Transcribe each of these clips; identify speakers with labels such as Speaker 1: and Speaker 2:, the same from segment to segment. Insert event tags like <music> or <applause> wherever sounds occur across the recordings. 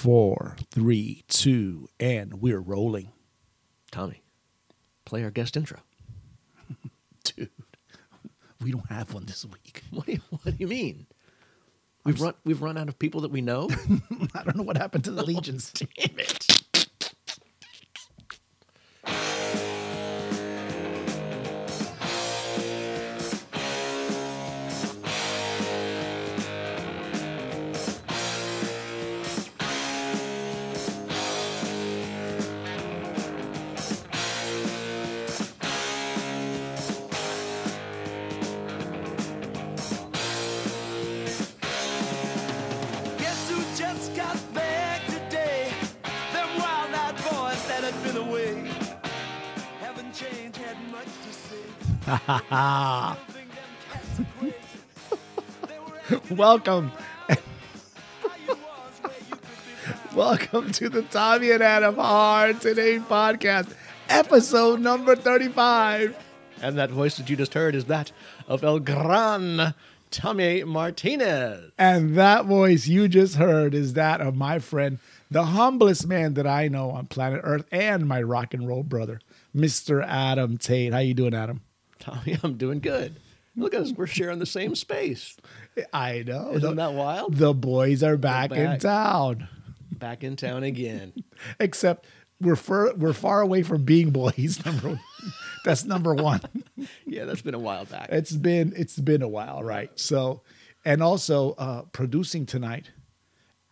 Speaker 1: four, three, two, and we're rolling.
Speaker 2: Tommy, play our guest intro. <laughs>
Speaker 1: Dude, we don't have one this week. <laughs>
Speaker 2: What do you, what do you mean? We've run we've run out of people that we <laughs> know.
Speaker 1: I don't know what happened to the legions.
Speaker 2: Damn it!
Speaker 3: Guess who just got back today? Them wild eyed boys that had been away. Haven't changed, had much to say.
Speaker 1: <laughs>
Speaker 3: Ha
Speaker 1: <laughs> Welcome, welcome to the Tommy and Adam Hard Today podcast, episode number 35.
Speaker 2: And that voice that you just heard is that of El Gran Tommy Martinez.
Speaker 1: And that voice you just heard is that of my friend, the humblest man that I know on planet Earth, and my rock and roll brother, Mr. Adam Tate. How you doing, Adam?
Speaker 2: Tommy, I'm doing good. Look at us, we're sharing the same space.
Speaker 1: I know.
Speaker 2: Isn't
Speaker 1: the,
Speaker 2: that wild?
Speaker 1: the boys are back, in
Speaker 2: back.
Speaker 1: town,
Speaker 2: Back in town again.
Speaker 1: except we're far, we're far away from being boys. <laughs> Number one. that's number one.
Speaker 2: Yeah, that's been a while back.
Speaker 1: It's been it's been a while, right? So, and also uh, producing tonight,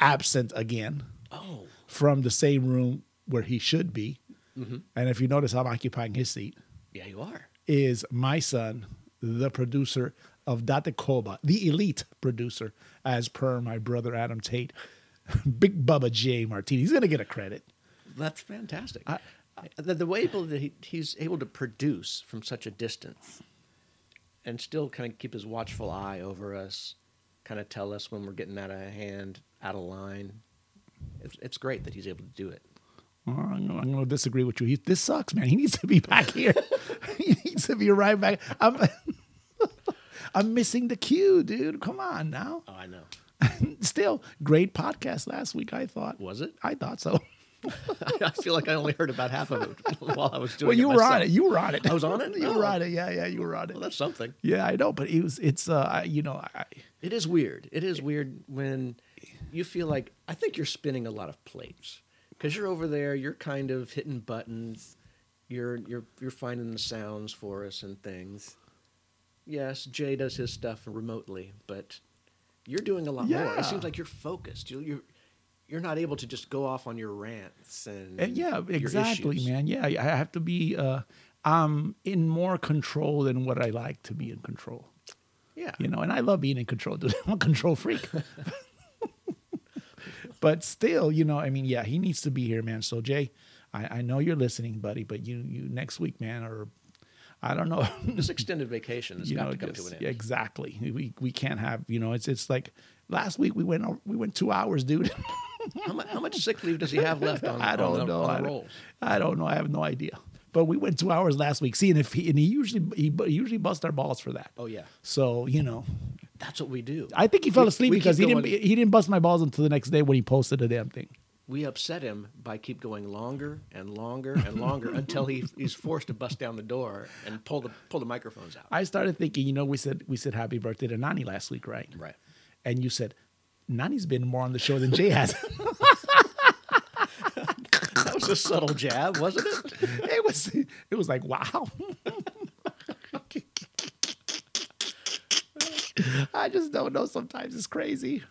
Speaker 1: absent again
Speaker 2: Oh,
Speaker 1: from the same room where he should be. And if you notice, I'm occupying his seat.
Speaker 2: yeah, you are.
Speaker 1: Is my son the producer of Date Koba, the elite producer, as per my brother Adam Tate, <laughs> Big Bubba J Martini. He's gonna get a credit.
Speaker 2: That's fantastic. I- the, the way able that he, he's able to produce from such a distance and still kind of keep his watchful eye over us, kind of tell us when we're getting out of hand, out of line. It's, it's great that he's able to do it.
Speaker 1: Oh, I'm gonna, I'm gonna disagree with you. He, this sucks, man. He needs to be back here. <laughs> he needs to be right back. I'm, <laughs> I'm missing the cue, dude. Come on now. <laughs>
Speaker 2: Oh, I know.
Speaker 1: Still, great podcast last week. I thought
Speaker 2: Was it? <laughs>
Speaker 1: I thought so.
Speaker 2: I feel like I only heard about half of it <laughs> while I was doing
Speaker 1: Well,
Speaker 2: it.
Speaker 1: you were on
Speaker 2: myself.
Speaker 1: it. You were on it.
Speaker 2: I was on it?
Speaker 1: <laughs> you
Speaker 2: Oh.
Speaker 1: were on it. Yeah, yeah. You were on it.
Speaker 2: Well, that's something.
Speaker 1: yeah, I know. But it was. It's. Uh. I- You know. I,
Speaker 2: It is weird. It is weird when you feel like I think you're spinning a lot of plates because you're over there. You're kind of hitting buttons. You're you're you're finding the sounds for us and things. Yes, Jay does his stuff remotely, but you're doing a lot more.
Speaker 1: Yeah.
Speaker 2: It seems like you're focused. You you're you're not able to just go off on your rants and,
Speaker 1: and yeah.
Speaker 2: your
Speaker 1: Exactly,
Speaker 2: issues.
Speaker 1: man. Yeah. I have to be. Uh. I'm in more control than what I like to be in control.
Speaker 2: Yeah,
Speaker 1: you know, and I love being in control, dude. <laughs> I'm a control freak. but still, you know, I mean, yeah, he needs to be here, man. So Jay, I, I know you're listening, buddy, but you you next week, man, or I don't know. <laughs>
Speaker 2: this extended vacation has
Speaker 1: you
Speaker 2: got
Speaker 1: know,
Speaker 2: to come to
Speaker 1: just-
Speaker 2: an end.
Speaker 1: yeah, exactly. We we can't have, you know, it's it's like last week we went o- we went two hours, dude. <laughs>
Speaker 2: How, much, how much sick leave does he have left on?
Speaker 1: I
Speaker 2: on
Speaker 1: don't
Speaker 2: the-
Speaker 1: know.
Speaker 2: on the
Speaker 1: I, don't,
Speaker 2: rolls?
Speaker 1: I don't know. I have no idea. But we went two hours last week. See, and if he and he usually he bu- usually busts our balls for that.
Speaker 2: Oh yeah,
Speaker 1: So you know,
Speaker 2: that's what we do.
Speaker 1: I think he fell
Speaker 2: We-
Speaker 1: asleep
Speaker 2: we keep
Speaker 1: because he didn't
Speaker 2: going-
Speaker 1: he didn't bust my balls until the next day when he posted the damn thing.
Speaker 2: we upset him by keep going longer and longer and <laughs> longer until he, he's forced to bust down the door and pull the pull the microphones out.
Speaker 1: I started thinking, you know, we said we said happy birthday to Nani last week, right?
Speaker 2: Right.
Speaker 1: And you said Nani's been more on the show than Jay has. <laughs>
Speaker 2: That was a subtle jab, wasn't <laughs> it?
Speaker 1: it was it was like wow. <laughs> I just don't know. Sometimes it's crazy.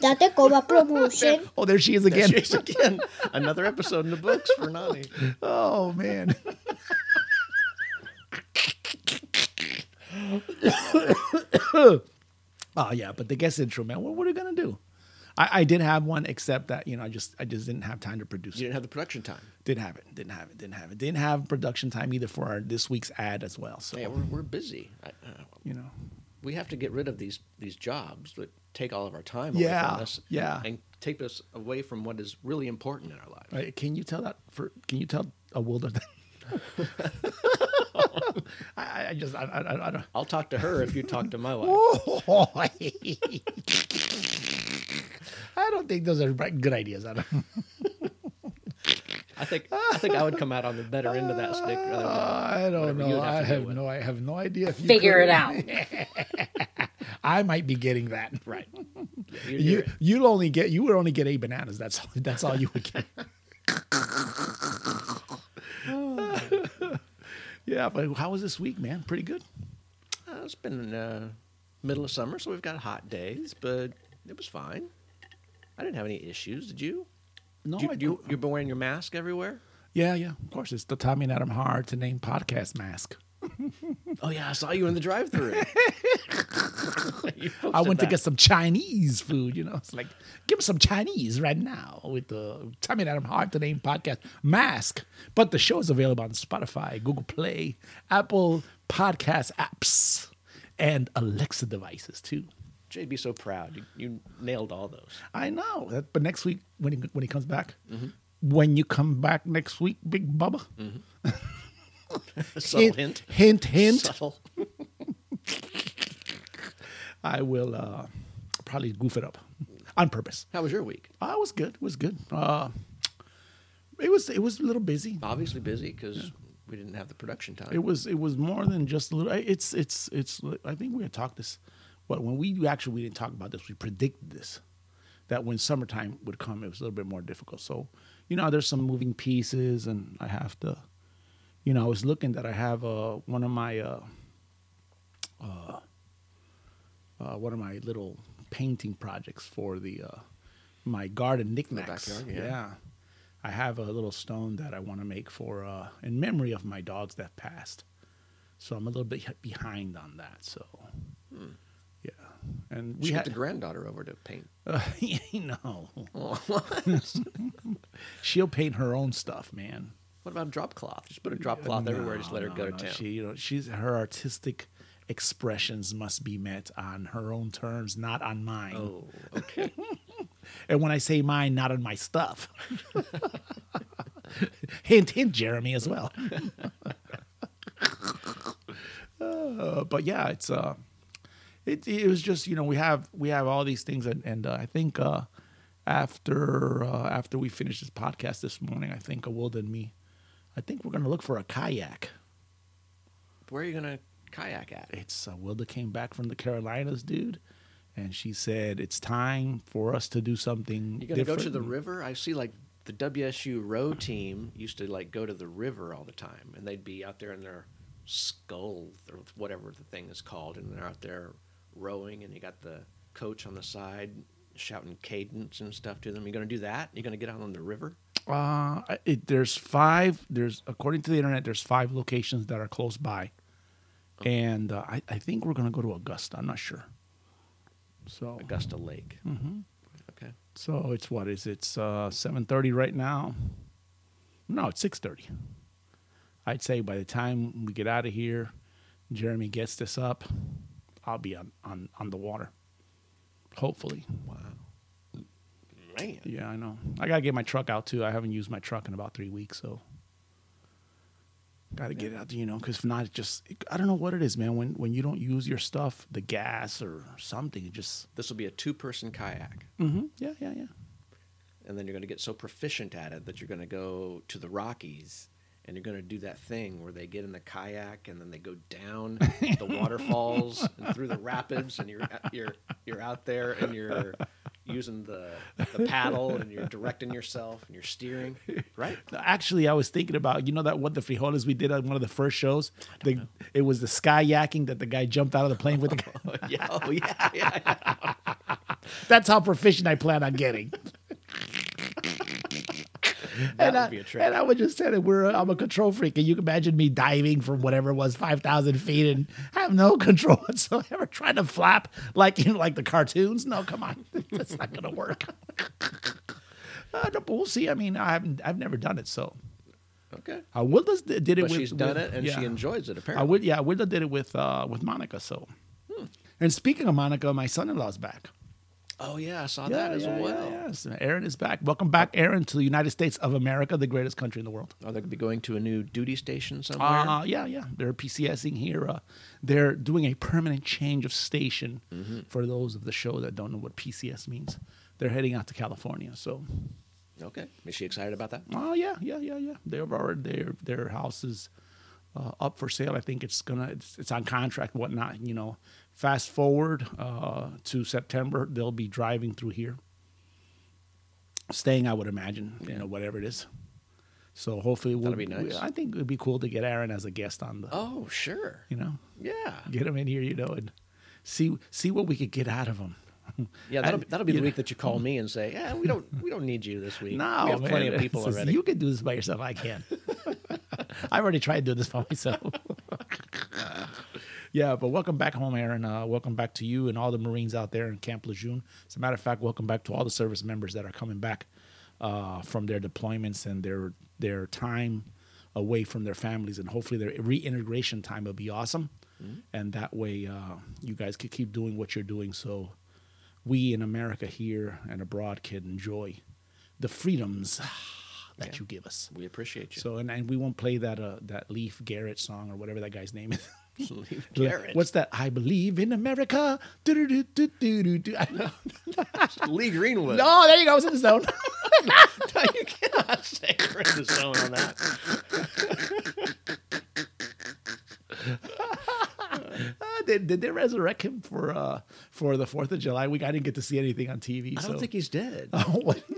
Speaker 4: Date Coba Promotion.
Speaker 1: Oh, there she is again.
Speaker 2: Jeez, again, another episode in the books for <laughs> Nani.
Speaker 1: Oh man. <laughs> oh yeah, but the guest intro, man. What, what are we gonna do? I, I did have one, except that you know, I just I just didn't have time to produce
Speaker 2: You
Speaker 1: it.
Speaker 2: didn't have the production time.
Speaker 1: Didn't have it. Didn't have it. Didn't have it. Didn't have production time either for our this week's ad as well. So
Speaker 2: Yeah, we're, we're busy. I, uh,
Speaker 1: you know,
Speaker 2: we have to get rid of these these jobs that take all of our time away
Speaker 1: Yeah,
Speaker 2: from us.
Speaker 1: yeah.
Speaker 2: and take us away from what is really important in our lives.
Speaker 1: Uh, can you tell that for? Can you tell a Wilder? <laughs> I- I, I just I, I, I- I don't.
Speaker 2: I'll <laughs> talk to her if you talk to my wife.
Speaker 1: Oh, I don't think those are bright- good ideas. I don't.
Speaker 2: I think I think I would come out on the better end of that stick. Rather than
Speaker 1: I don't
Speaker 2: Uh, Whatever you
Speaker 1: know.
Speaker 2: would have
Speaker 1: I
Speaker 2: to deal
Speaker 1: have
Speaker 2: with.
Speaker 1: no. I have no idea. If you
Speaker 5: Figure
Speaker 1: could-
Speaker 5: it out.
Speaker 1: <laughs> I might be getting that. <laughs>
Speaker 2: right. Yeah, you're-
Speaker 1: You
Speaker 2: you're-
Speaker 1: you'll only get you would only get eight bananas. That's all, that's all you would get.
Speaker 2: <laughs>
Speaker 1: <laughs> yeah, but how was this week, man? Pretty good.
Speaker 2: uh, it's been uh, middle of summer, so we've got hot days, but it was fine. I didn't have any issues. Did you?
Speaker 1: No,
Speaker 2: Did you, you you've been wearing your
Speaker 1: <laughs>
Speaker 2: mask everywhere.
Speaker 1: yeah, yeah. Of course, it's the Tommy and Adam Hard to Name podcast mask.
Speaker 2: Oh yeah, I saw you in the <laughs>
Speaker 1: <laughs>
Speaker 2: drive-through.
Speaker 1: I went to get some Chinese food. You know, it's like give me some Chinese right now with the Tommy and Adam Hard to Name podcast mask. But the show is available on Spotify, Google Play, Apple Podcast apps, and Alexa devices too.
Speaker 2: Jay'd be so proud. You, you nailed
Speaker 1: <laughs>
Speaker 2: all those.
Speaker 1: I know. That, but next week, when he, when he comes back, when you come back next week, Big Bubba,
Speaker 2: Subtle hint.
Speaker 1: hint, hint.
Speaker 2: <laughs> Subtle.
Speaker 1: I will uh, probably goof it up on purpose.
Speaker 2: How was your week?
Speaker 1: I was good. It was good. Uh, it was it was a little busy.
Speaker 2: Obviously busy because we didn't have the production time.
Speaker 1: It was it was more than just a little. It's it's it's. I think we had talked this. But when we actually we didn't talk about this. We predicted this that when summertime would come, it was a little bit more difficult. So you know, there's some moving pieces, and I have to. You know, I was looking that I have uh, one of my uh, uh, uh, one of my little painting projects for the uh, my garden knickknacks.
Speaker 2: backyard, yeah.
Speaker 1: I have a little stone that I want to make for uh, in memory of my dogs that passed. So I'm a little bit behind on that. So, yeah, and we
Speaker 2: we got
Speaker 1: had
Speaker 2: Hmm. the Oh, granddaughter over to paint.
Speaker 1: uh, <laughs>
Speaker 2: <laughs>
Speaker 1: no. <laughs> She'll paint her own stuff, man.
Speaker 2: What about drop cloth? Just put a drop cloth everywhere. Just let her
Speaker 1: No,
Speaker 2: go to
Speaker 1: no,
Speaker 2: town.
Speaker 1: She, you know, she's her artistic expressions must be met on her own terms, not on mine.
Speaker 2: oh, okay.
Speaker 1: And when I say mine, not on my stuff. <laughs> hint, hint, Jeremy as well. Uh, but yeah, it's uh, it it was just you know we have we have all these things and and uh, I think uh, after uh, after we finish this podcast this morning, I think uh, Will and me, I think we're gonna look for a kayak.
Speaker 2: Where are you gonna kayak at?
Speaker 1: It's uh, Wilda came back from the Carolinas, dude, and she said it's time for us to do something.
Speaker 2: You gonna go to
Speaker 1: different."
Speaker 2: the river? I see like the WSU row team used to like go to the river all the time, and they'd be out there in their scull or whatever the thing is called, and they're out there rowing, and you got the coach on the side shouting cadence and stuff to them. You gonna do that? You gonna get out on the river?
Speaker 1: Uh, it, there's five. There's according to the internet, there's five locations that are close by, and uh, I, I think we're gonna go to Augusta. I'm not sure. So
Speaker 2: Augusta Lake. Mm-hmm. Okay.
Speaker 1: so it's what is it? it's uh 7:30 right now? No, it's 6:30. I'd say by the time we get out of here, Jeremy gets this up, I'll be on on on the water. Hopefully. Wow.
Speaker 2: Man.
Speaker 1: Yeah, I know. I gotta get my truck out too. I haven't used my truck in about three weeks, so gotta get it out. You know, because if not, it just I don't know what it is, man. When when you don't use your stuff, the gas or something, it just
Speaker 2: This will be a two-person kayak.
Speaker 1: mm-hmm. yeah, yeah, yeah.
Speaker 2: and then you're going to get so proficient at it that you're going to go to the Rockies and you're going to do that thing where they get in the kayak and then they go down the waterfalls and through the rapids and you're you're you're out there and you're using the the paddle and you're directing yourself and you're steering,
Speaker 1: <laughs>
Speaker 2: right?
Speaker 1: Actually, I was thinking about you know that what the frijoles we did on one of the first shows. The, it was the sky yaking that the guy jumped out of the plane with. The,
Speaker 2: Yeah. <laughs> Oh yeah. yeah.
Speaker 1: <laughs> that's how proficient I plan on getting.
Speaker 2: <laughs> That
Speaker 1: and,
Speaker 2: would
Speaker 1: I,
Speaker 2: be a trip.
Speaker 1: and I would just say that we're uh, I'm a control freak, and you can imagine me diving from whatever it was five thousand feet and have no <laughs> control whatsoever, trying to flap like you know, like the cartoons. No, come on, <laughs> that's not gonna work. <laughs> uh, no, but we'll see. I mean, I haven't I've never done it, so
Speaker 2: Okay.
Speaker 1: uh, Wilda did it.
Speaker 2: But
Speaker 1: with,
Speaker 2: she's done
Speaker 1: with-
Speaker 2: it and she
Speaker 1: yeah.
Speaker 2: enjoys it
Speaker 1: I
Speaker 2: apparently.
Speaker 1: would, yeah, Wilda did it with uh, with Monica. So, and speaking of Monica, my son-in-law's back.
Speaker 2: Oh yeah, I saw that as well.
Speaker 1: Yes, Aaron is back. Welcome back, Aaron, to the United States of America, the greatest country in the world.
Speaker 2: Are they going to Oh, be going to a new duty station somewhere?
Speaker 1: Uh, yeah, yeah. They're PCSing here. Uh, they're
Speaker 2: Mm-hmm.
Speaker 1: doing a permanent change of station for those of the show that don't know what PCS means. they're heading out to California. So,
Speaker 2: Okay. Is she excited about that?
Speaker 1: oh yeah, yeah, yeah, yeah. They've already their their house is uh, up for sale. I think it's gonna it's, it's on contract, whatnot. You know, fast forward uh, to September, they'll be driving through here, staying. I would imagine, you know, whatever it is. So hopefully we'll.
Speaker 2: That'd be nice.
Speaker 1: I think it'd be cool to get Aaron as a guest on the.
Speaker 2: Oh, sure.
Speaker 1: You know,
Speaker 2: Yeah.
Speaker 1: get him in here, you know, and see see what we could get out of him.
Speaker 2: Yeah, that'll,
Speaker 1: And,
Speaker 2: that'll be
Speaker 1: you
Speaker 2: the
Speaker 1: know,
Speaker 2: week that you call me and say, "Yeah, we don't we don't need you this week.
Speaker 1: No,
Speaker 2: we have
Speaker 1: man,
Speaker 2: plenty
Speaker 1: <laughs>
Speaker 2: of people
Speaker 1: it's just,
Speaker 2: already."
Speaker 1: You can do this by yourself. I <laughs> can. I've already tried doing this by myself. <laughs> yeah, but welcome back home, Aaron. Uh, welcome back to you and all the Marines out there in Camp Lejeune. As a matter of fact, welcome back to all the service members that are coming back uh, from their deployments and their their time away from their families, and hopefully their reintegration time will be awesome.
Speaker 2: Mm-hmm.
Speaker 1: And that way, uh, you guys could keep doing what you're doing. So we in America here and abroad can enjoy the
Speaker 2: <sighs>
Speaker 1: freedoms that
Speaker 2: Yeah.
Speaker 1: you give us.
Speaker 2: we appreciate you.
Speaker 1: So and, and we won't play that uh, that Leaf Garrett song or whatever that guy's name is.
Speaker 2: <laughs> Leave
Speaker 1: Le-
Speaker 2: Garrett,
Speaker 1: What's that? I believe in America. Do-do-do-do-do-do-do. <laughs> I know.
Speaker 2: <laughs> Lee Greenwood?
Speaker 1: <laughs>
Speaker 2: <laughs>
Speaker 1: No, there you go. I was in the zone.
Speaker 2: you cannot say we're in the zone on that.
Speaker 1: Uh, did, did they resurrect him for uh, for the Fourth of July week? I didn't get to see anything on TV.
Speaker 2: I
Speaker 1: so.
Speaker 2: don't
Speaker 1: <laughs>
Speaker 2: think he's dead.
Speaker 1: Oh, what? <laughs>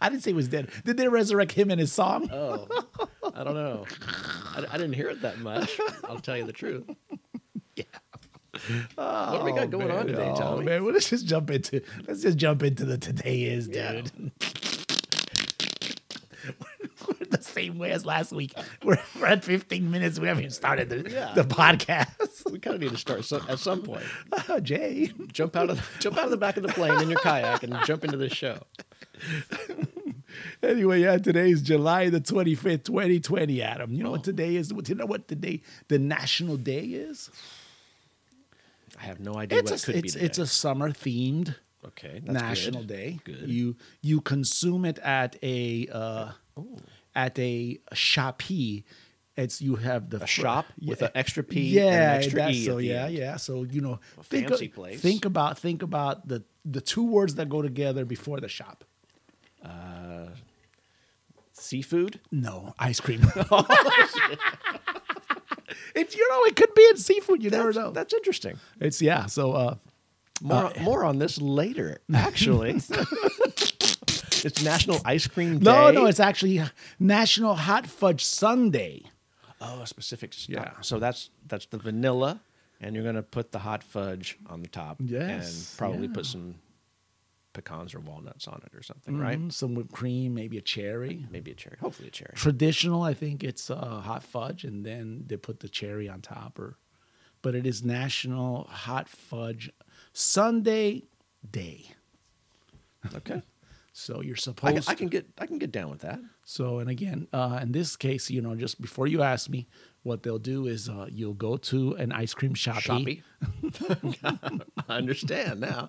Speaker 1: I didn't say he was dead. Did they resurrect him and his song?
Speaker 2: Oh, I don't know. I, I didn't hear it that much. I'll tell you the
Speaker 1: <laughs>
Speaker 2: truth. Yeah. what do we got going
Speaker 1: man.
Speaker 2: on today,
Speaker 1: Oh,
Speaker 2: Tommy?
Speaker 1: man, well, let's just jump into let's just jump into the today is, dude. <laughs>
Speaker 2: Yeah.
Speaker 1: We're the same way as last week. We're, we're at 15 minutes. We haven't even started the,
Speaker 2: Yeah.
Speaker 1: the podcast.
Speaker 2: We kind of need to start some, at some point.
Speaker 1: <laughs> Jay,
Speaker 2: Jump out of jump out of the back of the plane in your kayak and jump into this show.
Speaker 1: Anyway, yeah, today is July the 25th, 2020, Adam. You know what today is? Do you know what today, the national day is?
Speaker 2: I have no idea
Speaker 1: It's
Speaker 2: what it
Speaker 1: a,
Speaker 2: could
Speaker 1: it's,
Speaker 2: be. Today.
Speaker 1: it's a summer themed
Speaker 2: okay that's
Speaker 1: national
Speaker 2: good.
Speaker 1: day.
Speaker 2: Good.
Speaker 1: You you consume it at a uh,
Speaker 2: Oh.
Speaker 1: at a shopee. It's you have the
Speaker 2: A shop with an extra P
Speaker 1: Yeah,
Speaker 2: and an extra
Speaker 1: that's-
Speaker 2: E.
Speaker 1: so
Speaker 2: at the
Speaker 1: yeah,
Speaker 2: end.
Speaker 1: yeah. So you know,
Speaker 2: A
Speaker 1: think
Speaker 2: fancy
Speaker 1: of-
Speaker 2: place.
Speaker 1: Think about think about the the two words that go together before the shop.
Speaker 2: Seafood.
Speaker 1: No, ice cream. <laughs> it's you know Oh, it could be in seafood. You never know.
Speaker 2: Oh, That's interesting.
Speaker 1: It's yeah. So uh,
Speaker 2: More, more on this
Speaker 1: <laughs>
Speaker 2: later, actually. <laughs> it's National Ice Cream Day.
Speaker 1: no, no, it's actually National Hot Fudge Sunday.
Speaker 2: oh, a specific. Stock.
Speaker 1: Yeah.
Speaker 2: So that's that's the vanilla, and you're gonna put the hot fudge on the top.
Speaker 1: Yes,
Speaker 2: And probably
Speaker 1: yeah.
Speaker 2: put some pecans or walnuts on it or something, right?
Speaker 1: Mhm, Some whipped cream, maybe a cherry.
Speaker 2: Maybe a cherry. Hopefully a cherry.
Speaker 1: Traditional, I think it's uh, hot fudge, and then they put the cherry on top. Or, but it is National Hot Fudge Sunday Day.
Speaker 2: Okay.
Speaker 1: So you're
Speaker 2: I,
Speaker 1: supposed.
Speaker 2: can- I can get I can get down with that.
Speaker 1: So, and again, uh, in this case, you know, just before you ask me, what they'll do is uh, you'll go to an ice cream shop,
Speaker 2: Shoppy. <laughs> I understand now.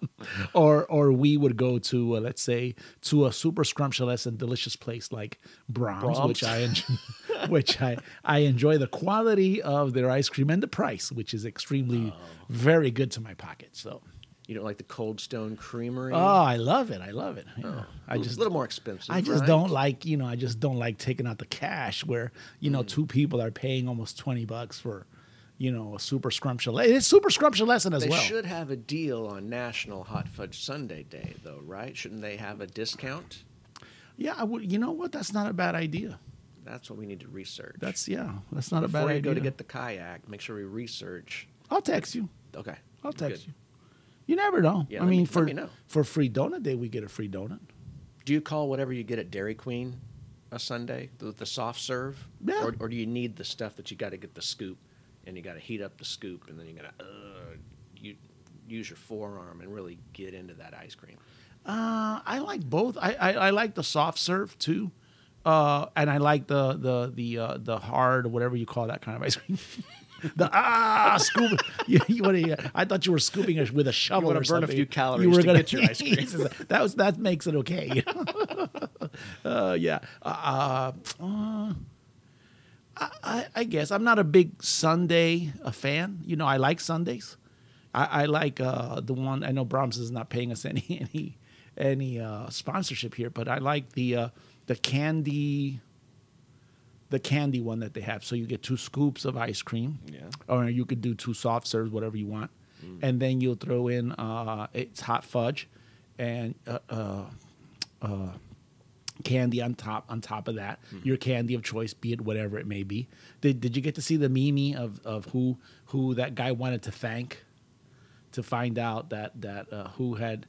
Speaker 1: or or we would go to, uh, let's say, to a super scrumptious and delicious place like Brahms,
Speaker 2: Brahms.
Speaker 1: which I enjoy, <laughs> which I I enjoy the quality of their ice cream and the price, which is extremely very good to my pocket. So,
Speaker 2: You don't like the Cold Stone Creamery?
Speaker 1: oh, I love it, I love it. Yeah. I
Speaker 2: It's
Speaker 1: just
Speaker 2: a little more expensive.
Speaker 1: I just
Speaker 2: right?
Speaker 1: don't like, you know, I just don't like taking out the cash where, you
Speaker 2: Mm.
Speaker 1: know, two people are paying almost 20 bucks for, you know, a super scrumptious. It's super scrumptious lesson as
Speaker 2: They
Speaker 1: well.
Speaker 2: should have a deal on National Hot Fudge Sunday Day, though, right? Shouldn't they have a discount?
Speaker 1: Yeah, I would, you know what? That's not a bad idea.
Speaker 2: That's what we need to research.
Speaker 1: That's, yeah, that's not
Speaker 2: before
Speaker 1: a bad
Speaker 2: you
Speaker 1: idea.
Speaker 2: go to get the kayak. Make sure we research.
Speaker 1: I'll text you.
Speaker 2: Okay,
Speaker 1: I'll text
Speaker 2: Good.
Speaker 1: you. You never know.
Speaker 2: Yeah,
Speaker 1: I
Speaker 2: let me-
Speaker 1: mean,
Speaker 2: let
Speaker 1: for,
Speaker 2: me know.
Speaker 1: for free donut day, we get a free donut.
Speaker 2: Do you call whatever you get at Dairy Queen a Sunday the, the soft serve?
Speaker 1: Yeah.
Speaker 2: Or, or do you need the stuff that you got to get the scoop, and you got to heat up the scoop, and then you got to uh, you use your forearm and really get into that ice cream.
Speaker 1: Uh, I like both. I, I, I like the soft serve too. Uh, and I like the the the uh, the hard whatever you call that kind of ice cream. <laughs> the ah scoop. <laughs> you, you, what are you- I thought you were scooping it with a shovel.
Speaker 2: wanna
Speaker 1: or
Speaker 2: burn a
Speaker 1: something.
Speaker 2: few calories to get your ice
Speaker 1: <laughs>
Speaker 2: cream.
Speaker 1: that was that makes it okay. <laughs> uh, yeah. Uh, uh, uh, I, I, I guess I'm not a big Sunday a fan. You know, I like Sundays. I, I like uh, the one. I know Brahms is not paying us <laughs> any any any uh, sponsorship here, but I like the uh, the candy the candy one that they have. So you get two scoops of ice cream,
Speaker 2: Yeah. Mm.
Speaker 1: or you could do two soft serves, whatever you want, and then you'll throw in uh, it's hot fudge and uh, uh, uh, candy on top on top of that.
Speaker 2: Mm.
Speaker 1: Your candy of choice, be it whatever it may be. Did, did you get to see the meme of of who who that guy wanted to thank? to find out that that uh, who had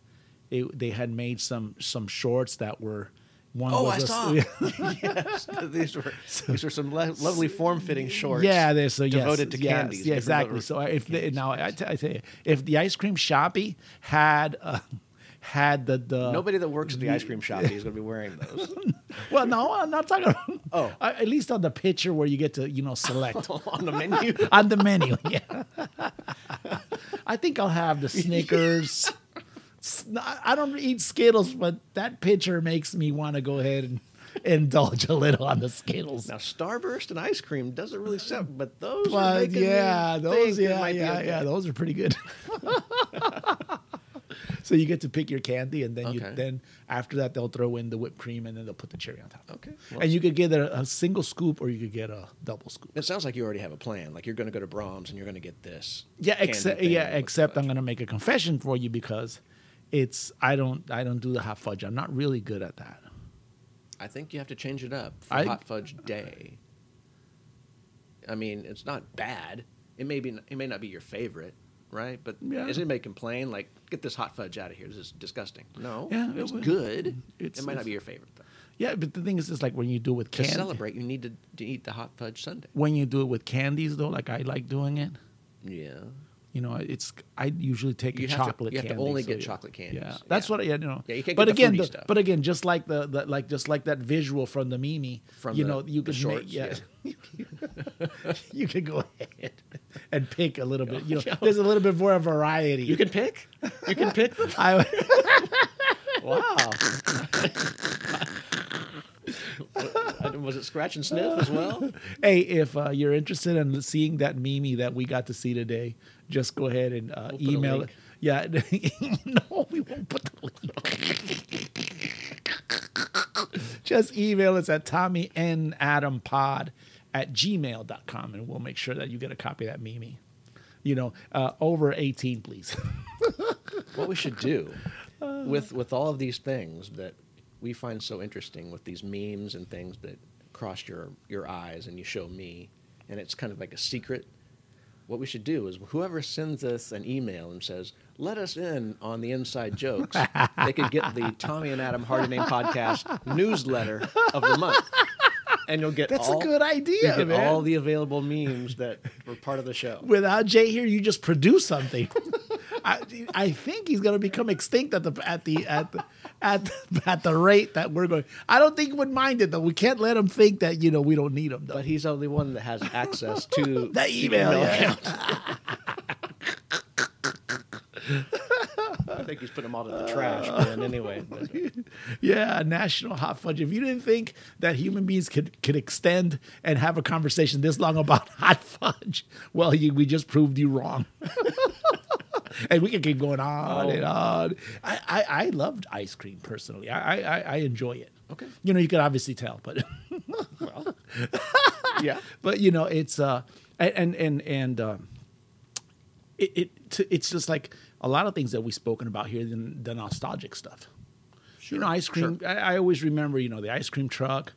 Speaker 1: it, they had made some some shorts that were one
Speaker 2: Oh,
Speaker 1: was
Speaker 2: I
Speaker 1: a-
Speaker 2: saw.
Speaker 1: <laughs>
Speaker 2: <laughs> yes, these were these were some lo- lovely form-fitting shorts.
Speaker 1: yeah there's so yes,
Speaker 2: devoted to
Speaker 1: yes,
Speaker 2: candies,
Speaker 1: yeah
Speaker 2: different
Speaker 1: exactly
Speaker 2: flavor-
Speaker 1: so uh, if they, now I, t- I tell you if the ice cream shoppy had uh, had the the
Speaker 2: Nobody that works at the ice cream shop is going to be wearing those.
Speaker 1: <laughs>
Speaker 2: <laughs>
Speaker 1: well no I'm not talking about,
Speaker 2: Oh.
Speaker 1: I- at least on the picture where you get to you know
Speaker 2: <laughs>
Speaker 1: select
Speaker 2: on the menu.
Speaker 1: on the menu. <laughs> Yeah, I think I'll have the Snickers. S- I I don't eat Skittles, but that picture makes me want to go ahead and <laughs> indulge a little on the Skittles.
Speaker 2: Now, Starburst and ice cream doesn't really sound, but those are
Speaker 1: But
Speaker 2: making me
Speaker 1: yeah, those
Speaker 2: think it
Speaker 1: yeah
Speaker 2: might be
Speaker 1: yeah
Speaker 2: okay.
Speaker 1: yeah those are pretty good. <laughs> so you get to pick your candy, and then you
Speaker 2: Okay.
Speaker 1: then after that they'll throw in the whipped cream, and then they'll put the cherry on top.
Speaker 2: Okay.
Speaker 1: and you could get a, a single scoop, or you could get a double scoop.
Speaker 2: It sounds like you already have a plan. Like you're going to go to Brahms and you're going to get this.
Speaker 1: Yeah,
Speaker 2: candy
Speaker 1: except
Speaker 2: thing
Speaker 1: yeah,
Speaker 2: with
Speaker 1: except I'm
Speaker 2: fudge.
Speaker 1: gonna make a confession for you because it's I don't I don't do the hot fudge. I'm not really good at that.
Speaker 2: I think you have to change it up for
Speaker 1: I-
Speaker 2: Hot Fudge Day. I mean, it's not bad. It may be. It may not be your favorite, right? But
Speaker 1: Yeah.
Speaker 2: is anybody complain like, get this hot fudge out of here? This is disgusting. No,
Speaker 1: Yeah, it
Speaker 2: it's
Speaker 1: would-
Speaker 2: good.
Speaker 1: it's-
Speaker 2: it might
Speaker 1: it's-
Speaker 2: not be your favorite though.
Speaker 1: Yeah, but the thing is, it's like when you do it with
Speaker 2: To
Speaker 1: candy,
Speaker 2: celebrate, you need to, to eat the hot fudge Sunday.
Speaker 1: when you do it with candies though, like I like doing it.
Speaker 2: Yeah.
Speaker 1: You know, it's I usually take
Speaker 2: You
Speaker 1: a
Speaker 2: have to-
Speaker 1: chocolate.
Speaker 2: you have to
Speaker 1: candy,
Speaker 2: only
Speaker 1: so
Speaker 2: get
Speaker 1: yeah.
Speaker 2: chocolate candies.
Speaker 1: Yeah,
Speaker 2: Yeah.
Speaker 1: that's what I you know.
Speaker 2: Yeah, you can't
Speaker 1: but
Speaker 2: get the
Speaker 1: again,
Speaker 2: fruity
Speaker 1: the-
Speaker 2: stuff.
Speaker 1: but again, just like the, the like just like that visual from the Mimi,
Speaker 2: From
Speaker 1: you
Speaker 2: the-
Speaker 1: know, you
Speaker 2: the
Speaker 1: could
Speaker 2: shorts,
Speaker 1: make, yeah, <laughs> you could go ahead and pick a little
Speaker 2: <laughs>
Speaker 1: bit. You know, there's a little bit more variety.
Speaker 2: You
Speaker 1: <laughs>
Speaker 2: can pick. You can pick them.
Speaker 1: I,
Speaker 2: <laughs> Wow. was it scratch and sniff
Speaker 1: <laughs>
Speaker 2: as well?
Speaker 1: hey, if uh, you're interested in seeing that Mimi that we got to see today, just go ahead and uh,
Speaker 2: We'll put a
Speaker 1: email it.
Speaker 2: link.
Speaker 1: Yeah, <laughs> no, we won't put the link. just email us at tommyndadampod at gmail.com and we'll make sure that you get a copy of that Mimi. You know, uh, over 18, please. <laughs>
Speaker 2: What we should do with with all of these things that we find so interesting with these memes and things that cross your your eyes and you show me and it's kind of like a secret. What we should do is whoever sends us an email and says, "Let us in on the inside jokes," they could get the Tommy and Adam Hardy Name podcast newsletter of the month. And you'll get
Speaker 1: That's
Speaker 2: all-
Speaker 1: a good
Speaker 2: you
Speaker 1: idea,
Speaker 2: get
Speaker 1: man.
Speaker 2: all the available memes that were part of the show.
Speaker 1: without Jay here, you just produce something. <laughs> I, I think he's gonna become extinct at the at the at the, at the, at the rate that we're going. I don't think he would mind it though. We can't let him think that you know we don't need him though.
Speaker 2: But he's the only one that has access <laughs> to
Speaker 1: that email, yeah.
Speaker 2: <laughs> I think he's putting them all to the trash, man. Anyway, but, <laughs>
Speaker 1: yeah, national hot fudge. If you didn't think that human beings could could extend and have a conversation this long about <laughs> hot fudge, well, you, we just proved you wrong. <laughs> and we can keep going on and on. I, I, I loved ice cream personally. I, I- I I enjoy it.
Speaker 2: Okay.
Speaker 1: You know, you could obviously tell, but <laughs>
Speaker 2: yeah,
Speaker 1: but you know it's uh a- and and and um it, it t- it's just like a lot of things that we've spoken about here than the nostalgic stuff you know ice cream I, I always remember you know the ice cream truck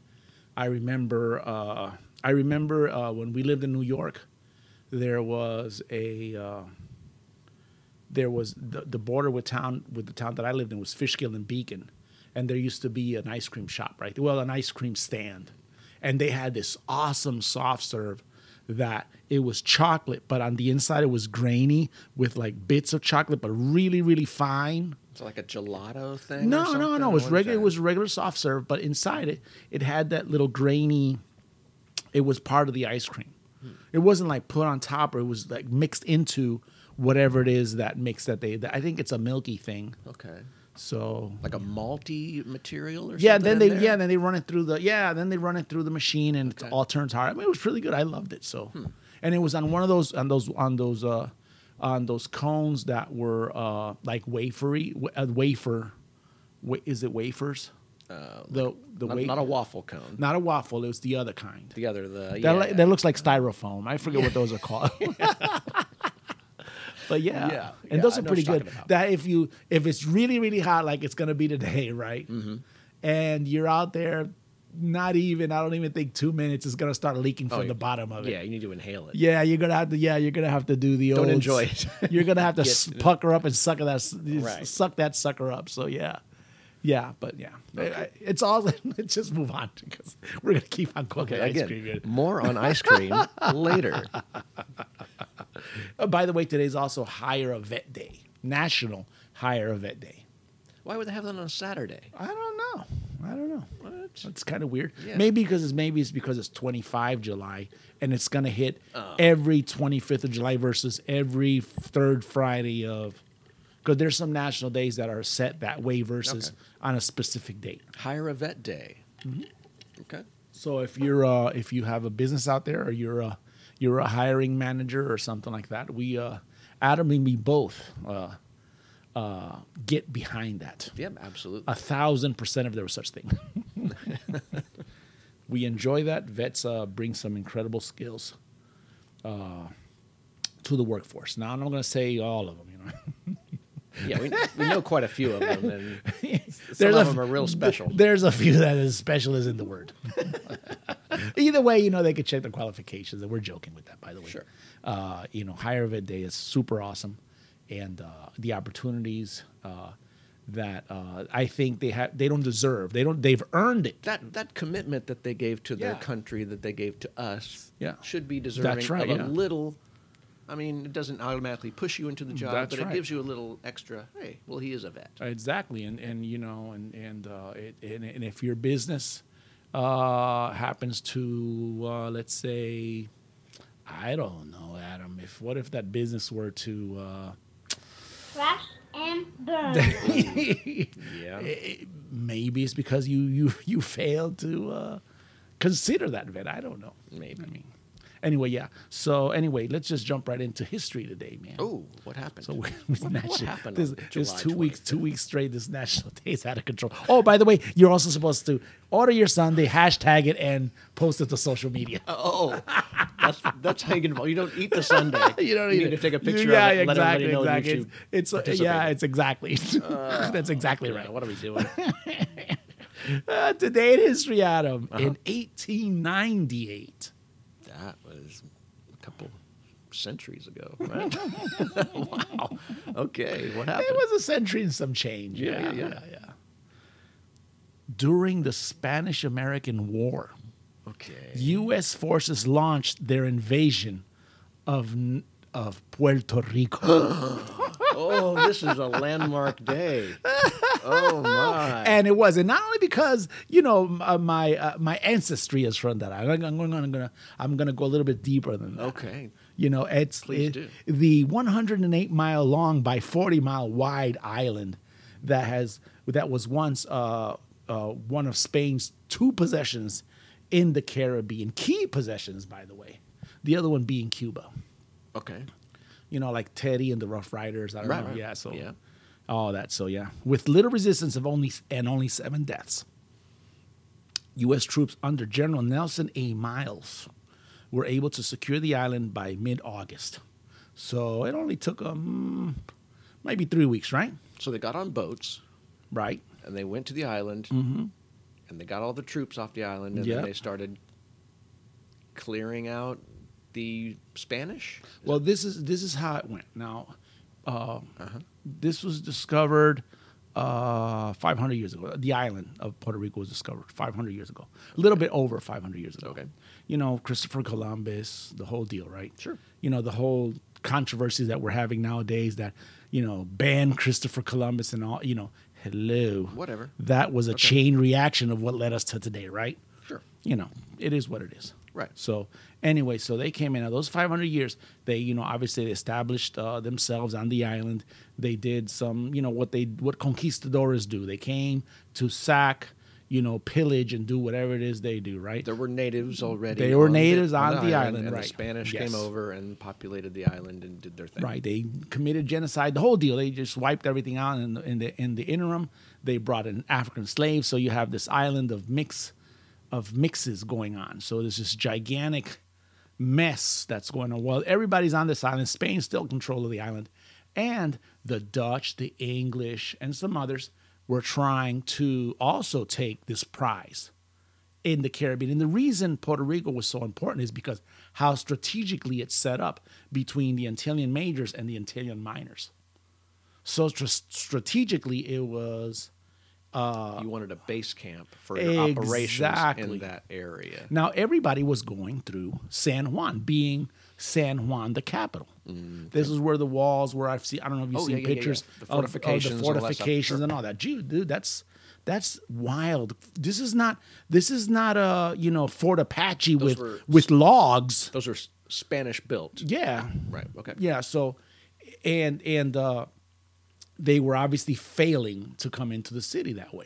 Speaker 1: i remember uh i remember uh when we lived in new york there was a uh there was the, the border with town with the town that I lived in was Fishkill and Beacon, and there used to be an ice cream shop, right? Well, an ice cream stand, and they had this awesome soft serve that it was chocolate, but on the inside it was grainy with like bits of chocolate, but really really fine.
Speaker 2: it's like a gelato thing.
Speaker 1: No,
Speaker 2: or
Speaker 1: no, no.
Speaker 2: something?
Speaker 1: It was
Speaker 2: What is
Speaker 1: regular. It
Speaker 2: that?
Speaker 1: was regular soft serve, but inside it, it had that little grainy. It was part of the ice cream.
Speaker 2: Hmm.
Speaker 1: It wasn't like put on top, or it was like mixed into whatever it is that mix that they. That, I think it's a milky thing.
Speaker 2: okay,
Speaker 1: So
Speaker 2: like a malty material or
Speaker 1: yeah,
Speaker 2: something.
Speaker 1: then
Speaker 2: in
Speaker 1: they
Speaker 2: there?
Speaker 1: yeah then they run it through the yeah then they run it through the machine and
Speaker 2: Hmm.
Speaker 1: it all turns hard. I mean, it was really good. I loved it so, and it was on one of those on those on those uh on those cones that were uh, like wafery, wa- uh, wafer. Wa- is it wafers? Uh, the the
Speaker 2: Not,
Speaker 1: wa-
Speaker 2: not a waffle cone.
Speaker 1: Not a waffle. It was the other kind.
Speaker 2: The other, the
Speaker 1: That,
Speaker 2: yeah,
Speaker 1: li- that looks like styrofoam. I forget what those are
Speaker 2: <laughs>
Speaker 1: called. but yeah,
Speaker 2: Yeah,
Speaker 1: and
Speaker 2: yeah,
Speaker 1: those
Speaker 2: I
Speaker 1: are
Speaker 2: know
Speaker 1: pretty
Speaker 2: what you're
Speaker 1: good.
Speaker 2: talking about.
Speaker 1: That if you if it's really really hot, like it's gonna be today, right?
Speaker 2: Mm-hmm.
Speaker 1: And you're out there, not even I don't even think two minutes is gonna start leaking from
Speaker 2: yeah.
Speaker 1: the bottom of it.
Speaker 2: Oh, yeah. You need to inhale it.
Speaker 1: Yeah, you're gonna have to. Yeah, you're gonna have to do the.
Speaker 2: Don't
Speaker 1: old-
Speaker 2: enjoy it.
Speaker 1: <laughs> you're gonna have to
Speaker 2: Get-
Speaker 1: s pucker up and suck that. s-
Speaker 2: Right.
Speaker 1: Suck that sucker up. So yeah, yeah, but yeah, I- I- it's all. <laughs> Let's just move on because we're gonna keep on cooking
Speaker 2: Okay,
Speaker 1: ice
Speaker 2: again,
Speaker 1: cream. here.
Speaker 2: more on
Speaker 1: <laughs>
Speaker 2: ice cream later.
Speaker 1: Uh, by the way, today's also Hire a Vet Day, National Hire a Vet Day.
Speaker 2: Why would they have that on a Saturday?
Speaker 1: I don't know. I don't know. What? It's kind of weird.
Speaker 2: Yeah.
Speaker 1: Maybe because it's maybe it's because it's 25 July and it's gonna hit
Speaker 2: Oh.
Speaker 1: every 25th of July versus every third Friday of. Because there's some national days that are set that way versus
Speaker 2: Okay.
Speaker 1: on a specific date.
Speaker 2: Hire a vet day.
Speaker 1: Mm-hmm.
Speaker 2: Okay.
Speaker 1: So if you're uh, if you have a business out there or you're a you're a hiring manager or something like that, we uh, Adam and me both uh, uh, get behind that.
Speaker 2: Yeah, absolutely.
Speaker 1: A thousand percent if there was such thing. <laughs> we enjoy that. Vets uh, bring some incredible skills uh, to the workforce. Now I'm not going to say all of them. You know,
Speaker 2: yeah, we, we know quite a few of them,
Speaker 1: <laughs>
Speaker 2: and some
Speaker 1: There's
Speaker 2: of
Speaker 1: a-
Speaker 2: them are real special.
Speaker 1: There's a few that is special isn't the word. <laughs> Either way, you know, they could check the qualifications. And we're joking with that, by the way.
Speaker 2: Sure.
Speaker 1: Uh, you know, Higher Ed Day is super awesome. And uh, the opportunities uh, that uh, I think they have, they don't deserve. They don't, they've earned it.
Speaker 2: that that commitment that they gave to their
Speaker 1: Yeah.
Speaker 2: country, that they gave to us,
Speaker 1: Yeah.
Speaker 2: should be deserving
Speaker 1: right,
Speaker 2: of
Speaker 1: yeah.
Speaker 2: a little. I mean, it doesn't automatically push you into the job,
Speaker 1: That's
Speaker 2: but
Speaker 1: right.
Speaker 2: it gives you a little extra. Hey, well, he is a vet.
Speaker 1: Exactly, and and you know, and and uh, it, and, and if your business uh, happens to uh, let's say, I don't know, Adam, if what if that business were to uh,
Speaker 4: Crash and burn.
Speaker 2: Yeah.
Speaker 1: maybe it's because you you <laughs> you failed to uh, consider that vet. I don't know.
Speaker 2: Maybe.
Speaker 1: I mean, anyway, yeah. So anyway, let's just jump right into history today, man. <laughs>
Speaker 2: Oh, what happened?
Speaker 1: So we, we
Speaker 2: what, what
Speaker 1: national-
Speaker 2: happened?
Speaker 1: This,
Speaker 2: on
Speaker 1: this
Speaker 2: July
Speaker 1: two weeks,
Speaker 2: 25th?
Speaker 1: two weeks straight. This <laughs> national day is out of control. Oh, by the way, you're also supposed to order your Sunday, hashtag it, and post it to social media.
Speaker 2: Oh, that's, that's how you get involved. You don't eat the
Speaker 1: <laughs>
Speaker 2: Sunday.
Speaker 1: <laughs> You don't
Speaker 2: you
Speaker 1: need
Speaker 2: need to take a picture
Speaker 1: yeah,
Speaker 2: of it. and Let
Speaker 1: exactly,
Speaker 2: everybody know
Speaker 1: exactly.
Speaker 2: that you
Speaker 1: It's, it's yeah,
Speaker 2: participated. Oh,
Speaker 1: it's exactly. <laughs> That's exactly right.
Speaker 2: Yeah, What are we doing?
Speaker 1: Uh, today in history, Adam,
Speaker 2: Uh-huh.
Speaker 1: in 1898.
Speaker 2: that was a couple centuries ago. Right? <laughs> wow. Okay. What happened?
Speaker 1: It was a century and some change.
Speaker 2: Yeah,
Speaker 1: Yeah, yeah,
Speaker 2: yeah,
Speaker 1: yeah.
Speaker 2: yeah.
Speaker 1: During the Spanish American War,
Speaker 2: okay.
Speaker 1: U.S. forces launched their invasion of N- of Puerto Rico,
Speaker 2: oh, this is a landmark day. Oh my.
Speaker 1: <gasps> and it was, and not only because you know m- uh, my uh, my ancestry is from that. I'm gonna, I'm gonna I'm gonna I'm gonna go a little bit deeper than that.
Speaker 2: okay.
Speaker 1: You know, it's
Speaker 2: Please
Speaker 1: it-
Speaker 2: do.
Speaker 1: the 108 mile long by 40 mile wide island that has that was once uh, uh, one of Spain's two possessions in the Caribbean, key possessions, by the way. The other one being Cuba.
Speaker 2: Okay.
Speaker 1: You know, like Teddy and the Rough Riders. I don't
Speaker 2: Right,
Speaker 1: know.
Speaker 2: right.
Speaker 1: Yeah. So
Speaker 2: Yeah.
Speaker 1: all that. So yeah, with little resistance of only and only seven deaths. U.S. troops under General Nelson A. Miles were able to secure the island by mid-August. So it only took um maybe three weeks, right?
Speaker 2: So they got on boats
Speaker 1: Right.
Speaker 2: and they went to the island
Speaker 1: Mm-hmm.
Speaker 2: and they got all the troops off the island and
Speaker 1: Yeah.
Speaker 2: then they started clearing out the Spanish.
Speaker 1: Well, this is this is how it went. Now, uh, this was discovered uh, 500 years ago. The island of Puerto Rico was discovered 500 years ago, a little bit over 500 years ago.
Speaker 2: Okay.
Speaker 1: You know, Christopher Columbus, the whole deal, right?
Speaker 2: Sure.
Speaker 1: You know, the whole controversies that we're having nowadays that you know ban Christopher Columbus and all. You know, hello.
Speaker 2: Whatever.
Speaker 1: That was a
Speaker 2: Okay.
Speaker 1: chain reaction of what led us to today, right?
Speaker 2: Sure.
Speaker 1: you know, it is what it is.
Speaker 2: Right.
Speaker 1: So anyway, so they came in. Now those 500 years, they you know obviously they established uh, themselves on the island. They did some you know what they what conquistadors do. They came to sack you know, pillage and do whatever it is they do, right?
Speaker 2: There were natives already.
Speaker 1: They were
Speaker 2: on the-
Speaker 1: natives on the island,
Speaker 2: and
Speaker 1: right.
Speaker 2: the Spanish
Speaker 1: Yes.
Speaker 2: came over and populated the island and did their thing.
Speaker 1: Right. They committed genocide, the whole deal. They just wiped everything out. And in the in the interim, they brought in African slaves. So you have this island of mix, of mixes going on. So there's this gigantic mess that's going on. Well, everybody's on this island. Spain's still in control of the island, and the Dutch, the English, and some others were trying to also take this prize in the Caribbean. And the reason Puerto Rico was so important is because how strategically it's set up between the Antillean majors and the Antillean minors. So tr- strategically, it was
Speaker 2: you wanted a base camp for your operations
Speaker 1: Exactly.
Speaker 2: in that area.
Speaker 1: now everybody was going through San Juan, being San Juan the capital. This is where the walls were. I've seen. I don't know if you've
Speaker 2: Mm, Oh,
Speaker 1: seen
Speaker 2: yeah, yeah, yeah, yeah.
Speaker 1: pictures
Speaker 2: The
Speaker 1: of- of,
Speaker 2: fortifications and
Speaker 1: the
Speaker 2: all that stuff,
Speaker 1: fortifications,
Speaker 2: sure.
Speaker 1: and all that. Dude, dude, that's that's wild. This is not this is not a you know Fort Apache with
Speaker 2: were-
Speaker 1: with logs.
Speaker 2: Those are s- Spanish built.
Speaker 1: Yeah,
Speaker 2: Right. Okay.
Speaker 1: yeah so and and uh they were obviously failing to come into the city that way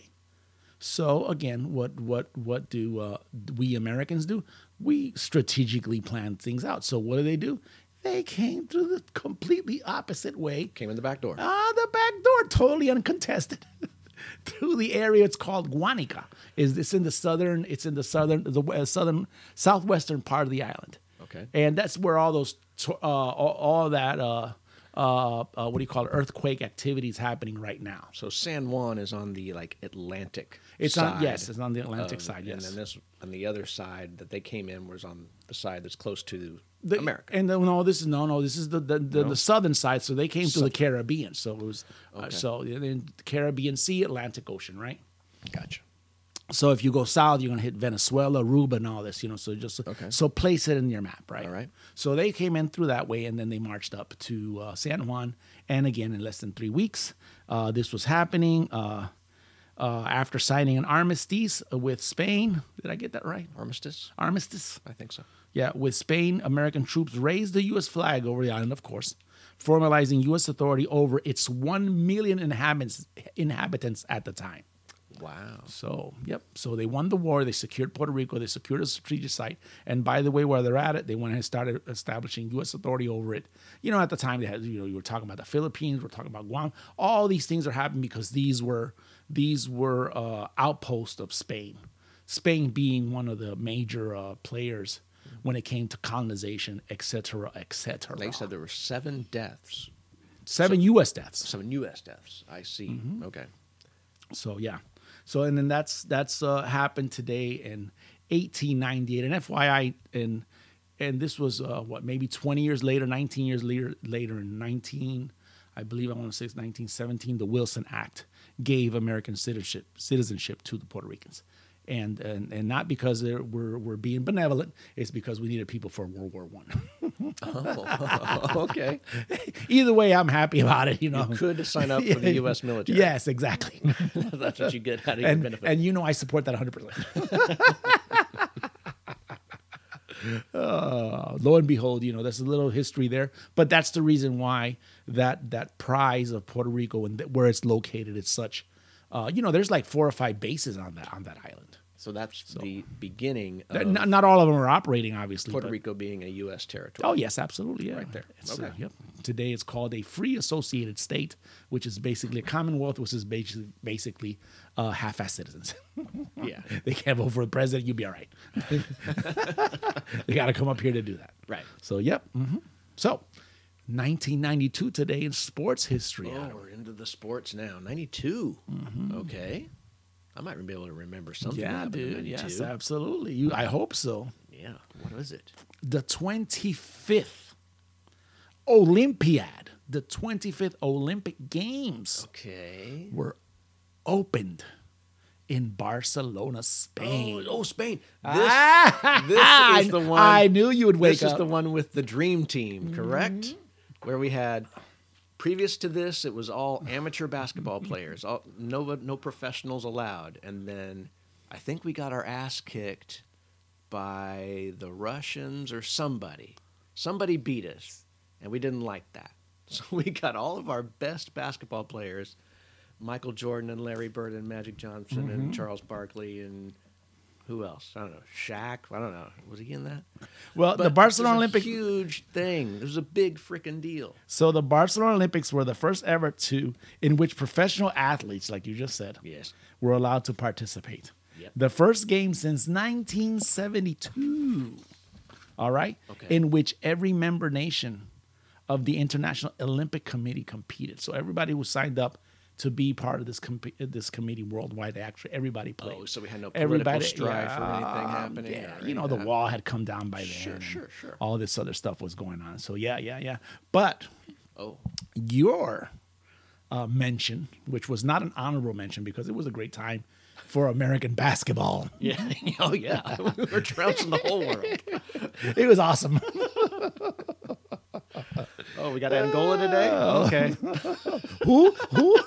Speaker 1: so again what what what do uh we americans do we strategically plan things out so what do they do they came through the completely opposite way
Speaker 2: Came in the back door.
Speaker 1: ah the back door totally uncontested <laughs> through the area it's called guanica is it's in the southern it's in the southern the we- uh, southern southwestern part of the island
Speaker 2: Okay.
Speaker 1: and that's where all those to- uh, all, all that uh, uh, uh, what do you call it earthquake activity is happening right now.
Speaker 2: So San Juan is on the like Atlantic.
Speaker 1: It's
Speaker 2: side
Speaker 1: on yes, it's on the Atlantic
Speaker 2: of-
Speaker 1: side.
Speaker 2: and
Speaker 1: Yes,
Speaker 2: then this on the other side that they came in was on the side that's close to
Speaker 1: The- e
Speaker 2: America.
Speaker 1: And then, no, this is no, no. This is the the, the, the southern side. So they came to the Caribbean. So it was uh, so yeah, then Caribbean Sea, Atlantic Ocean, right? eh
Speaker 2: gotcha.
Speaker 1: So if you go south, you're gonna hit Venezuela, Aruba, and all this, you know. So just
Speaker 2: Okay.
Speaker 1: so place it in your map, right?
Speaker 2: All right.
Speaker 1: So they came in through that way, and then they marched up to uh, San Juan, and again in less than three weeks, uh, this was happening. Uh, uh, after signing an armistice with Spain, did I get that right?
Speaker 2: Armistice,
Speaker 1: Armistice.
Speaker 2: I think so.
Speaker 1: Yeah, with Spain, American troops raised the U.S. flag over the island, of course, formalizing U.S. authority over its one million inhabitants inhabitants at the time.
Speaker 2: Wow.
Speaker 1: So, yep. So they won the war. They secured Puerto Rico. They secured a strategic site. And by the way, while they're at it, they went ahead and started establishing U.S. authority over it. You know, at the time, they had, you know, you were talking about the Philippines. We're talking about Guam. All these things are happening because these were these were uh, outposts of Spain. Spain being one of the major uh, players when it came to colonization, et cetera, et cetera.
Speaker 2: They said there were seven deaths,
Speaker 1: Seven U.S. deaths.
Speaker 2: seven U.S. deaths. I see.
Speaker 1: Mm-hmm. <laughs>
Speaker 2: Okay.
Speaker 1: So yeah, so and then that's that's uh, happened today in 1898. And FYI, and and this was uh, what maybe 20 years later, 19 years later, later in 19, I believe I want to say it's 1917. The Wilson Act gave American citizenship citizenship to the Puerto Ricans. And, and, and not because they're, we're, we're being benevolent, it's because we needed people for World War One. <laughs>
Speaker 2: Oh, okay.
Speaker 1: Either way, I'm happy about it. You know,
Speaker 2: You could sign
Speaker 1: <laughs>
Speaker 2: up for the U.S. military.
Speaker 1: Yes, exactly.
Speaker 2: <laughs> that's what you get out of your
Speaker 1: and,
Speaker 2: benefit.
Speaker 1: and you know I support that
Speaker 2: <laughs>
Speaker 1: 100%. Uh, lo and behold, you know, there's a little history there, but that's the reason why that that prize of Puerto Rico and th- where it's located is such. Uh, you know, there's like four or five bases on that on that island.
Speaker 2: so that's the beginning of
Speaker 1: That- not, not all of them are operating, obviously.
Speaker 2: Oh. Puerto
Speaker 1: but-
Speaker 2: Rico being a U.S. territory.
Speaker 1: Oh yes, absolutely. Yeah.
Speaker 2: Right there.
Speaker 1: It's,
Speaker 2: Okay.
Speaker 1: uh, yep. Today it's called a free associated state, which is basically a commonwealth, which is basically basically uh, half-assed citizens. <laughs> Oh.
Speaker 2: yeah.
Speaker 1: they can't vote for a president, you'll be all right. <laughs> they got to come up here to do that.
Speaker 2: Right.
Speaker 1: So, yep. hmm So, 1992 today in sports history.
Speaker 2: Oh,
Speaker 1: Adam.
Speaker 2: we're into the sports now. 92. Okay. I might be able to remember something. that
Speaker 1: Mm-hmm. yeah,
Speaker 2: happened in
Speaker 1: dude. Yes,
Speaker 2: 92.
Speaker 1: absolutely. You, I hope so.
Speaker 2: Yeah. What was it?
Speaker 1: The 25th Olympiad, the 25th Olympic Games
Speaker 2: Okay.
Speaker 1: were opened in Barcelona, Spain.
Speaker 2: Oh, oh, Spain.
Speaker 1: <laughs>
Speaker 2: This,
Speaker 1: Ah,
Speaker 2: this is the one.
Speaker 1: I knew you would wake
Speaker 2: this
Speaker 1: up. Mm-hmm.
Speaker 2: is the one with the dream team, correct? Where we had previous to this, it was all amateur basketball players, all, no no professionals allowed, and then I think we got our ass kicked by the Russians or somebody. Somebody beat <laughs> us, and we didn't like that, so we got all of our best basketball players Michael Jordan and Larry Bird and Magic Johnson and Charles Barkley and who else? I don't know. Shaq. I don't know. Was he in that?
Speaker 1: Well,
Speaker 2: But
Speaker 1: the Barcelona
Speaker 2: it was a
Speaker 1: Olympic.
Speaker 2: huge thing. It was a big freaking deal.
Speaker 1: So the Barcelona Olympics were the first ever two in which professional athletes, like you just said,
Speaker 2: Yes.
Speaker 1: were allowed to participate.
Speaker 2: Yep.
Speaker 1: The first game since 1972. All right,
Speaker 2: Okay.
Speaker 1: in which every member nation of the International Olympic Committee competed. So everybody who signed up to be part of this com- this committee worldwide, actually everybody played.
Speaker 2: Oh, so we had no political strife or anything happening
Speaker 1: Yeah,
Speaker 2: or
Speaker 1: you know the
Speaker 2: anything.
Speaker 1: wall had come down by then.
Speaker 2: Sure,
Speaker 1: and
Speaker 2: sure, sure.
Speaker 1: All this other stuff was going on. So yeah, yeah, yeah. But
Speaker 2: Oh,
Speaker 1: your uh, mention, which was not an honorable mention because it was a great time for American
Speaker 2: <laughs>
Speaker 1: basketball.
Speaker 2: yeah. oh, yeah. <laughs> we were trouncing the whole world.
Speaker 1: It was awesome. <laughs>
Speaker 2: Oh, we got Angola today? Okay.
Speaker 1: who? Who?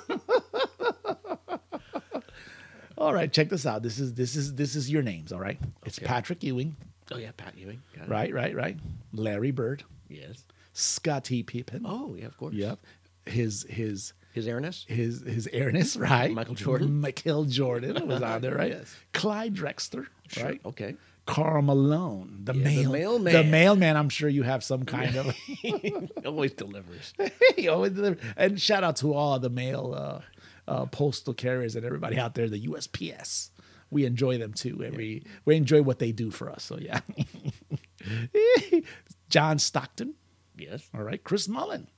Speaker 1: all right, check this out. This is this is this is your names. All right, it's
Speaker 2: Okay.
Speaker 1: Patrick Ewing.
Speaker 2: Oh, yeah. Pat Ewing. Got it.
Speaker 1: Right, right, right. Larry Bird,
Speaker 2: Yes.
Speaker 1: Scottie Pippen.
Speaker 2: Oh, yeah, of course.
Speaker 1: yep. His his
Speaker 2: His airness?
Speaker 1: his his airness. Right.
Speaker 2: Michael Jordan.
Speaker 1: Michael Jordan was on there. Right.
Speaker 2: Yes.
Speaker 1: Clyde Drexler.
Speaker 2: Sure.
Speaker 1: Right.
Speaker 2: Okay.
Speaker 1: Carl Malone, the,
Speaker 2: Yeah, the
Speaker 1: mail,
Speaker 2: mailman.
Speaker 1: The mailman, I'm sure you have some kind of.
Speaker 2: <laughs> Always delivers.
Speaker 1: <laughs> He always deliver- and shout out to all the mail uh, uh, postal carriers and everybody out there, the USPS. We enjoy them too. Every we enjoy what they do for us. So yeah, <laughs> John Stockton,
Speaker 2: Yes.
Speaker 1: all right, Chris Mullen,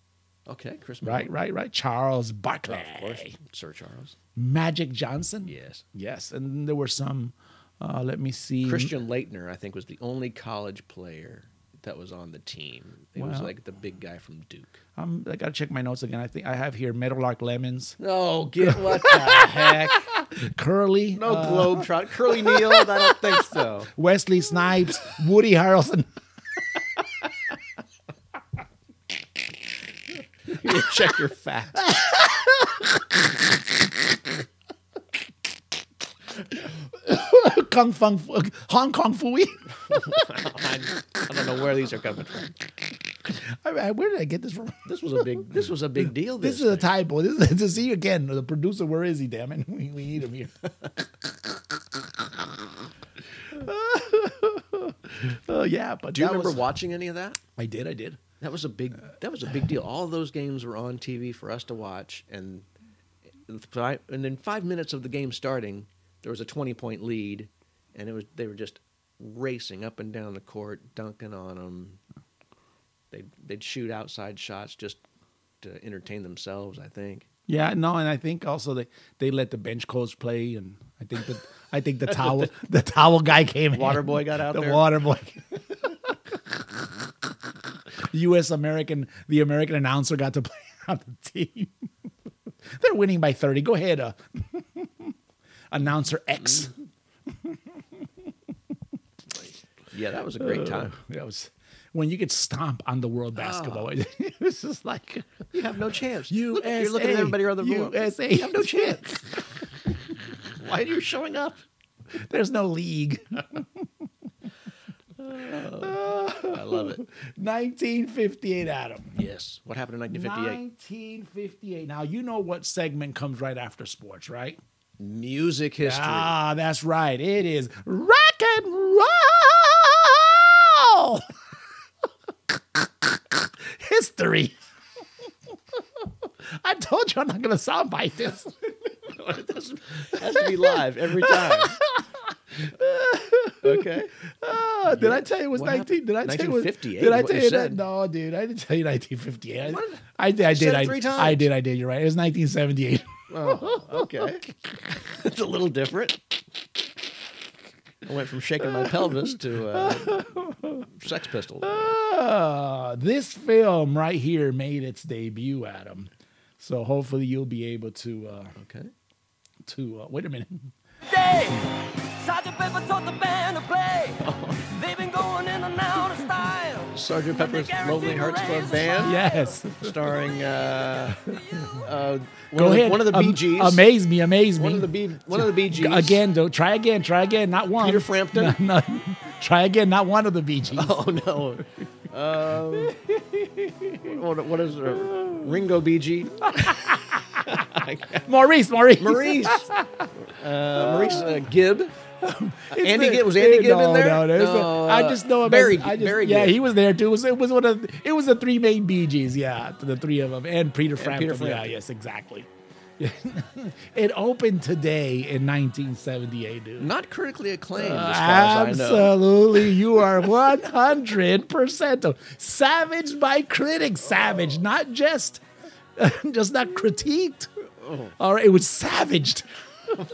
Speaker 2: Okay. Chris
Speaker 1: right, right, right, Charles Barkley,
Speaker 2: Of course. Sir Charles.
Speaker 1: Magic Johnson,
Speaker 2: Yes.
Speaker 1: yes, and there were some. Uh, let me see,
Speaker 2: Christian Leitner, I think, was the only college player that was on the team. He was
Speaker 1: Wow.
Speaker 2: like the big guy from Duke.
Speaker 1: Um, I gotta check my notes again. I think I have here Meadowlark
Speaker 2: <laughs>
Speaker 1: Lemons,
Speaker 2: No, get what the heck?
Speaker 1: Curly,
Speaker 2: <laughs> No
Speaker 1: uh,
Speaker 2: globe trot. Curly Neal? I don't think so. <laughs>
Speaker 1: Wesley Snipes, Woody Harrelson.
Speaker 2: You need to check your facts.
Speaker 1: Kung Fung, uh, Hong Kong Fui.
Speaker 2: <laughs>
Speaker 1: <laughs>
Speaker 2: I, I don't know where these are coming from.
Speaker 1: I mean, where did I get this from?
Speaker 2: This was a big. This was a big deal.
Speaker 1: This
Speaker 2: This,
Speaker 1: is a
Speaker 2: thing.
Speaker 1: typo. This is to see again. The producer, where is he? Damn it, <laughs> we, we need him
Speaker 2: <laughs>
Speaker 1: here. Oh yeah, but
Speaker 2: Do you
Speaker 1: that
Speaker 2: remember
Speaker 1: was-
Speaker 2: watching any of that?
Speaker 1: I did. I did.
Speaker 2: That was a big. That was a big deal. All those games were on TV for us to watch, and fi- and in five minutes of the game starting, there was a twenty point lead, and it was they were just racing up and down the court, dunking on them. They they'd shoot outside shots just to entertain themselves. I think.
Speaker 1: Yeah, no, and I think also they they let the bench coach play, and I think the I think
Speaker 2: <laughs>
Speaker 1: the towel the towel guy came. in.
Speaker 2: Water boy got out
Speaker 1: the
Speaker 2: there.
Speaker 1: water boy. <laughs> U.S. American, the American announcer got to play <laughs> on the team. <laughs> They're winning by thirty. Go ahead, uh, <laughs> announcer X.
Speaker 2: Mm. Yeah, that was a great time.
Speaker 1: That was when you could stomp on the world basketball. <laughs> it's just like
Speaker 2: You have no chance.
Speaker 1: USA.
Speaker 2: Look, Ah. <laughs> you're looking at everybody around the room.
Speaker 1: USA.
Speaker 2: You
Speaker 1: <laughs>
Speaker 2: have no chance. Why are you showing up?
Speaker 1: There's no league.
Speaker 2: I love it.
Speaker 1: 1958, Adam.
Speaker 2: Yes. What happened in 1958?
Speaker 1: 1958. Now you know what segment comes right after sports, right?
Speaker 2: Music history.
Speaker 1: Ah, that's right. It is rock and roll <laughs> history. <laughs> I told you I'm not gonna soundbite
Speaker 2: <laughs>
Speaker 1: this.
Speaker 2: It has to be live every time.
Speaker 1: <laughs>
Speaker 2: okay.
Speaker 1: Ah, did I tell you it was
Speaker 2: What
Speaker 1: 19?
Speaker 2: happened?
Speaker 1: Did I tell you it was
Speaker 2: 1958
Speaker 1: Did I
Speaker 2: is what
Speaker 1: tell
Speaker 2: you
Speaker 1: you that?
Speaker 2: said.
Speaker 1: No, dude, I didn't tell you 1958.
Speaker 2: What?
Speaker 1: I, I did. I
Speaker 2: said
Speaker 1: did.
Speaker 2: it
Speaker 1: I,
Speaker 2: three
Speaker 1: I
Speaker 2: times.
Speaker 1: did. I did. You're right. It was 1978.
Speaker 2: Oh, okay. <laughs> it's a little different. I went from shaking my pelvis to uh, Sex Pistol.
Speaker 1: Ah, this film right here made its debut, Adam. So hopefully you'll be able to uh,
Speaker 2: Okay.
Speaker 1: to uh, wait a minute. <laughs>
Speaker 3: Day. Sergeant Pepper taught the band to play. They've been going in and out of style.
Speaker 2: Sergeant Pepper's Lonely Hearts Club Band,
Speaker 1: Yes.
Speaker 2: starring uh, uh, one,
Speaker 1: Go
Speaker 2: of the,
Speaker 1: ahead. Um,
Speaker 2: one of the
Speaker 1: Am-
Speaker 2: Bee Gees.
Speaker 1: amaze me. Amaze me.
Speaker 2: One of the Bee, one of the Bee Gees.
Speaker 1: Again, though. Try again. Try again. Not one. <laughs>
Speaker 2: Peter Frampton. <laughs>
Speaker 1: No, no. Try again. Not one of the Bee Gees.
Speaker 2: Oh no. Um, what, what is it? Ringo BG?
Speaker 1: Maurice, Maurice.
Speaker 2: Maurice, <laughs> uh, Maurice uh, Gibb.
Speaker 1: It's
Speaker 2: Andy
Speaker 1: the-
Speaker 2: Gibb- was Andy Gibb in
Speaker 1: no,
Speaker 2: there?
Speaker 1: No, there's
Speaker 2: No,
Speaker 1: no, I
Speaker 2: uh,
Speaker 1: just know him.
Speaker 2: Barry-
Speaker 1: as- I just,
Speaker 2: Barry
Speaker 1: yeah,
Speaker 2: Gibb.
Speaker 1: he was there too. It was, it was one of the- it was the three main BGs. Yeah, the three of them and Peter Frampton.
Speaker 2: Peter
Speaker 1: yeah,
Speaker 2: Frampton.
Speaker 1: yes, exactly. <laughs> it opened today in 1978, dude.
Speaker 2: Not critically acclaimed, as far as I know.
Speaker 1: Absolutely, you are one hundred percent savage by critics. Savage, not just, <laughs> just not critiqued. All right, it was savaged.
Speaker 2: Oh. <laughs>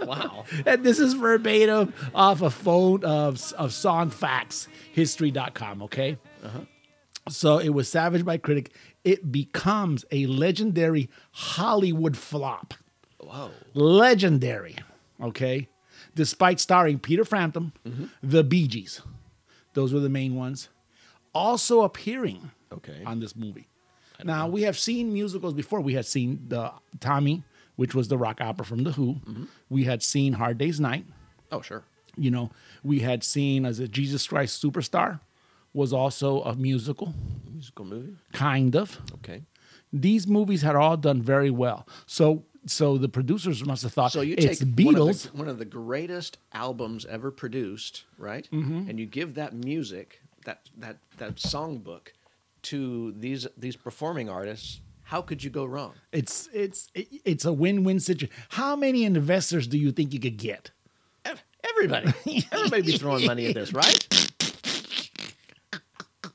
Speaker 2: Wow.
Speaker 1: And this is verbatim off a phone of, of songfactshistory.com, okay?
Speaker 2: Uh-huh.
Speaker 1: So it was savaged by critic. It becomes a legendary Hollywood flop.
Speaker 2: Wow.
Speaker 1: Legendary, okay? Despite starring Peter Frampton,
Speaker 2: Mm-hmm.
Speaker 1: the Bee Gees, those were the main ones, also appearing
Speaker 2: Okay.
Speaker 1: on this movie. Now we have seen musicals before. We had seen the Tommy, which was the rock opera from the Who.
Speaker 2: Mm-hmm.
Speaker 1: We had seen Hard Day's Night.
Speaker 2: Oh, sure.
Speaker 1: You know, we had seen as a Jesus Christ Superstar was also a musical,
Speaker 2: Musical movie.
Speaker 1: kind of.
Speaker 2: Okay.
Speaker 1: These movies had all done very well. So, so the producers must have thought
Speaker 2: So you
Speaker 1: it's
Speaker 2: take
Speaker 1: Beatles.
Speaker 2: One, of the, one of the greatest albums ever produced, right?
Speaker 1: Mm-hmm.
Speaker 2: And you give that music, that that that songbook, to these these performing artists. How could you go wrong?
Speaker 1: It's it's it- it's a win-win situation. How many investors do you think you could get?
Speaker 2: Ev- Everybody, <laughs> everybody be throwing money at this, right?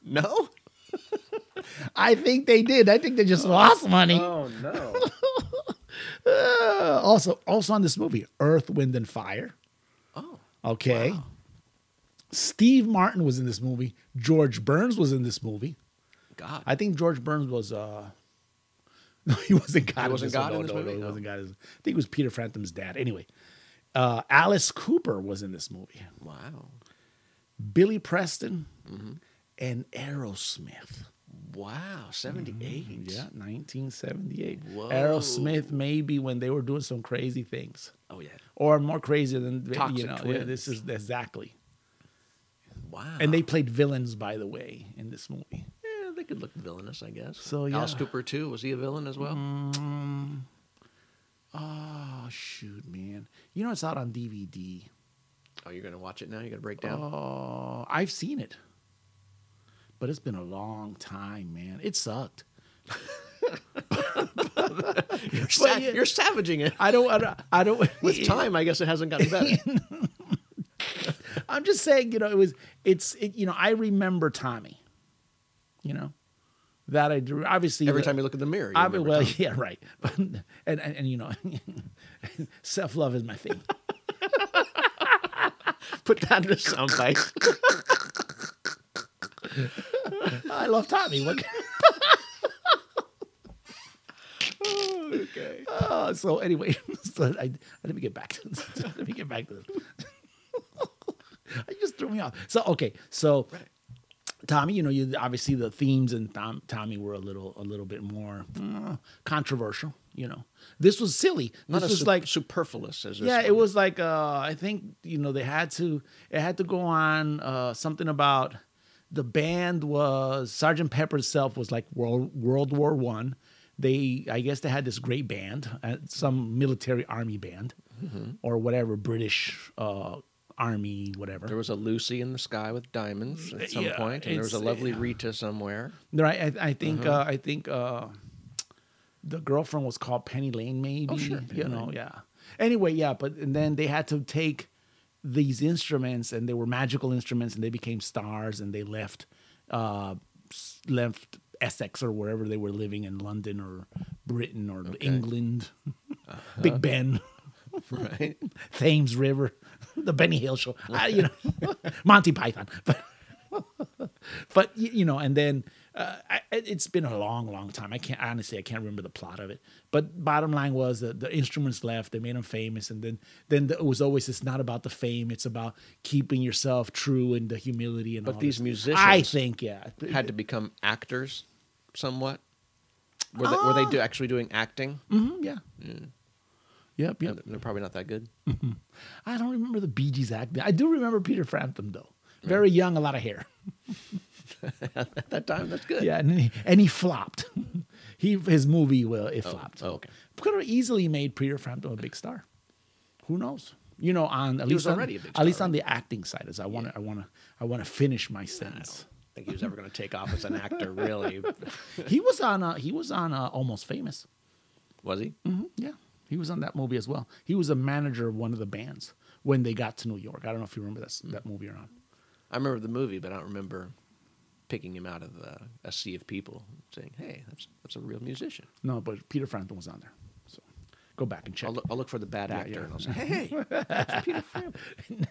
Speaker 2: No.
Speaker 1: <laughs> I think they did. I think they just lost money.
Speaker 2: no.
Speaker 1: Uh, also, also on this movie, Earth, Wind, and Fire.
Speaker 2: Oh,
Speaker 1: Okay. Steve Martin was in this movie. George Burns was in this movie.
Speaker 2: God.
Speaker 1: I think George Burns was. uh <laughs> No, he wasn't God. in this
Speaker 2: wasn't God
Speaker 1: one.
Speaker 2: in
Speaker 1: No,
Speaker 2: this
Speaker 1: no, no,
Speaker 2: movie?
Speaker 1: he
Speaker 2: Oh.
Speaker 1: wasn't God. in this- I think it was Peter Frampton's dad. Anyway, uh, Alice Cooper was in this movie.
Speaker 2: wow.
Speaker 1: Billy Preston
Speaker 2: Mm-hmm.
Speaker 1: and Aerosmith.
Speaker 2: Wow. Seventy-eight.
Speaker 1: Mm-hmm. Yeah, 1978.
Speaker 2: Whoa.
Speaker 1: Aerosmith maybe when they were doing some crazy things.
Speaker 2: Oh yeah.
Speaker 1: or more crazy than
Speaker 2: Toxic
Speaker 1: you know.
Speaker 2: twins. Uh-huh.
Speaker 1: This is exactly,
Speaker 2: Wow.
Speaker 1: and they played villains, by the way, in this movie.
Speaker 2: yeah, they could look villainous, I guess.
Speaker 1: So,
Speaker 2: Alice
Speaker 1: yeah. Mm-hmm.
Speaker 2: Cooper too. Was he a villain as well?
Speaker 1: Mm. Oh shoot, man! You know it's out on DVD.
Speaker 2: Oh, you're gonna watch it now. You're gonna break down.
Speaker 1: Oh, I've seen it, but it's been a long time, man. It sucked.
Speaker 2: You're,
Speaker 1: But
Speaker 2: sa-
Speaker 1: yeah.
Speaker 2: you're savaging it.
Speaker 1: I don't. I don't. I don't <laughs>
Speaker 2: With time, I guess it hasn't gotten better.
Speaker 1: I'm just saying, you know, it was. It's. It, you know, I remember Tommy. You know, that I do. Obviously,
Speaker 2: Every
Speaker 1: the-
Speaker 2: time you look in the mirror, you
Speaker 1: I mean,
Speaker 2: remember
Speaker 1: well,
Speaker 2: Tom.
Speaker 1: <laughs> yeah, right. But, and, and and you know, <laughs> self love is my thing.
Speaker 2: put that in a soundbite.
Speaker 1: I love Tommy. What?
Speaker 2: okay.
Speaker 1: Oh, so anyway, <laughs> so I, let me get back to this. <laughs> Let me get back to this. it just threw me off. So okay, so Tommy, you know, you obviously the themes in Tom, Tommy were a little, a little bit more uh, controversial. You know, this was silly.
Speaker 2: <laughs> Not
Speaker 1: this
Speaker 2: as
Speaker 1: was
Speaker 2: sup-
Speaker 1: like
Speaker 2: superfluous as this.
Speaker 1: yeah, it
Speaker 2: one.
Speaker 1: was like uh, I think you know they had to it had to go on uh, something about the band was Sergeant Pepper itself was like World World War One. They I guess they had this great band, uh, some military army band
Speaker 2: Mm-hmm.
Speaker 1: or whatever British uh, army whatever.
Speaker 2: There was a Lucy in the sky with diamonds at some
Speaker 1: Yeah,
Speaker 2: point, and there was a
Speaker 1: it's-
Speaker 2: lovely
Speaker 1: yeah.
Speaker 2: Rita somewhere.
Speaker 1: No, I, I, I think
Speaker 2: Mm-hmm.
Speaker 1: uh I think uh, the girlfriend was called Penny Lane, maybe.
Speaker 2: Oh, sure, Penny
Speaker 1: you know, yeah. Anyway, yeah, but and then they had to take these instruments, and they were magical instruments, and they became stars, and they left uh, s- left Essex or wherever they were living in London or Britain or England, <laughs>
Speaker 2: Uh-huh.
Speaker 1: Big Ben.
Speaker 2: Right.
Speaker 1: Thames River, <laughs> the Benny Hill Show, I, you know, <laughs> Monty Python. But, but y- you know, and then uh, I, it- it's been a long, long time. I can't honestly, I can't remember the plot of it. But bottom line was that the instruments left. They made them famous, and then then it was always it's not about the fame. It's about keeping yourself true and the humility and.
Speaker 2: But
Speaker 1: all
Speaker 2: these
Speaker 1: this.
Speaker 2: musicians
Speaker 1: I think, yeah,
Speaker 2: <laughs> Had to become actors, somewhat. Were they, were
Speaker 1: Um,
Speaker 2: they do, actually doing acting?
Speaker 1: Mhm, yeah. Yep,
Speaker 2: Yeah,
Speaker 1: yep.
Speaker 2: they're- They're probably not that good.
Speaker 1: I don't remember the Bee Gees acting. I do remember Peter Frampton though. Very young, a lot of hair.
Speaker 2: <laughs> At that time, that's good.
Speaker 1: Yeah, and he, and he flopped. <laughs> He his movie will it flopped.
Speaker 2: oh, okay.
Speaker 1: Could have easily made Peter Frampton a big star. Who knows? You know, on at
Speaker 2: He was
Speaker 1: least on,
Speaker 2: already a big
Speaker 1: at least
Speaker 2: star.
Speaker 1: on the acting side, as I want to, I want to, I want to finish my sentence.
Speaker 2: <laughs> I think he was ever going to take off as an actor, really.
Speaker 1: he was on, uh, he was on uh, Almost Famous.
Speaker 2: <laughs> Was he?
Speaker 1: Mhm, Yeah, he was on that movie as well. He was a manager of one of the bands when they got to New York. I don't know if you remember that s- that movie or not.
Speaker 2: I remember the movie, but I don't remember picking him out of uh, a sea of people and saying, hey, that's, that's a real musician.
Speaker 1: No, but Peter Frampton was on there. So go back and check.
Speaker 2: <laughs> I'll look, I'll look for the bad
Speaker 1: Yeah,
Speaker 2: actor
Speaker 1: yeah.
Speaker 2: and I'll say, hey, <laughs> that's Peter Frampton.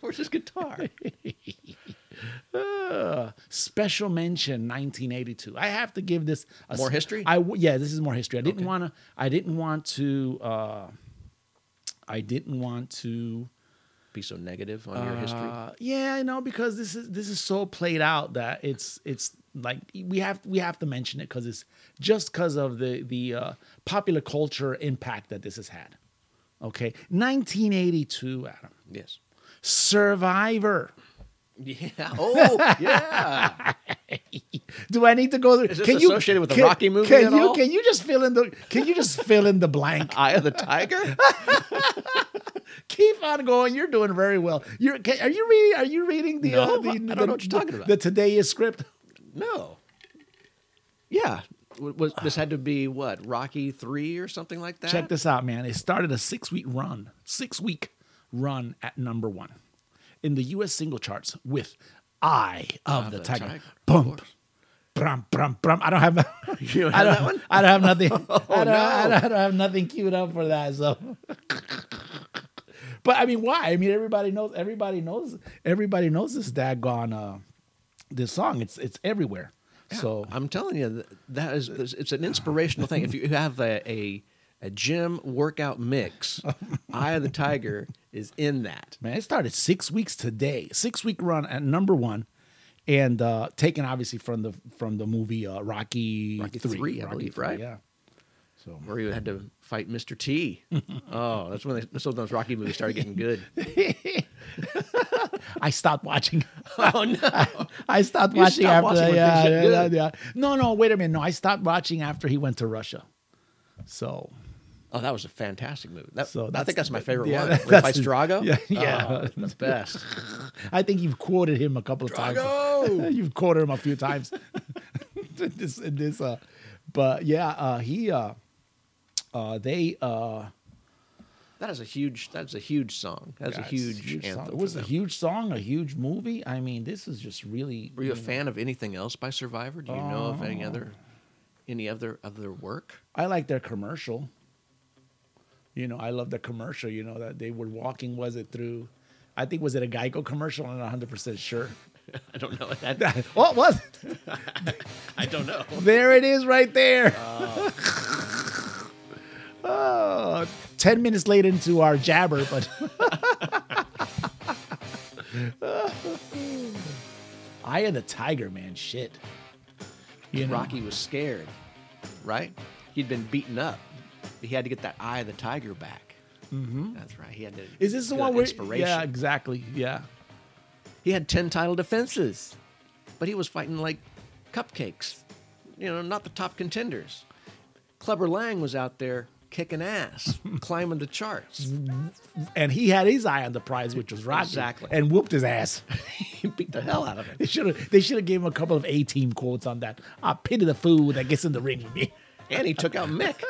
Speaker 2: Where's
Speaker 1: <laughs>
Speaker 2: his guitar?
Speaker 1: Uh, special mention 1982. I have to give this a
Speaker 2: More
Speaker 1: sp-
Speaker 2: history?
Speaker 1: I w- yeah, this is more history. I didn't
Speaker 2: Okay.
Speaker 1: want to. I didn't want to. Uh, I didn't want to.
Speaker 2: Be so negative on your history.
Speaker 1: Uh, yeah, I know because this is this is so played out that it's it's like we have we have to mention it because it's just because of the the uh, popular culture impact that this has had. Okay, 1982, Adam
Speaker 2: Yes.
Speaker 1: Survivor.
Speaker 2: Yeah. <laughs> Oh, yeah.
Speaker 1: Do I need to go there?
Speaker 2: Is this associated with the Rocky movie
Speaker 1: Can
Speaker 2: at
Speaker 1: you
Speaker 2: all?
Speaker 1: can you just fill in the can you just fill in the
Speaker 2: <laughs>
Speaker 1: blank?
Speaker 2: Eye of the <laughs> Tiger?
Speaker 1: Keep on going. You're doing very well. You're can, are you reading are you reading the uh,
Speaker 2: No,
Speaker 1: the,
Speaker 2: I don't
Speaker 1: the-
Speaker 2: know what you're talking about.
Speaker 1: the today is script?
Speaker 2: No. Yeah. W- Was, this had to be what Rocky three or something like that.
Speaker 1: Check this out, man. It started a six week run, six week run at number one in the U.S. single charts with "Eye of the,
Speaker 2: the
Speaker 1: Tiger."
Speaker 2: Tiger, Ah, of
Speaker 1: Bump,
Speaker 2: course.
Speaker 1: brum, brum, brum. I don't have that.
Speaker 2: <laughs> You don't
Speaker 1: I
Speaker 2: have
Speaker 1: don't,
Speaker 2: that one? Oh,
Speaker 1: I don't have
Speaker 2: <laughs>
Speaker 1: nothing. I, don't,
Speaker 2: no.
Speaker 1: I, don't, I don't have nothing queued up for that. So. <laughs> But I mean, why? I mean, everybody knows. Everybody knows. Everybody knows this daggone uh, this song. It's it's everywhere. So
Speaker 2: I'm telling you, th- that is is- it's an inspirational thing. If you have a a, a gym
Speaker 1: <laughs>
Speaker 2: workout mix, Eye of the Tiger is in that.
Speaker 1: man. It started six weeks today, six week run at number one, and uh taken obviously from the from the movie uh, Rocky,
Speaker 2: Rocky III, I believe, right?
Speaker 1: Yeah. So
Speaker 2: Where you had to fight
Speaker 1: <laughs>
Speaker 2: Mr. T. Oh, that's when they, that's when those Rocky movies started getting good.
Speaker 1: I stopped watching. <laughs>
Speaker 2: Oh no!
Speaker 1: I stopped
Speaker 2: You
Speaker 1: watching
Speaker 2: stopped
Speaker 1: after.
Speaker 2: watching when
Speaker 1: yeah,
Speaker 2: things get
Speaker 1: yeah,
Speaker 2: good.
Speaker 1: yeah. No, no. Wait a minute. No, I stopped watching after he went to Russia. So
Speaker 2: Oh, that was a fantastic movie. That,
Speaker 1: So
Speaker 2: I
Speaker 1: that's-
Speaker 2: think that's my favorite
Speaker 1: yeah,
Speaker 2: one.
Speaker 1: that-
Speaker 2: Where he
Speaker 1: that's-
Speaker 2: fights Drago.
Speaker 1: yeah, <laughs>
Speaker 2: Oh,
Speaker 1: yeah.
Speaker 2: the best.
Speaker 1: I think you've quoted him a couple of
Speaker 2: Drago!
Speaker 1: times. <laughs> you've quoted him a few times. <laughs> In this, in this, uh, but yeah, uh, he, uh, uh, they, uh,
Speaker 2: That is a huge. That's a huge song.
Speaker 1: yeah,
Speaker 2: That's a
Speaker 1: it's
Speaker 2: huge, anthem.
Speaker 1: song.
Speaker 2: for
Speaker 1: It was a
Speaker 2: them.
Speaker 1: huge song, a huge movie. I mean, this is just really.
Speaker 2: Were you a fan of anything else by Survivor? Do you know of
Speaker 1: Oh.
Speaker 2: any other, any other of their work?
Speaker 1: I like their commercial. You know, I love the commercial. You know that they were walking. Was it through? I think was it a Geico commercial? I'm not 100 percent
Speaker 2: <laughs>
Speaker 1: sure.
Speaker 2: I don't know. That,
Speaker 1: What was? it?
Speaker 2: I don't <laughs> know.
Speaker 1: There it is, right there.
Speaker 2: Uh.
Speaker 1: <laughs> oh, 10 minutes late into our jabber, but. <laughs> Eye of the Tiger, man. Shit. You know?
Speaker 2: Rocky was scared, right? He'd been beaten up. He had to get that eye of the tiger back. Mm-hmm. That's right. He had to.
Speaker 1: Is this the
Speaker 2: feel
Speaker 1: one
Speaker 2: that
Speaker 1: where?
Speaker 2: Inspiration.
Speaker 1: Yeah, exactly. Yeah.
Speaker 2: He had ten title defenses, but he was fighting like cupcakes. You know, not the top contenders. Clubber Lang was out there kicking
Speaker 1: <laughs>
Speaker 2: ass, climbing the charts.
Speaker 1: And he had his eye on the prize, which was Rocky,
Speaker 2: Exactly.
Speaker 1: and whooped his ass.
Speaker 2: <laughs> he beat the hell out of him.
Speaker 1: They should have. They should have gave him a couple of A team quotes on that. I pity the fool that gets in the ring with me. <laughs>
Speaker 2: And he took out Mick.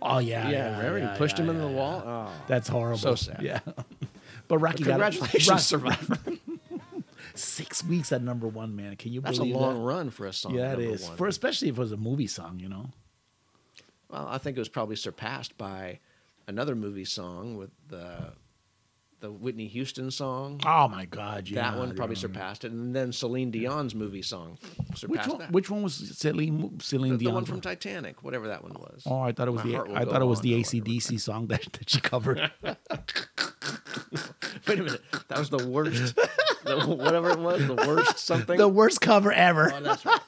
Speaker 1: Oh <laughs> yeah,
Speaker 2: Yeah, remember
Speaker 1: yeah,
Speaker 2: he pushed
Speaker 1: yeah,
Speaker 2: him into
Speaker 1: yeah,
Speaker 2: the
Speaker 1: yeah.
Speaker 2: wall. Oh.
Speaker 1: That's horrible.
Speaker 2: So sad.
Speaker 1: Yeah. <laughs> But Rocky <laughs>
Speaker 2: Congratulations,
Speaker 1: got it. Rock-
Speaker 2: Survivor.
Speaker 1: six weeks at number one, man. Can you
Speaker 2: That's a
Speaker 1: believe
Speaker 2: long
Speaker 1: that?
Speaker 2: run for a song.
Speaker 1: Yeah, it
Speaker 2: number
Speaker 1: is.
Speaker 2: one.
Speaker 1: For especially if it was a movie song, you know.
Speaker 2: well, I think it was probably surpassed by another movie song with the the Whitney Houston song.
Speaker 1: Oh my God, yeah.
Speaker 2: that one probably
Speaker 1: yeah.
Speaker 2: surpassed it, and then Celine Dion's movie song surpassed
Speaker 1: Which one?
Speaker 2: that.
Speaker 1: Which one was Celine Celine
Speaker 2: the,
Speaker 1: Dion?
Speaker 2: the one from Titanic, whatever that one was.
Speaker 1: Oh, I thought it was
Speaker 2: My
Speaker 1: the
Speaker 2: Heart Will
Speaker 1: I
Speaker 2: Go
Speaker 1: thought it was
Speaker 2: On
Speaker 1: the
Speaker 2: or
Speaker 1: ACDC song that, that she
Speaker 2: <laughs>
Speaker 1: covered.
Speaker 2: <laughs> Wait a minute, that was the worst. the, whatever it was, the worst
Speaker 1: <laughs>
Speaker 2: something.
Speaker 1: the worst cover ever.
Speaker 2: Oh, that's right.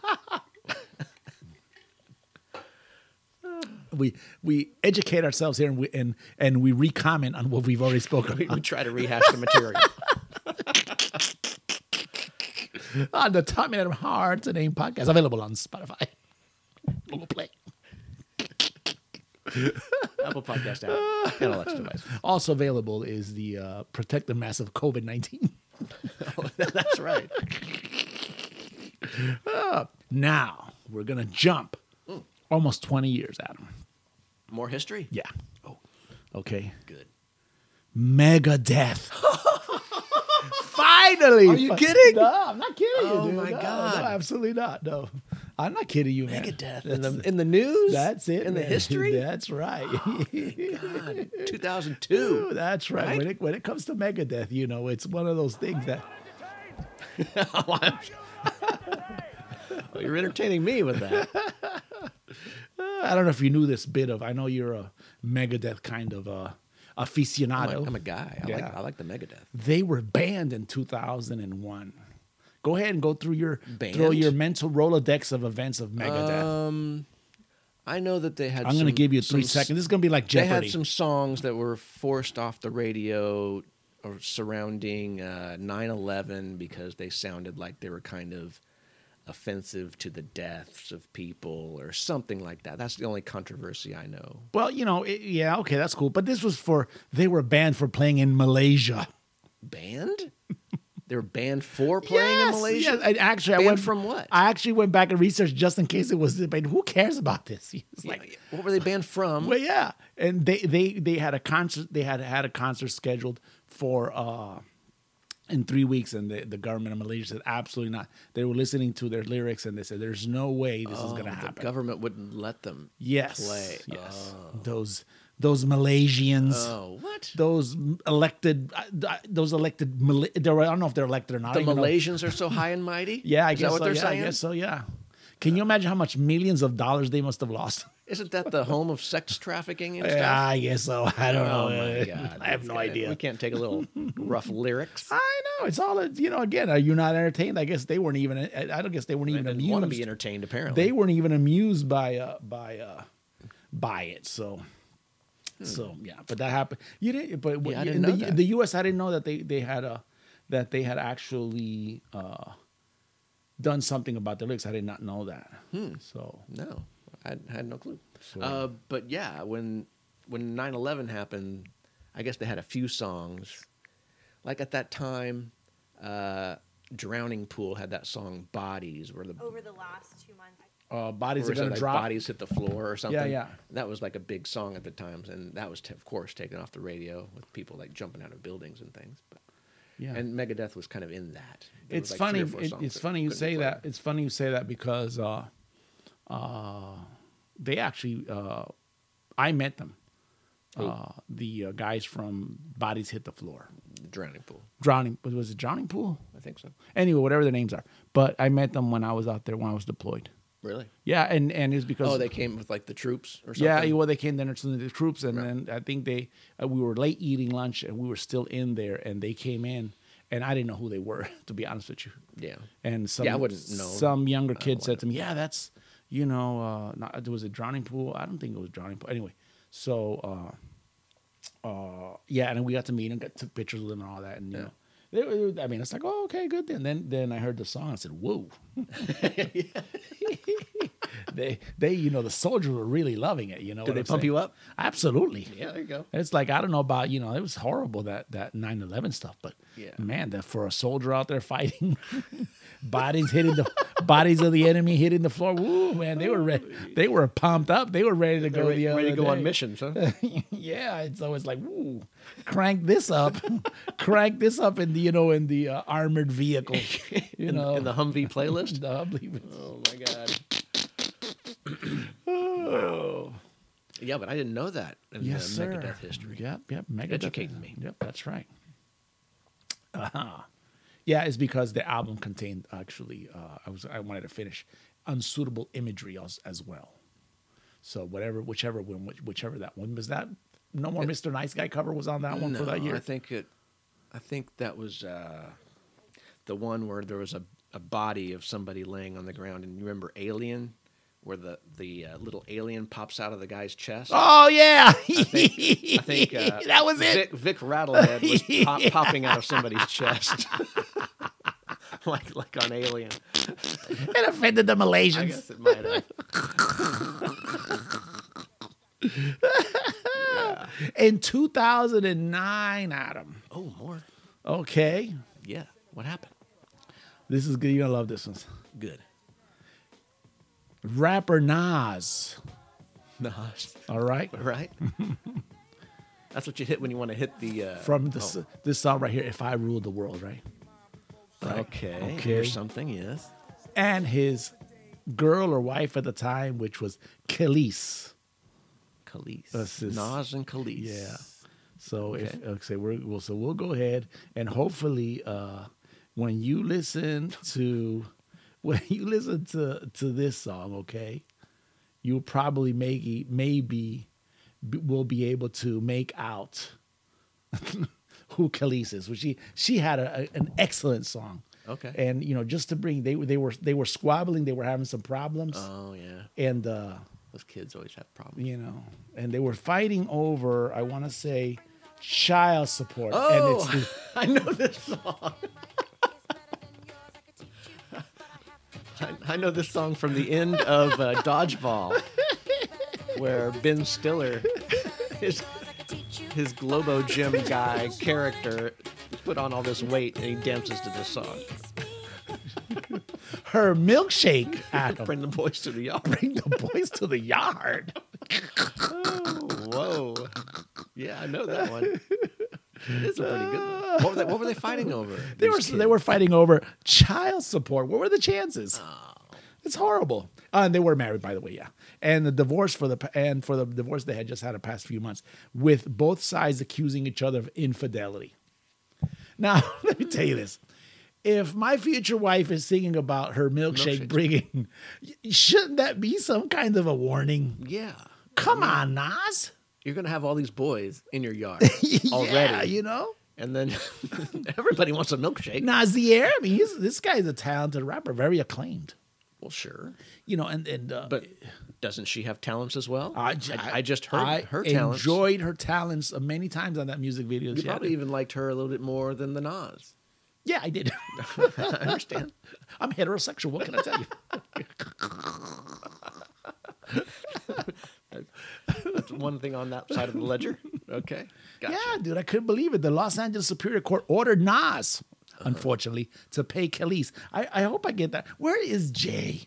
Speaker 1: We we educate ourselves here and we and and we recomment on what we've already spoken
Speaker 2: <laughs> we,
Speaker 1: about.
Speaker 2: we try to rehash the material.
Speaker 1: Ah, on the Tommy and Hard to Name podcast available on Spotify. <laughs> Google Play.
Speaker 2: Apple Podcast app and Alexa device.
Speaker 1: Also available is the uh, Protect the Mass of COVID 19.
Speaker 2: That's right.
Speaker 1: Now, we're going to jump
Speaker 2: Hmm.
Speaker 1: almost 20 years, Adam.
Speaker 2: More history.
Speaker 1: Yeah. Oh. Okay.
Speaker 2: Good.
Speaker 1: Megadeth. Finally.
Speaker 2: Are you kidding?
Speaker 1: No, I'm not kidding you.
Speaker 2: Oh
Speaker 1: dude.
Speaker 2: my
Speaker 1: No, no,
Speaker 2: God.
Speaker 1: absolutely not. No. I'm not kidding you, man.
Speaker 2: Megadeth in
Speaker 1: That's,
Speaker 2: the, in the
Speaker 1: <laughs>
Speaker 2: news.
Speaker 1: that's it.
Speaker 2: in the
Speaker 1: man.
Speaker 2: history.
Speaker 1: <laughs> That's right.
Speaker 2: God,
Speaker 1: Ooh,
Speaker 2: 2002.
Speaker 1: <laughs> that's right.
Speaker 2: Right?
Speaker 1: When it when it comes to Megadeth, you know, it's one of those things that
Speaker 2: Oh, I'm- Well, <laughs> you're entertaining me
Speaker 1: <laughs>
Speaker 2: with that.
Speaker 1: uh, I don't know if you knew this bit of. I know you're a Megadeth kind of uh,
Speaker 2: I'm
Speaker 1: aficionado.
Speaker 2: a, I'm a guy. I like
Speaker 1: Yeah.
Speaker 2: I like the Megadeth.
Speaker 1: they were banned in 2001. Go ahead and go through your through
Speaker 2: Banned?
Speaker 1: your mental rolodex of events of Megadeth.
Speaker 2: Um, I know that they had.
Speaker 1: I'm going to
Speaker 2: some-
Speaker 1: give you three
Speaker 2: some-
Speaker 1: seconds. This is going to be like
Speaker 2: They
Speaker 1: Jeopardy.
Speaker 2: had some songs that were forced off the radio or surrounding uh, 9/11 because they sounded like they were kind of offensive to the deaths of people or something like that. That's the only controversy I know.
Speaker 1: well, you know, it, yeah, okay, that's cool. But this was for they were banned for playing in Malaysia.
Speaker 2: Banned? they were
Speaker 1: <laughs>
Speaker 2: banned for playing in
Speaker 1: Yes,
Speaker 2: Malaysia.
Speaker 1: yes. I, actually, I
Speaker 2: Banned
Speaker 1: went
Speaker 2: from what?
Speaker 1: I actually went back and researched just in case it was. But who cares about this? <laughs> It's
Speaker 2: Yeah,
Speaker 1: like,
Speaker 2: yeah. what were they banned from?
Speaker 1: Well, yeah, and they they they had a concert. They had had a concert scheduled for uh in three weeks, and the, the government of Malaysia said absolutely not. They were listening to their lyrics, and they said, "There's no way this is going to
Speaker 2: Oh, the
Speaker 1: happen."
Speaker 2: government wouldn't let them.
Speaker 1: yes,
Speaker 2: play.
Speaker 1: yes, those those Malaysians.
Speaker 2: Oh, what?
Speaker 1: Those elected, uh, th- those elected, Mala- they were, I don't know if they're elected or not.
Speaker 2: The
Speaker 1: I don't even know.
Speaker 2: Malaysians are so high and mighty.
Speaker 1: <laughs> yeah, I
Speaker 2: Is
Speaker 1: guess
Speaker 2: that what
Speaker 1: so,
Speaker 2: they're
Speaker 1: yeah,
Speaker 2: saying.
Speaker 1: I guess so. Yeah, can you imagine how much millions of dollars they must have
Speaker 2: <laughs>
Speaker 1: lost?
Speaker 2: Isn't that the home of sex trafficking and
Speaker 1: Yeah,
Speaker 2: stuff?
Speaker 1: I guess so. <laughs> I don't
Speaker 2: Oh
Speaker 1: know.
Speaker 2: my god!
Speaker 1: <laughs> I have
Speaker 2: We've
Speaker 1: no
Speaker 2: got it.
Speaker 1: idea.
Speaker 2: We can't take a
Speaker 1: <laughs>
Speaker 2: little rough lyrics.
Speaker 1: I know it's all you know. Again, are you not entertained? I guess they weren't even. I I don't guess they weren't
Speaker 2: They
Speaker 1: even
Speaker 2: didn't
Speaker 1: amused.
Speaker 2: want to be entertained. Apparently,
Speaker 1: They weren't even amused by uh by uh by it. So so yeah, but that happened. You didn't. But what-
Speaker 2: Hmm. Yeah, I
Speaker 1: in
Speaker 2: didn't
Speaker 1: the
Speaker 2: know that.
Speaker 1: the U.S., I didn't know that they they had a that they had actually uh done something about the lyrics. I did not know that.
Speaker 2: Hmm.
Speaker 1: So
Speaker 2: no, I had no clue.
Speaker 1: So-
Speaker 2: Uh, but yeah, when when 9/11 happened, I guess they had a few songs. Like at that time, uh, Drowning Pool had that song "Bodies," where the
Speaker 5: over the last two months.
Speaker 1: uh bodies
Speaker 2: Or
Speaker 1: are
Speaker 2: is it
Speaker 1: gonna
Speaker 2: like
Speaker 1: drop.
Speaker 2: bodies hit the floor or something?
Speaker 1: yeah.
Speaker 2: That was like a big song at the times, and that was t- of course taken off the radio with people like jumping out of buildings and things. But,
Speaker 1: Yeah.
Speaker 2: And Megadeth was kind of in that. There
Speaker 1: it's
Speaker 2: was, like,
Speaker 1: funny.
Speaker 2: three or four
Speaker 1: it-
Speaker 2: songs
Speaker 1: it's
Speaker 2: that
Speaker 1: funny you
Speaker 2: couldn't be
Speaker 1: say that.
Speaker 2: played.
Speaker 1: It's funny you say that because uh, uh, they actually uh, I met them. Uh, the uh, guys from Bodies Hit the Floor,
Speaker 2: Drowning Pool,
Speaker 1: Drowning was- was it Drowning Pool?
Speaker 2: I think so.
Speaker 1: Anyway, whatever their names are, but I met them when I was out there when I was deployed.
Speaker 2: Really?
Speaker 1: Yeah, and and it's because
Speaker 2: Oh, they came with like the troops or something.
Speaker 1: yeah, well, they came down to the troops, and
Speaker 2: Right.
Speaker 1: then I think they uh, we were late eating lunch, and we were still in there, and they came in, and I didn't know who they were, <laughs> to be honest with you.
Speaker 2: Yeah.
Speaker 1: And some
Speaker 2: Yeah, I wouldn't know.
Speaker 1: some younger
Speaker 2: don't
Speaker 1: kid said
Speaker 2: like
Speaker 1: to me, "Yeah, that's you know, uh, not, was it drowning pool? I don't think it was drowning pool. Anyway, so uh, uh, yeah, and then we got to meet and got took pictures with them and all that, and you
Speaker 2: Yeah.
Speaker 1: know." they were- I mean, it's like, oh, okay, good. Then, then, then I heard the song. I said,
Speaker 2: <laughs>
Speaker 1: "Whoa!" <laughs> they, they, you know, the soldiers were really loving it. You know,
Speaker 2: Did
Speaker 1: what
Speaker 2: they
Speaker 1: I'm
Speaker 2: pump
Speaker 1: saying?
Speaker 2: you up?
Speaker 1: Absolutely.
Speaker 2: Yeah, there you go.
Speaker 1: It's like I don't know about you know it was horrible that that 9-11 stuff, but
Speaker 2: Yeah.
Speaker 1: man, that for a soldier out there fighting, <laughs> bodies hitting the bodies of the enemy hitting the floor. Woo, man, they were re- they were pumped up. They were ready to go.
Speaker 2: Ready,
Speaker 1: the
Speaker 2: ready to
Speaker 1: other
Speaker 2: go on
Speaker 1: day.
Speaker 2: missions, huh?
Speaker 1: <laughs> yeah, it's always like, woo, crank this up, <laughs> crank this up in the you know in the uh, armored
Speaker 2: <laughs>
Speaker 1: vehicle, <laughs> you
Speaker 2: in,
Speaker 1: know,
Speaker 2: in the Humvee
Speaker 1: <laughs>
Speaker 2: playlist.
Speaker 1: I believe it.
Speaker 2: oh my god. Oh. Yeah, but I didn't know that in
Speaker 1: yes,
Speaker 2: the
Speaker 1: sir.
Speaker 2: Megadeth history.
Speaker 1: Yep, yep. Megadeth.
Speaker 2: Educate me.
Speaker 1: Yep, that's right. Uh-huh. Yeah, it's because the album contained actually. Uh, I was I wanted to finish unsuitable imagery as, as well. So whatever, whichever one, which, whichever that one was that. No more Mr. Nice Guy cover was on that one for that
Speaker 2: No,
Speaker 1: year.
Speaker 2: I think it. I think that was uh, the one where there was a, a body of somebody laying on the ground, and you remember Alien, where the the uh, little alien pops out of the guy's chest.
Speaker 1: oh yeah,
Speaker 2: I think uh,
Speaker 1: that was it.
Speaker 2: Vic, Vic Rattlehead was pop, popping out of somebody's chest. <laughs> like like on Alien.
Speaker 1: <laughs> It offended the
Speaker 2: I
Speaker 1: Malaysians.
Speaker 2: guess it might
Speaker 1: <laughs>
Speaker 2: have.
Speaker 1: In 2009, Adam.
Speaker 2: Oh, more.
Speaker 1: Okay.
Speaker 2: Yeah. What happened? <laughs>
Speaker 1: This is good. You're going to love this one.
Speaker 2: Good.
Speaker 1: Rapper Nas.
Speaker 2: Nas.
Speaker 1: <laughs> All right.
Speaker 2: Right. That's what you hit when you want to hit the uh,
Speaker 1: From this,
Speaker 2: oh,
Speaker 1: this song right here, If I Ruled the World, right? right.
Speaker 2: Okay.
Speaker 1: Okay.
Speaker 2: Or something. Yes.
Speaker 1: And his girl or wife at the time, which was Khalees.
Speaker 2: Khalees.
Speaker 1: That's his-
Speaker 2: Nas and Khalees.
Speaker 1: Yeah. So if
Speaker 2: Okay.
Speaker 1: okay, we're, we'll so we'll go ahead and hopefully uh, when you
Speaker 2: <laughs>
Speaker 1: listen to when you listen to to this song, okay, you'll probably maybe maybe b- will be able to make out <laughs> who Khalees is. Which she she had a, a- an excellent song.
Speaker 2: Okay.
Speaker 1: And you know, just to bring they were they were they were squabbling, they were having some problems,
Speaker 2: Oh yeah.
Speaker 1: and uh,
Speaker 2: Those kids always have problems.
Speaker 1: you know, and they were fighting over, I want to say, child support. And
Speaker 2: Oh,
Speaker 1: it's the,
Speaker 2: <laughs> I know this song. <laughs> I, I know this song from the end of uh, Dodgeball, where Ben Stiller, his his Globo Gym guy character, put on all this weight and he dances to this song.
Speaker 1: her milkshake, Adam.
Speaker 2: Bring the boys to the yard.
Speaker 1: Bring the boys to the yard.
Speaker 2: Whoa, yeah, I know
Speaker 1: <laughs>
Speaker 2: that one. It's a pretty good one. What were they, what were they fighting over?
Speaker 1: They
Speaker 2: these
Speaker 1: were
Speaker 2: kids?
Speaker 1: they were fighting over child support. What were the chances?
Speaker 2: Oh.
Speaker 1: It's horrible. Uh, and they were married, by the way, yeah. And the divorce for the pa- and for the divorce they had just had the past few months, with both sides accusing each other of infidelity. Now <laughs> let me tell you this: if my future wife is singing about her milkshake,
Speaker 2: Milkshake.
Speaker 1: bringing, shouldn't that be some kind of a warning?
Speaker 2: yeah.
Speaker 1: Come on,
Speaker 2: Mm-hmm.
Speaker 1: Nas. <laughs>
Speaker 2: you're gonna have all these boys in your yard already,
Speaker 1: yeah, you know.
Speaker 2: and then <laughs> everybody wants a milkshake.
Speaker 1: Nazier, I mean, he's, this guy's a talented rapper, very acclaimed.
Speaker 2: Well, sure,
Speaker 1: You know, and and uh,
Speaker 2: but doesn't she have talents as well?
Speaker 1: I, j-
Speaker 2: I, I just heard
Speaker 1: I
Speaker 2: her talents.
Speaker 1: enjoyed her talents uh, many times on that music video.
Speaker 2: you
Speaker 1: She had.
Speaker 2: probably even liked her a little bit more than the Nas.
Speaker 1: yeah, I
Speaker 2: <laughs>
Speaker 1: did. <laughs>
Speaker 2: I understand.
Speaker 1: I'm heterosexual. What can I tell you?
Speaker 2: That's one thing on that side of the
Speaker 1: <laughs>
Speaker 2: ledger. Okay, <laughs> gotcha.
Speaker 1: Yeah, dude, I couldn't believe it. The Los Angeles Superior Court ordered Nas, unfortunately, to pay Khalees. I, I hope I get that. Where is Jay?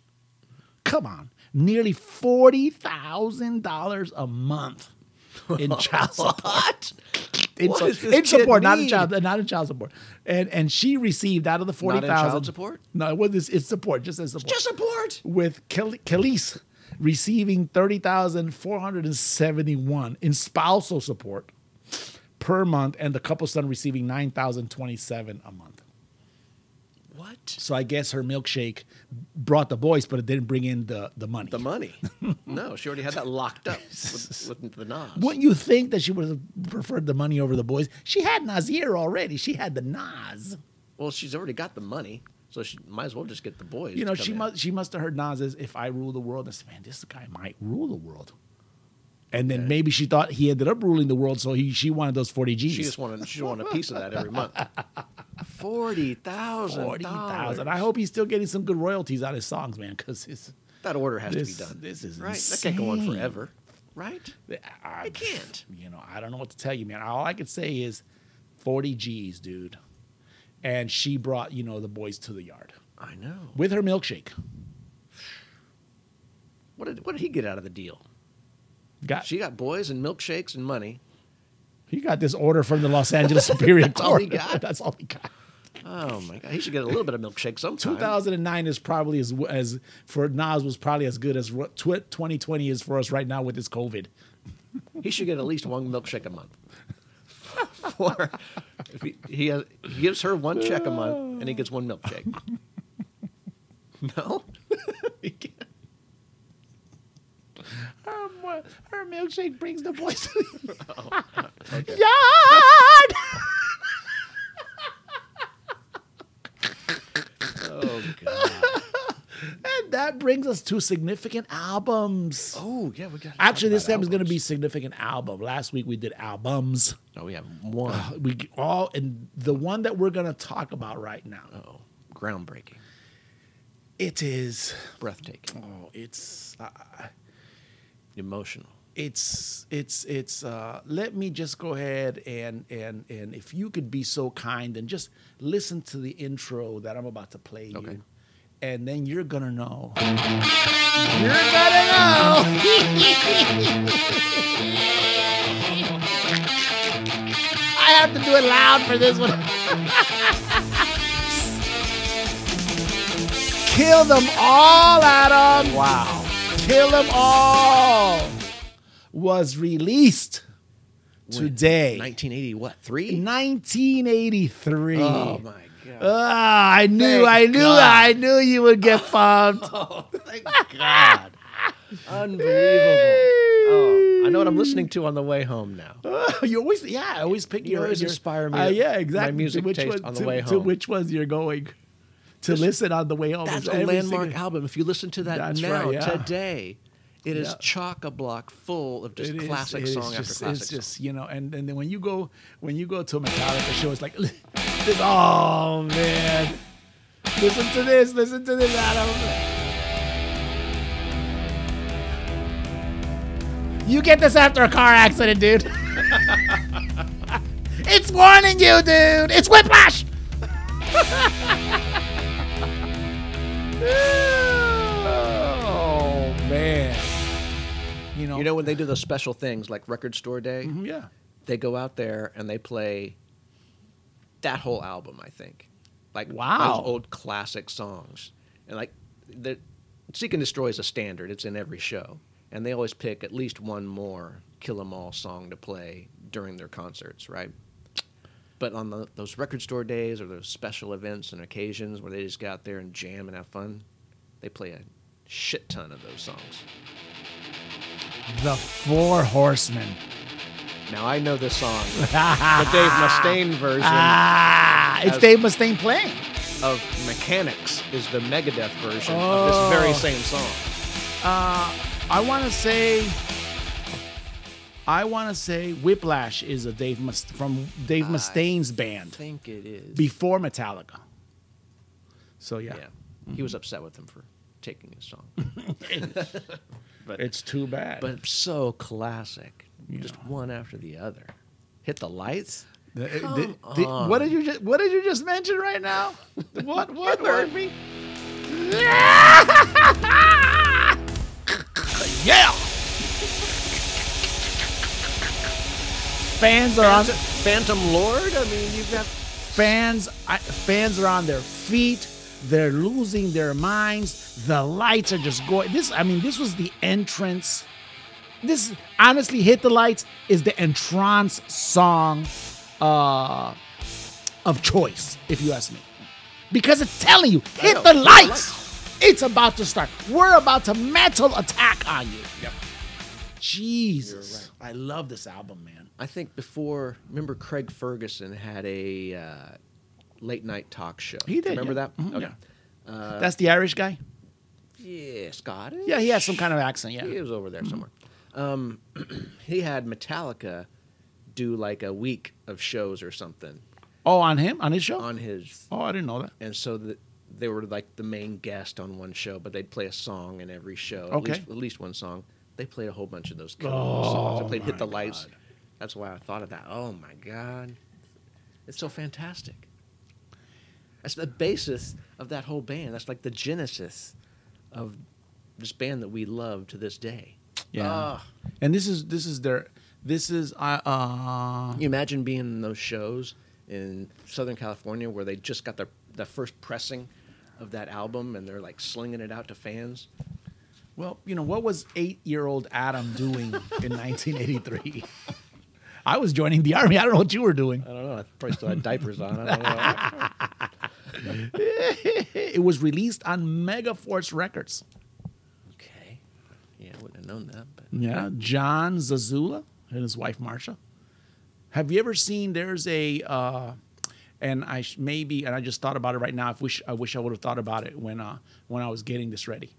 Speaker 1: Come on, nearly forty thousand dollars a month
Speaker 2: <laughs>
Speaker 1: in child support. In,
Speaker 2: What
Speaker 1: su-
Speaker 2: does this
Speaker 1: in support,
Speaker 2: kid
Speaker 1: not in
Speaker 2: need?
Speaker 1: child, not in child support, and and she received out of the forty
Speaker 2: Not in
Speaker 1: thousand
Speaker 2: child support?
Speaker 1: No, it was it's support, just as support
Speaker 2: Just support.
Speaker 1: with Khal- Khalees receiving 30,471 in spousal support per month and the couple's son receiving 9,027 a month.
Speaker 2: What?
Speaker 1: So I guess her milkshake brought the boys but it didn't bring in the the money. <laughs>
Speaker 2: The money? no, she already had that locked up with, with the Nas.
Speaker 1: Wouldn't you think that she would have preferred the money over the boys? She had Nazir already. She had the Nas.
Speaker 2: Well, she's already got the money, so she might as well just get the boys.
Speaker 1: You know,
Speaker 2: to come
Speaker 1: she
Speaker 2: in.
Speaker 1: must she must have heard Nas's "If I Rule the World." And said, "Man, this guy might rule the world." And then maybe she thought he ended up ruling the world, so he she wanted those forty Gs.
Speaker 2: She just wanted she wanted a piece of that every
Speaker 1: <laughs>
Speaker 2: month. Forty thousand.
Speaker 1: forty thousand. I hope he's still getting some good royalties out of his songs, man. Because it's
Speaker 2: that order has
Speaker 1: This-
Speaker 2: to be done.
Speaker 1: this is
Speaker 2: right. That can't go on
Speaker 1: insane.
Speaker 2: forever. Right?
Speaker 1: I,
Speaker 2: It can't.
Speaker 1: You know, I don't know what to tell you, man. All I could say is forty Gs, dude. And she brought you know the boys to the yard
Speaker 2: I know.
Speaker 1: with her milkshake.
Speaker 2: What did what did he get out of the deal?
Speaker 1: Got
Speaker 2: She got boys and milkshakes and money.
Speaker 1: he got this order from the Los
Speaker 2: <laughs>
Speaker 1: Angeles Superior
Speaker 2: That's all
Speaker 1: Court.
Speaker 2: he
Speaker 1: <laughs>
Speaker 2: got?
Speaker 1: That's all he got.
Speaker 2: Oh my god, he should get a little bit of milkshake sometime.
Speaker 1: 2009 is probably as as for Nas was probably as good as what tw- 2020 is for us right now with this COVID.
Speaker 2: He should get at least one milkshake a month. <laughs> For if he, he, has, he gives her one check a month and he gets one milkshake. No, he can't.
Speaker 1: Her, mo- her milkshake brings the boys to
Speaker 2: <laughs>
Speaker 1: the yard.
Speaker 2: Oh god.
Speaker 1: and that brings us to significant albums.
Speaker 2: Oh yeah, we got.
Speaker 1: Actually, this time is going to be significant album. Last week we did albums. Uh,
Speaker 2: No, Oh, we have one.
Speaker 1: We all and the one that we're going to talk about right now
Speaker 2: Oh, groundbreaking,
Speaker 1: It is.
Speaker 2: breathtaking,
Speaker 1: Oh, it's. I- I
Speaker 2: emotional.
Speaker 1: it's it's it's uh let me just go ahead and and and if you could be so kind and just listen to the intro that I'm about to play
Speaker 2: Okay.
Speaker 1: you and then you're gonna know
Speaker 5: I have to do it loud for this one.
Speaker 1: kill them all Adam
Speaker 5: Wow.
Speaker 1: kill them all was released today
Speaker 2: 1980, what three?
Speaker 1: 1983
Speaker 2: Oh my god!
Speaker 1: Ah, I knew,
Speaker 2: Thank
Speaker 1: I knew, I knew you would
Speaker 2: <laughs>
Speaker 1: get pumped.
Speaker 2: God, unbelievable! Oh, I know what I'm listening to on the way home now.
Speaker 1: <laughs> you always, yeah, I always pick
Speaker 2: You
Speaker 1: your.
Speaker 2: always
Speaker 1: your-
Speaker 2: inspire me
Speaker 1: Uh,
Speaker 2: with
Speaker 1: yeah,
Speaker 2: my
Speaker 1: exactly. to
Speaker 2: music taste
Speaker 1: one-
Speaker 2: on the
Speaker 1: to,
Speaker 2: way
Speaker 1: To
Speaker 2: home.
Speaker 1: which ones you're going to listen on the way home?
Speaker 2: That's
Speaker 1: is
Speaker 2: a
Speaker 1: every
Speaker 2: landmark
Speaker 1: single-
Speaker 2: album. If you listen to that
Speaker 1: That's
Speaker 2: now
Speaker 1: right, yeah.
Speaker 2: today, it is
Speaker 1: Yeah.
Speaker 2: chock a block full of just
Speaker 1: It is-
Speaker 2: classic
Speaker 1: it is
Speaker 2: song
Speaker 1: just-
Speaker 2: after classic
Speaker 1: It's
Speaker 2: song.
Speaker 1: just you know, and, and then when you go when you go to a Metallica show, it's like, <laughs> this, oh man, listen to this, listen to this, Adam.
Speaker 5: You get this after a car accident,
Speaker 1: <laughs>
Speaker 5: dude. it's warning you, dude. It's
Speaker 2: <laughs>
Speaker 5: whiplash.
Speaker 1: <laughs> Oh man, you know,
Speaker 2: You know when they do those special things like Record Store Day,
Speaker 1: yeah,
Speaker 2: they go out there and they play that whole album. I think, like
Speaker 1: Wow.
Speaker 2: those old classic songs, and like the Seek and Destroy is a standard. It's in every show, and they always pick at least one more Kill 'Em All song to play during their concerts, right? But on the, those record store days or those special events and occasions where they just go out there and jam and have fun, they play a shit ton of those songs.
Speaker 1: the Four Horsemen. <laughs>
Speaker 2: Now I know this song, the Dave Mustaine version
Speaker 1: Ah, it's
Speaker 2: As-
Speaker 1: Dave Mustaine playing.
Speaker 2: of Mechanics is the Megadeth version of this very
Speaker 1: Oh.
Speaker 2: same song.
Speaker 1: I want to say, I want to say, Whiplash is a Dave Must- from Dave Mustaine's
Speaker 2: I
Speaker 1: band
Speaker 2: think it is.
Speaker 1: before Metallica. So yeah,
Speaker 2: yeah, he was upset with him for taking
Speaker 1: <laughs>
Speaker 2: his song,
Speaker 1: it's too bad.
Speaker 2: but so classic,
Speaker 1: Yeah.
Speaker 2: just one after the other. Hit the lights.
Speaker 1: The- the-
Speaker 2: Come
Speaker 1: the- what
Speaker 2: on.
Speaker 1: did you just What did you just mention right now? <laughs> What what heard <laughs> me? yeah. Fans are on.
Speaker 2: Phantom, Phantom Lord. I mean, you've got
Speaker 1: fans I, fans are on their feet they're losing their minds the lights are just going this i mean this was the entrance this honestly hit the lights is the entrance song uh of choice if you ask me because it's telling you hit
Speaker 2: know,
Speaker 1: the
Speaker 2: hit the
Speaker 1: lights it's about to start we're about to metal attack on you yep jesus i love this album man
Speaker 2: I think before, remember Craig Ferguson had a uh, late night talk show.
Speaker 1: He did,
Speaker 2: Remember
Speaker 1: yeah.
Speaker 2: that?
Speaker 1: Mhm, that's the irish guy
Speaker 2: Yeah, Scottish.
Speaker 1: yeah he has some kind of accent yeah Mm-hmm.
Speaker 2: He was over there somewhere. Um, <clears throat> he had Metallica do like a week of shows or something
Speaker 1: Oh, on him? On his show?
Speaker 2: on his,
Speaker 1: oh, I didn't know that.
Speaker 2: and so that they were like the main guest on one show, but they'd play a song in every show.
Speaker 1: Okay.
Speaker 2: At least, at least one song. They played a whole bunch of those killer
Speaker 1: Oh
Speaker 2: songs. They played "Hit the Lights." That's why I thought of that. Oh my god, it's so fantastic. That's the basis of that whole band. That's like the genesis of this band that we love to this day.
Speaker 1: Yeah.
Speaker 2: Ah.
Speaker 1: and this is this is their this is uh, uh
Speaker 2: You imagine being in those shows in Southern California where they just got their the first pressing of that album and they're like slinging it out to fans.
Speaker 1: well, you know, what was 8-year-old Adam doing in 1983? I was joining the army. I don't know what you were doing.
Speaker 2: I don't know. I probably still had diapers on. I don't know.
Speaker 1: It was released on Megaforce Records.
Speaker 2: <laughs> okay. Yeah, I wouldn't have known that. But
Speaker 1: Yeah, John Zazula and his wife Marsha. Have you ever seen? There's a, uh, and I sh- maybe, and I just thought about it right now. I wish I wish I would have thought about it when uh, when I was getting this ready.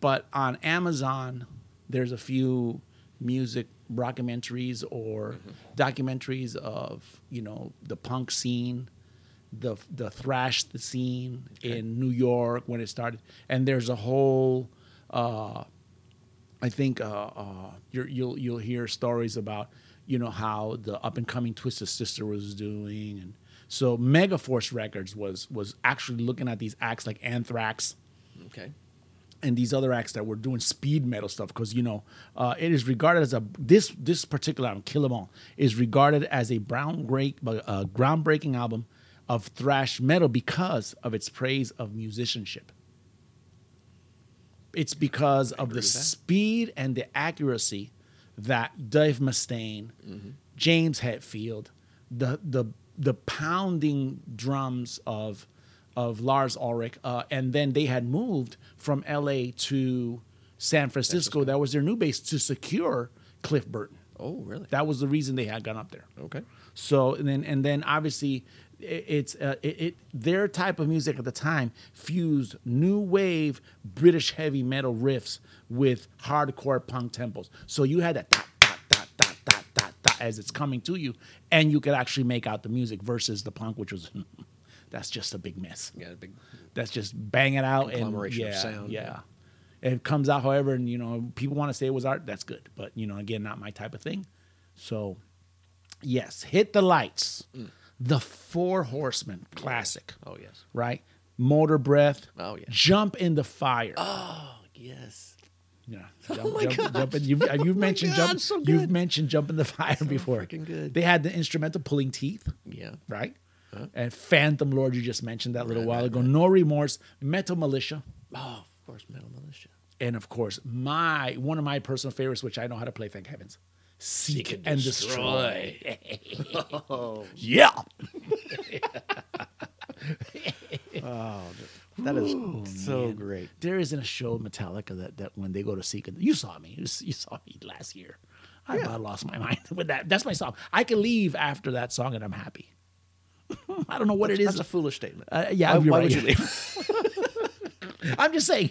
Speaker 1: But on Amazon, there's a few music documentaries or documentaries of you know the punk scene the the thrash the scene in New York when it started, and there's a whole. Uh, I think uh, uh, you're, you'll you'll hear stories about you know how the up and coming Twisted Sister was doing, and so Megaforce Records was was actually looking at these acts like Anthrax
Speaker 2: Okay.
Speaker 1: and these other acts that were doing speed metal stuff because you know uh, it is regarded as a this this particular album Kill 'Em All is regarded as a brown break uh, groundbreaking album of thrash metal because of its praise of musicianship. It's because of the
Speaker 2: with that.
Speaker 1: speed and the accuracy that Dave Mustaine, James Hetfield, the the the pounding drums of of Lars Ulrich, uh, and then they had moved from L.A. to San Francisco. That was their new base to secure Cliff Burton.
Speaker 2: Oh, really?
Speaker 1: That was the reason they had gone up there.
Speaker 2: okay.
Speaker 1: So and then and then obviously i- it's uh, it, it their type of music at the time fused new wave British heavy metal riffs with hardcore punk tempos. So you had that dot, dot, dot, dot, dot, dot, dot, as it's coming to you, and you could actually make out the music versus the punk, which was <laughs> that's just a big mess.
Speaker 2: Yeah, big.
Speaker 1: That's just bang it out and
Speaker 2: Conglomeration
Speaker 1: yeah,
Speaker 2: of sound.
Speaker 1: yeah. It comes out however, and you know, people want to say it was art. That's good, but you know, again, not my type of thing. So, yes, hit the lights.
Speaker 2: Mm.
Speaker 1: The Four Horsemen classic,
Speaker 2: Oh yes.
Speaker 1: right? Motor breath.
Speaker 2: Oh, yeah.
Speaker 1: Jump in the fire.
Speaker 2: Oh yes. <laughs>
Speaker 1: Yeah.
Speaker 2: Oh
Speaker 1: Jump, jump, jump in- you've, you've mentioned
Speaker 2: God,
Speaker 1: jump.
Speaker 2: so
Speaker 1: you've
Speaker 2: good.
Speaker 1: mentioned jump in the fire before.
Speaker 2: freaking good.
Speaker 1: They had the instrumental pulling teeth
Speaker 2: Yeah.
Speaker 1: right? And Phantom Lord, you just mentioned that a little
Speaker 2: Right,
Speaker 1: while
Speaker 2: right,
Speaker 1: ago. No Remorse, Metal Militia,
Speaker 2: Oh, of course, Metal Militia.
Speaker 1: and of course, my one of my personal favorites, which I know how to play, thank heavens. Seek,
Speaker 2: Seek and
Speaker 1: and destroy. Oh,
Speaker 2: destroy.
Speaker 1: <laughs> yeah.
Speaker 2: That is so great.
Speaker 1: There isn't a show of Metallica that, that when they go to Seek and you saw me. You, s- you saw me last year. I about lost my <laughs> mind with that. That's my song. I can leave after that song and I'm happy. <laughs> I don't know what it is.
Speaker 2: That's a foolish statement.
Speaker 1: Uh, yeah,
Speaker 2: Why-
Speaker 1: you're
Speaker 2: why
Speaker 1: right.
Speaker 2: would you leave?
Speaker 1: <laughs>
Speaker 2: <laughs>
Speaker 1: I'm just saying.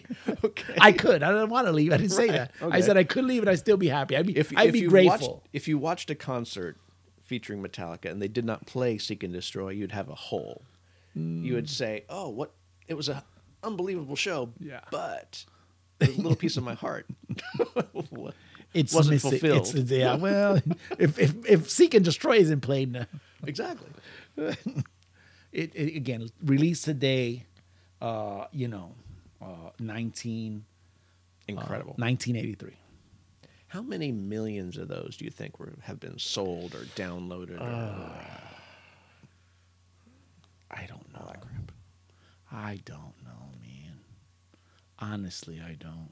Speaker 1: I could. I didn't want to leave. I <laughs> didn't say that. I
Speaker 2: okay.
Speaker 1: said I could leave and I'd still be happy. I'd be,
Speaker 2: If,
Speaker 1: I'd
Speaker 2: if
Speaker 1: be
Speaker 2: you
Speaker 1: grateful.
Speaker 2: Watched, if you watched a concert featuring Metallica and they did not play "Seek and Destroy," you'd have a hole. You
Speaker 1: Mm.
Speaker 2: would say, "Oh, what? It was a unbelievable show,
Speaker 1: Yeah.
Speaker 2: but a little piece of my heart <laughs> wa-
Speaker 1: it's
Speaker 2: wasn't
Speaker 1: missing-
Speaker 2: fulfilled."
Speaker 1: It's, uh, <laughs> yeah, well, if, if, if Seek and Destroy isn't played, no.
Speaker 2: exactly.
Speaker 1: Uh, it, it again, released today, uh, you know, uh, 19,
Speaker 2: Incredible.
Speaker 1: 1983.
Speaker 2: How many millions of those do you think were have been sold or downloaded? Or,
Speaker 1: Uh. I don't know. I don't know, man. Honestly, I don't.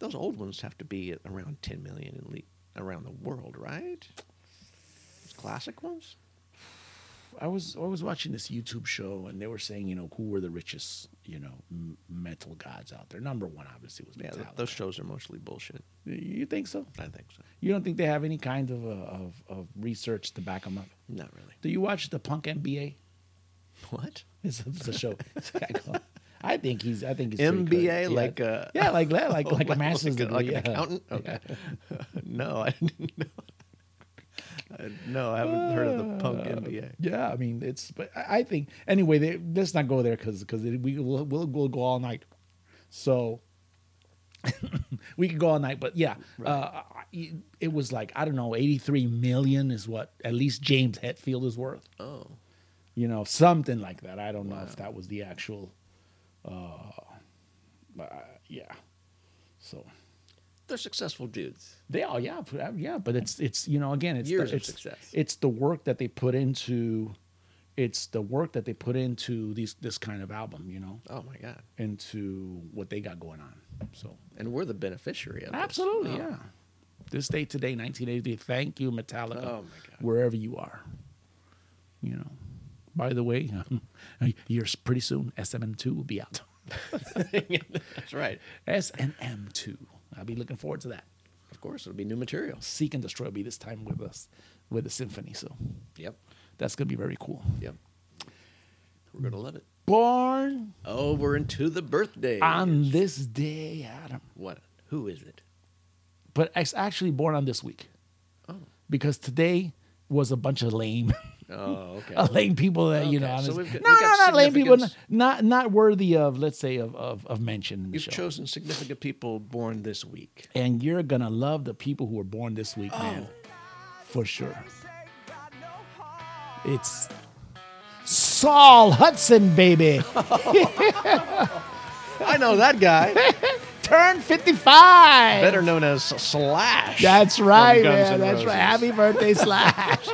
Speaker 2: those old ones have to be at around 10 million in le- around the world, right? Those classic ones?
Speaker 1: I was I was watching this YouTube show and they were saying you know who were the richest you know m- metal gods out there. Number one obviously was
Speaker 2: Yeah,
Speaker 1: Metallica.
Speaker 2: th- those shows are mostly bullshit.
Speaker 1: you think so?
Speaker 2: I think so.
Speaker 1: You don't think they have any kind of uh, of, of research to back them up?
Speaker 2: Not really.
Speaker 1: Do you watch the Punk MBA?
Speaker 2: <laughs> What?
Speaker 1: It's, it's a
Speaker 2: <laughs>
Speaker 1: show. It's a guy called- I think he's I think he's pretty
Speaker 2: MBA,
Speaker 1: crazy. Yeah.
Speaker 2: like a-
Speaker 1: yeah like like
Speaker 2: <laughs>
Speaker 1: like, like a
Speaker 2: Like-
Speaker 1: master's
Speaker 2: Oh, like,
Speaker 1: degree
Speaker 2: a- like an <laughs>
Speaker 1: yeah.
Speaker 2: accountant? Okay. no, I didn't <laughs> know. I, no, I haven't heard of the punk NBA.
Speaker 1: Yeah, I mean it's. But I I think anyway. They, let's not go there because because we will we'll, we'll go all night. So <laughs> we could go all night, but yeah, uh, I- it was like I don't know, eighty three million is what at least James Hetfield is worth.
Speaker 2: Oh.
Speaker 1: You know, something like that. I don't know if that was the actual. Uh, uh, yeah, so
Speaker 2: They're successful dudes.
Speaker 1: they all yeah put out- yeah, but it's it's you know again it's
Speaker 2: Years
Speaker 1: the,
Speaker 2: of
Speaker 1: it's,
Speaker 2: success.
Speaker 1: It's the work that they put into, it's the work that they put into these this kind of album, you know,
Speaker 2: Oh, my God.
Speaker 1: into what they got going on. So
Speaker 2: And we're the beneficiary of this. Oh.
Speaker 1: absolutely
Speaker 2: Wow.
Speaker 1: yeah. This day today, 1980. Thank you, Metallica,
Speaker 2: Oh, my God.
Speaker 1: wherever you are. You know. By the way, um, <laughs> you're pretty soon SMM2 will be out. <laughs>
Speaker 2: <laughs> That's right.
Speaker 1: SNM2. I'll be looking forward to that.
Speaker 2: Of course, it'll be new material.
Speaker 1: Seek and Destroy will be this time with us with the symphony. So
Speaker 2: Yep.
Speaker 1: that's gonna be very cool.
Speaker 2: Yep. We're going to love it.
Speaker 1: Born
Speaker 2: Oh, we're into the birthday.
Speaker 1: on this day, Adam.
Speaker 2: What? Who is it?
Speaker 1: But it's actually born on this week.
Speaker 2: Oh.
Speaker 1: Because today was <laughs> a bunch of lame <laughs>
Speaker 2: <laughs> Oh, okay.
Speaker 1: uh, lame people that you know.
Speaker 2: Okay, so
Speaker 1: honest-
Speaker 2: we've got-
Speaker 1: no,
Speaker 2: we've
Speaker 1: no,
Speaker 2: got
Speaker 1: not lame people. Not,
Speaker 2: significance.
Speaker 1: not not worthy of let's say of of, of mention in the
Speaker 2: You've
Speaker 1: show.
Speaker 2: chosen significant people born this week.
Speaker 1: and you're gonna love the people who were born this week, man,
Speaker 2: Oh.
Speaker 1: for sure. It's Saul Hudson,
Speaker 2: <laughs>
Speaker 1: baby.
Speaker 2: I know that <laughs> guy,
Speaker 1: Turn 55.
Speaker 2: better known as Slash.
Speaker 1: That's
Speaker 2: from
Speaker 1: right,
Speaker 2: Guns
Speaker 1: man.
Speaker 2: N'
Speaker 1: That's
Speaker 2: Roses.
Speaker 1: right. Happy birthday,
Speaker 2: <laughs>
Speaker 1: Slash.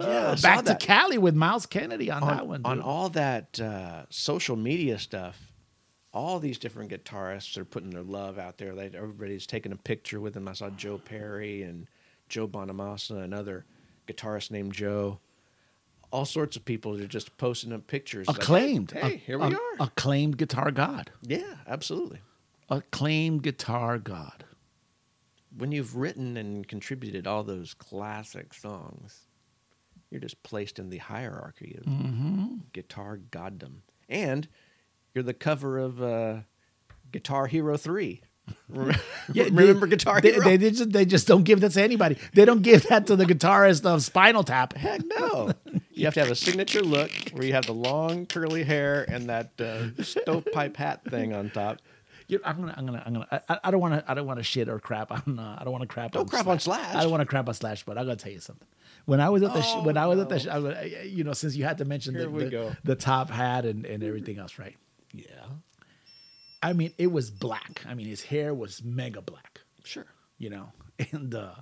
Speaker 2: Yeah, I saw
Speaker 1: Back to
Speaker 2: that.
Speaker 1: Cali with Miles Kennedy on, that one.
Speaker 2: on, on
Speaker 1: dude.
Speaker 2: all that uh, social media stuff, all these different guitarists are putting their love out there. They, everybody's taking a picture with them. I saw Joe Perry and Joe Bonamassa, another guitarist named Joe. All sorts of people that are just posting up pictures. like, hey,
Speaker 1: acclaimed.
Speaker 2: Hey,
Speaker 1: A-
Speaker 2: here we
Speaker 1: a-
Speaker 2: are.
Speaker 1: Acclaimed guitar god.
Speaker 2: yeah, absolutely.
Speaker 1: Acclaimed guitar god.
Speaker 2: When you've written and contributed all those classic songs, you're just placed in the hierarchy of
Speaker 1: Mm-hmm.
Speaker 2: guitar goddom. And you're the cover of uh, Guitar Hero 3. Rem-
Speaker 1: <laughs>
Speaker 2: <laughs> Remember
Speaker 1: they-
Speaker 2: Guitar
Speaker 1: they,
Speaker 2: Hero?
Speaker 1: They, they just, they just don't give that to anybody. They don't give that to the guitarist of Spinal Tap.
Speaker 2: <laughs> Heck no. You have to have a signature look where you have the long curly hair and that
Speaker 1: <laughs>
Speaker 2: uh, stovepipe hat thing on top.
Speaker 1: You- I'm gonna, I'm gonna, I'm gonna. I, I don't want to, I don't want to shit or crap on. Uh, I don't want to crap.
Speaker 2: Don't
Speaker 1: on
Speaker 2: crap on Slash.
Speaker 1: I don't want to crap on slash, but I'm gonna tell you something. When I was at the, sh-
Speaker 2: Oh,
Speaker 1: when I was at the,
Speaker 2: no.
Speaker 1: sh- I was, I- you know, since you had to mention the,
Speaker 2: Here we
Speaker 1: the-
Speaker 2: go.
Speaker 1: the top hat and and everything else, right? Yeah. I mean, it was black. I mean, his hair was mega black
Speaker 2: Sure.
Speaker 1: you know, <laughs> and uh,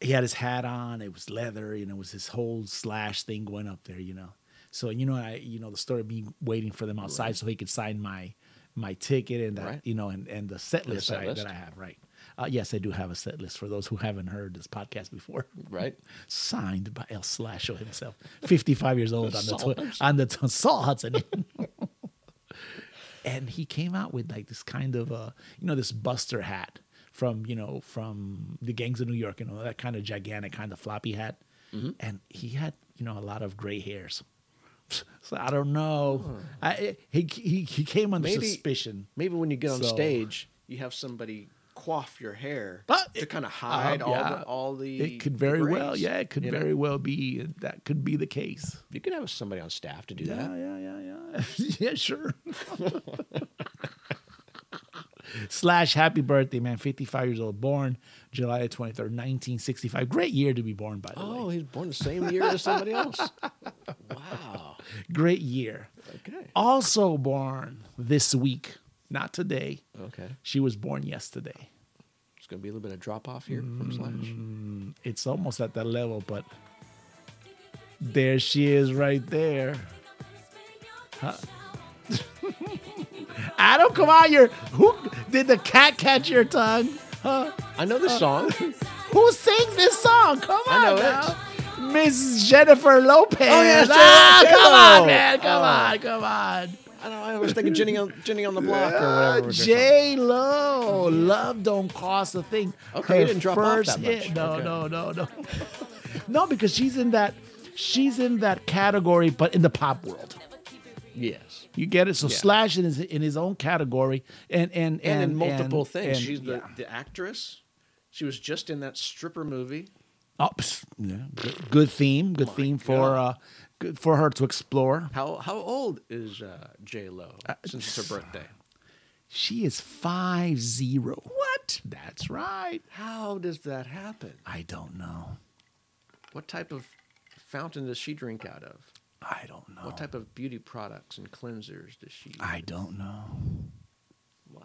Speaker 1: he had his hat on. It was leather, and it was his whole slash thing going up there, you know. So you know, I you know the story of me waiting for them outside so he could sign my my ticket and that
Speaker 2: Right.
Speaker 1: you know and and the set list,
Speaker 2: set
Speaker 1: that I-
Speaker 2: list.
Speaker 1: that I have right. Uh, yes, I do have a set list for those who haven't heard this podcast
Speaker 2: <laughs>
Speaker 1: before.
Speaker 2: Right?
Speaker 1: Signed by El Slasho himself, fifty-five years old on the
Speaker 2: Saul
Speaker 1: twi- on the t- Saul Hudson. <laughs> and he came out with like this kind of uh you know this buster hat from you know from the gangs of new york you know that kind of gigantic kind of floppy hat
Speaker 2: Mm-hmm.
Speaker 1: and he had you know a lot of gray hairs <laughs> so i don't know I, he, he he came under
Speaker 2: Maybe-
Speaker 1: suspicion
Speaker 2: Maybe when you get on
Speaker 1: So-
Speaker 2: stage, you have somebody quaff your hair
Speaker 1: But
Speaker 2: to
Speaker 1: it-
Speaker 2: kind of hide
Speaker 1: uh,
Speaker 2: all
Speaker 1: yeah.
Speaker 2: the all the.
Speaker 1: it could
Speaker 2: the
Speaker 1: very well
Speaker 2: grays,
Speaker 1: yeah it could
Speaker 2: you know?
Speaker 1: very well be that could be the case
Speaker 2: You could have somebody on staff to do
Speaker 1: Yeah,
Speaker 2: that.
Speaker 1: yeah, yeah, yeah. <laughs> yeah, sure. Slash happy birthday, man. 55 years old, born July 23rd, 1965. Great year to be born, by the
Speaker 2: Oh,
Speaker 1: way.
Speaker 2: he's born the same year as
Speaker 1: <laughs>
Speaker 2: somebody else. Wow.
Speaker 1: Great year.
Speaker 2: Okay.
Speaker 1: Also born this week, not today.
Speaker 2: Okay.
Speaker 1: She was born yesterday.
Speaker 2: It's going to be a little bit of drop off here from
Speaker 1: Mm.
Speaker 2: Slash.
Speaker 1: It's almost at that level, but there she is right there. Huh? <laughs> Adam, come on, your who did the cat catch your tongue? Huh?
Speaker 2: I know
Speaker 1: <laughs>
Speaker 2: this song.
Speaker 1: Who sings this song? Come on,
Speaker 2: I know it.
Speaker 1: now. Miss Jennifer Lopez.
Speaker 2: yes,
Speaker 1: ah,
Speaker 2: Jennifer
Speaker 1: come
Speaker 2: Lo.
Speaker 1: on, man, come
Speaker 2: Oh.
Speaker 1: on, come on.
Speaker 2: I know. I was thinking Jenny on Jenny on the Block or whatever. it was or
Speaker 1: J Lo, love don't cost a thing.
Speaker 2: Okay, you didn't drop off that much.
Speaker 1: hit- No,
Speaker 2: Okay.
Speaker 1: no, no, no, <laughs> no, because she's in that, she's in that category, but in the pop world.
Speaker 2: something. Yes.
Speaker 1: You get it. So
Speaker 2: Yeah.
Speaker 1: Slash is in his own category, and and
Speaker 2: And,
Speaker 1: and,
Speaker 2: in multiple
Speaker 1: and-
Speaker 2: things.
Speaker 1: and-
Speaker 2: She's the,
Speaker 1: yeah.
Speaker 2: the actress. She was just in that stripper movie.
Speaker 1: Oh, psst, yeah. Good, good theme. Good theme for uh, good for her to explore.
Speaker 2: How how old is uh, J Lo since it's her birthday?
Speaker 1: She is five zero. What? That's right.
Speaker 2: How does that happen?
Speaker 1: I don't know.
Speaker 2: What type of fountain does she drink out of?
Speaker 1: I don't know.
Speaker 2: What type of beauty products and cleansers does she?
Speaker 1: Oh. I don't know.
Speaker 2: wow.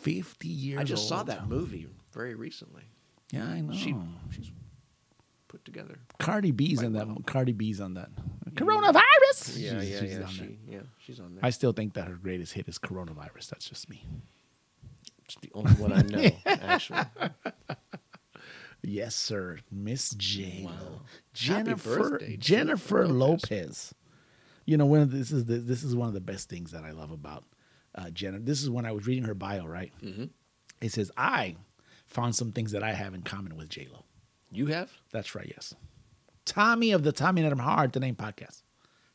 Speaker 1: 50 years
Speaker 2: I just saw
Speaker 1: old.
Speaker 2: that movie very recently.
Speaker 1: Yeah, I know.
Speaker 2: She
Speaker 1: Oh.
Speaker 2: she's put together.
Speaker 1: Cardi B's in that. one. Cardi B's on that. Coronavirus. She's- she's on that.
Speaker 2: She, yeah, she's on there.
Speaker 1: I still think that her greatest hit is Coronavirus. That's just me.
Speaker 2: it's the only one
Speaker 1: <laughs>
Speaker 2: I know. Actually,
Speaker 1: Yes, sir. Miss J. Lo.
Speaker 2: Wow.
Speaker 1: Jennifer
Speaker 2: birthday,
Speaker 1: Jennifer,
Speaker 2: Jennifer Lopez.
Speaker 1: Lopez. You know, one of the- this is the, this is one of the best things that I love about uh, Jennifer. This is when I was reading her bio, right?
Speaker 2: Mm-hmm.
Speaker 1: It says I found some things that I have in common with J Lo.
Speaker 2: you have
Speaker 1: That's right. Yes, Tommy of the Tommy and Adam Hard the Name podcast.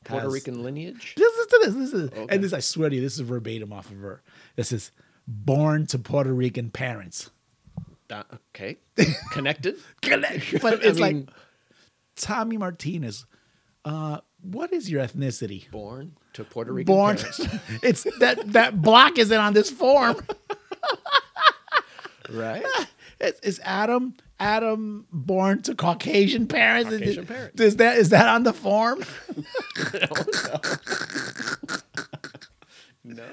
Speaker 2: Puerto
Speaker 1: Has- <laughs>
Speaker 2: Rican lineage.
Speaker 1: Listen to this. Listen to this.
Speaker 2: Okay.
Speaker 1: And this, I swear to
Speaker 2: <laughs>
Speaker 1: you, this is verbatim off of her. This is born to Puerto Rican parents.
Speaker 2: uh, okay,
Speaker 1: <laughs>
Speaker 2: connected.
Speaker 1: Connect. But
Speaker 2: I
Speaker 1: it's like
Speaker 2: mean,
Speaker 1: Tommy Martinez. Uh, what is your ethnicity?
Speaker 2: born to Puerto Rican
Speaker 1: Born.
Speaker 2: parents.
Speaker 1: <laughs> it's that that block isn't on this
Speaker 2: <laughs>
Speaker 1: form. <laughs>
Speaker 2: right?
Speaker 1: It's, it's Adam. Adam born to Caucasian parents.
Speaker 2: Caucasian
Speaker 1: is,
Speaker 2: parents.
Speaker 1: Is that is that on the form? <laughs>
Speaker 2: No.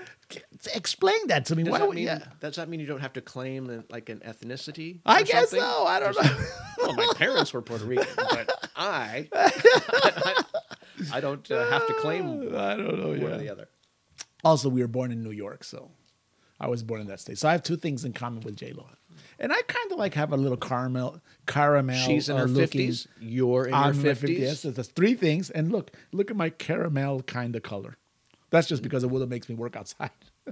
Speaker 1: Explain that to me.
Speaker 2: Does
Speaker 1: Why
Speaker 2: that
Speaker 1: don't we?
Speaker 2: mean
Speaker 1: Yeah.
Speaker 2: does that mean you don't have to claim an, like an ethnicity?
Speaker 1: I
Speaker 2: or
Speaker 1: guess
Speaker 2: something?
Speaker 1: so. I don't
Speaker 2: Or
Speaker 1: know.
Speaker 2: Well, my parents were Puerto Rican, but I, I don't uh, have to claim one
Speaker 1: <laughs> I don't know.
Speaker 2: or the
Speaker 1: Oh, Yeah.
Speaker 2: other.
Speaker 1: Also, we were born in New York, so I was born in that state. So I have two things in common with J Lo, and I kind of like have a little caramel, caramel.
Speaker 2: She's in
Speaker 1: uh,
Speaker 2: her
Speaker 1: looking-
Speaker 2: fifties. You're in
Speaker 1: I'm
Speaker 2: your
Speaker 1: in my 50s. Yes,
Speaker 2: fifties.
Speaker 1: so that's three things. And look, look at my caramel kind of color. That's just because it would have makes me work outside, <laughs>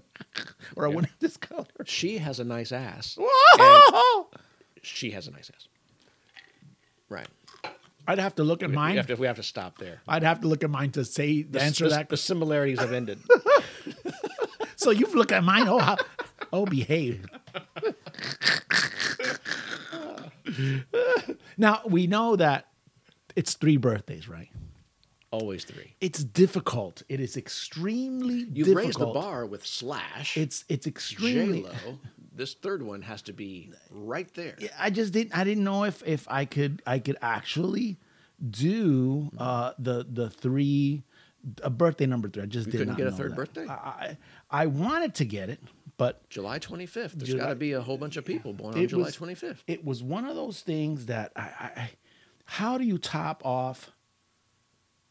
Speaker 1: or I
Speaker 2: Yeah.
Speaker 1: wouldn't <laughs> have this color.
Speaker 2: She has a nice ass.
Speaker 1: Whoa!
Speaker 2: She has a nice ass. Right.
Speaker 1: I'd have to look at
Speaker 2: We
Speaker 1: mine.
Speaker 2: have to, we have to stop there.
Speaker 1: I'd have to look at mine to say to answer
Speaker 2: the,
Speaker 1: that.
Speaker 2: The similarities
Speaker 1: <laughs>
Speaker 2: have ended.
Speaker 1: So you've looked at mine. Oh,
Speaker 2: <laughs>
Speaker 1: how, oh, behave. now we know that it's three birthdays, right?
Speaker 2: Always three.
Speaker 1: It's difficult. It is extremely
Speaker 2: You've
Speaker 1: difficult.
Speaker 2: raised the bar with Slash.
Speaker 1: It's it's extremely.
Speaker 2: J-Lo. This third one has to be right there.
Speaker 1: Yeah, I just didn't. I didn't know if if I could I could actually do uh, the the three a birthday number three. I just did
Speaker 2: couldn't
Speaker 1: not
Speaker 2: get a
Speaker 1: know
Speaker 2: third
Speaker 1: that.
Speaker 2: birthday?
Speaker 1: I, I I wanted to get it, but
Speaker 2: July 25th. There's
Speaker 1: July-
Speaker 2: got to be a whole bunch of people born on
Speaker 1: It
Speaker 2: July
Speaker 1: was-
Speaker 2: 25th.
Speaker 1: it was one of those things that I, I, I how do you top off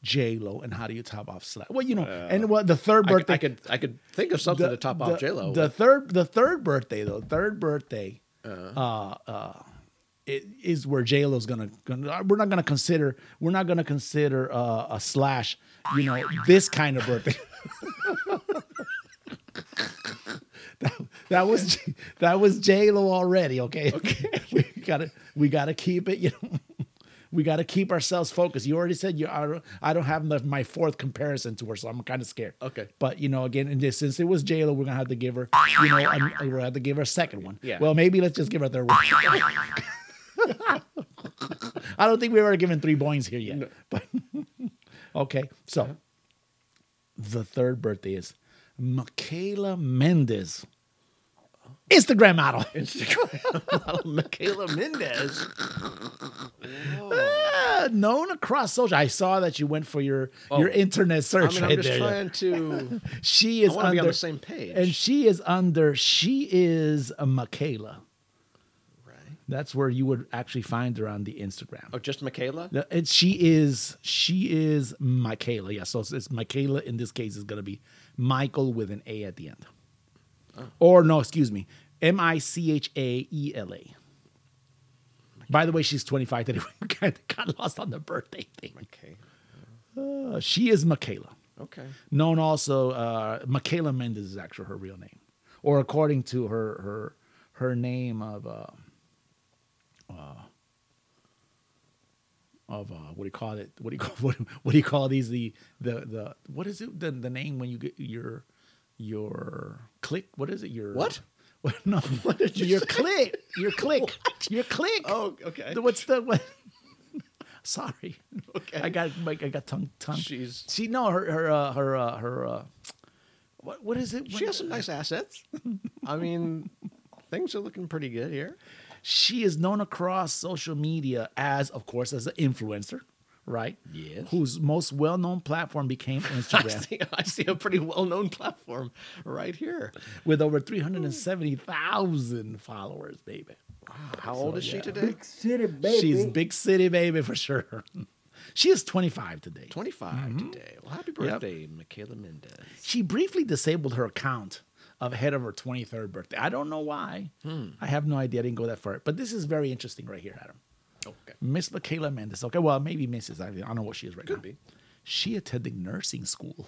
Speaker 1: J Lo and how do you top off Slack? Well, you know, and what the third
Speaker 2: Uh, I c-
Speaker 1: birthday
Speaker 2: I, could I could think of something to top off
Speaker 1: the-
Speaker 2: J Lo.
Speaker 1: The third the third birthday though, third birthday
Speaker 2: Uh-huh.
Speaker 1: uh uh it is where J Lo's gonna, gonna uh, we're not gonna consider we're not gonna consider uh, a slash, you know, this kind of birthday. <laughs> that, that was J- that was J Lo already, okay? Okay. <laughs> we gotta we gotta keep it, you know. <laughs> We got to keep ourselves focused. You already said you I don't, I don't have enough, my fourth comparison to her, so I'm kind of scared.
Speaker 2: Okay.
Speaker 1: But you know, again, and just, since it was J Lo, we're gonna have to give her, you know, I'm, we're gonna have to give her a second one.
Speaker 2: Yeah.
Speaker 1: Well, maybe let's just give her a third one. <laughs> I don't think we've ever given three boings here yet. But <laughs> okay,
Speaker 2: Uh-huh.
Speaker 1: so the third birthday is Michaela Mendez, Instagram model.
Speaker 2: Instagram <laughs> Michaela Mendez.
Speaker 1: <laughs> Ah, known across social. I saw that you went for your
Speaker 2: Oh.
Speaker 1: your internet
Speaker 2: I
Speaker 1: search
Speaker 2: mean,
Speaker 1: right
Speaker 2: I'm just
Speaker 1: there.
Speaker 2: trying to.
Speaker 1: She is
Speaker 2: I want to
Speaker 1: under
Speaker 2: be on the same page.
Speaker 1: and she is under. She is a Michaela.
Speaker 2: right.
Speaker 1: That's where you would actually find her on the Instagram.
Speaker 2: Oh, just Michaela.
Speaker 1: No, And she is she is Michaela. Yeah, so it's, it's Michaela in this case is gonna be Michael with an A at the end. Or no, excuse me, M I C H A E L A. By the way, she's 25 <laughs> today. We kind of got lost on the birthday thing.
Speaker 2: Okay.
Speaker 1: Uh, she is Michaela.
Speaker 2: Okay.
Speaker 1: Known also, uh, Michaela Mendez is actually her real name, or according to her her her name of uh, uh, of uh, what do you call it? What do you <laughs> call what, do- what do you call these? The the the what is it? The the name when you get your your click? What is it? Your
Speaker 2: What?
Speaker 1: What, <laughs> no, what did
Speaker 2: you
Speaker 1: your
Speaker 2: say?
Speaker 1: click, your
Speaker 2: <laughs>
Speaker 1: click, <laughs> your click.
Speaker 2: Oh, okay.
Speaker 1: The- what's the what? <laughs> Sorry,
Speaker 2: Okay.
Speaker 1: I got my, I got tongue tongue.
Speaker 2: She's-
Speaker 1: she no her her uh, her uh, her uh, what what is it?
Speaker 2: She
Speaker 1: When-
Speaker 2: has some nice <laughs> assets. I mean, things are looking pretty good here.
Speaker 1: She is known across social media as, of course, as an influencer, right?
Speaker 2: Yes.
Speaker 1: Whose most well-known platform became
Speaker 2: <laughs> I
Speaker 1: Instagram,
Speaker 2: see, I see a pretty well-known platform right here.
Speaker 1: with over three hundred and seventy thousand followers, baby.
Speaker 2: How old is she
Speaker 1: yeah.
Speaker 2: today?
Speaker 5: City baby.
Speaker 1: She's big city baby for sure. <laughs> she is twenty-five today.
Speaker 2: 25 today. Well, happy birthday, Michaela Mendez.
Speaker 1: She briefly disabled her account ahead of her 23rd birthday. I don't know why.
Speaker 2: Hmm.
Speaker 1: I have no idea. I didn't go that far. But this is very interesting right here, Adam.
Speaker 2: Okay.
Speaker 1: Miss Michaela Mendes. Okay, well, maybe Mrs. I don't know what she is right
Speaker 2: Could
Speaker 1: now.
Speaker 2: be.
Speaker 1: She attended nursing school.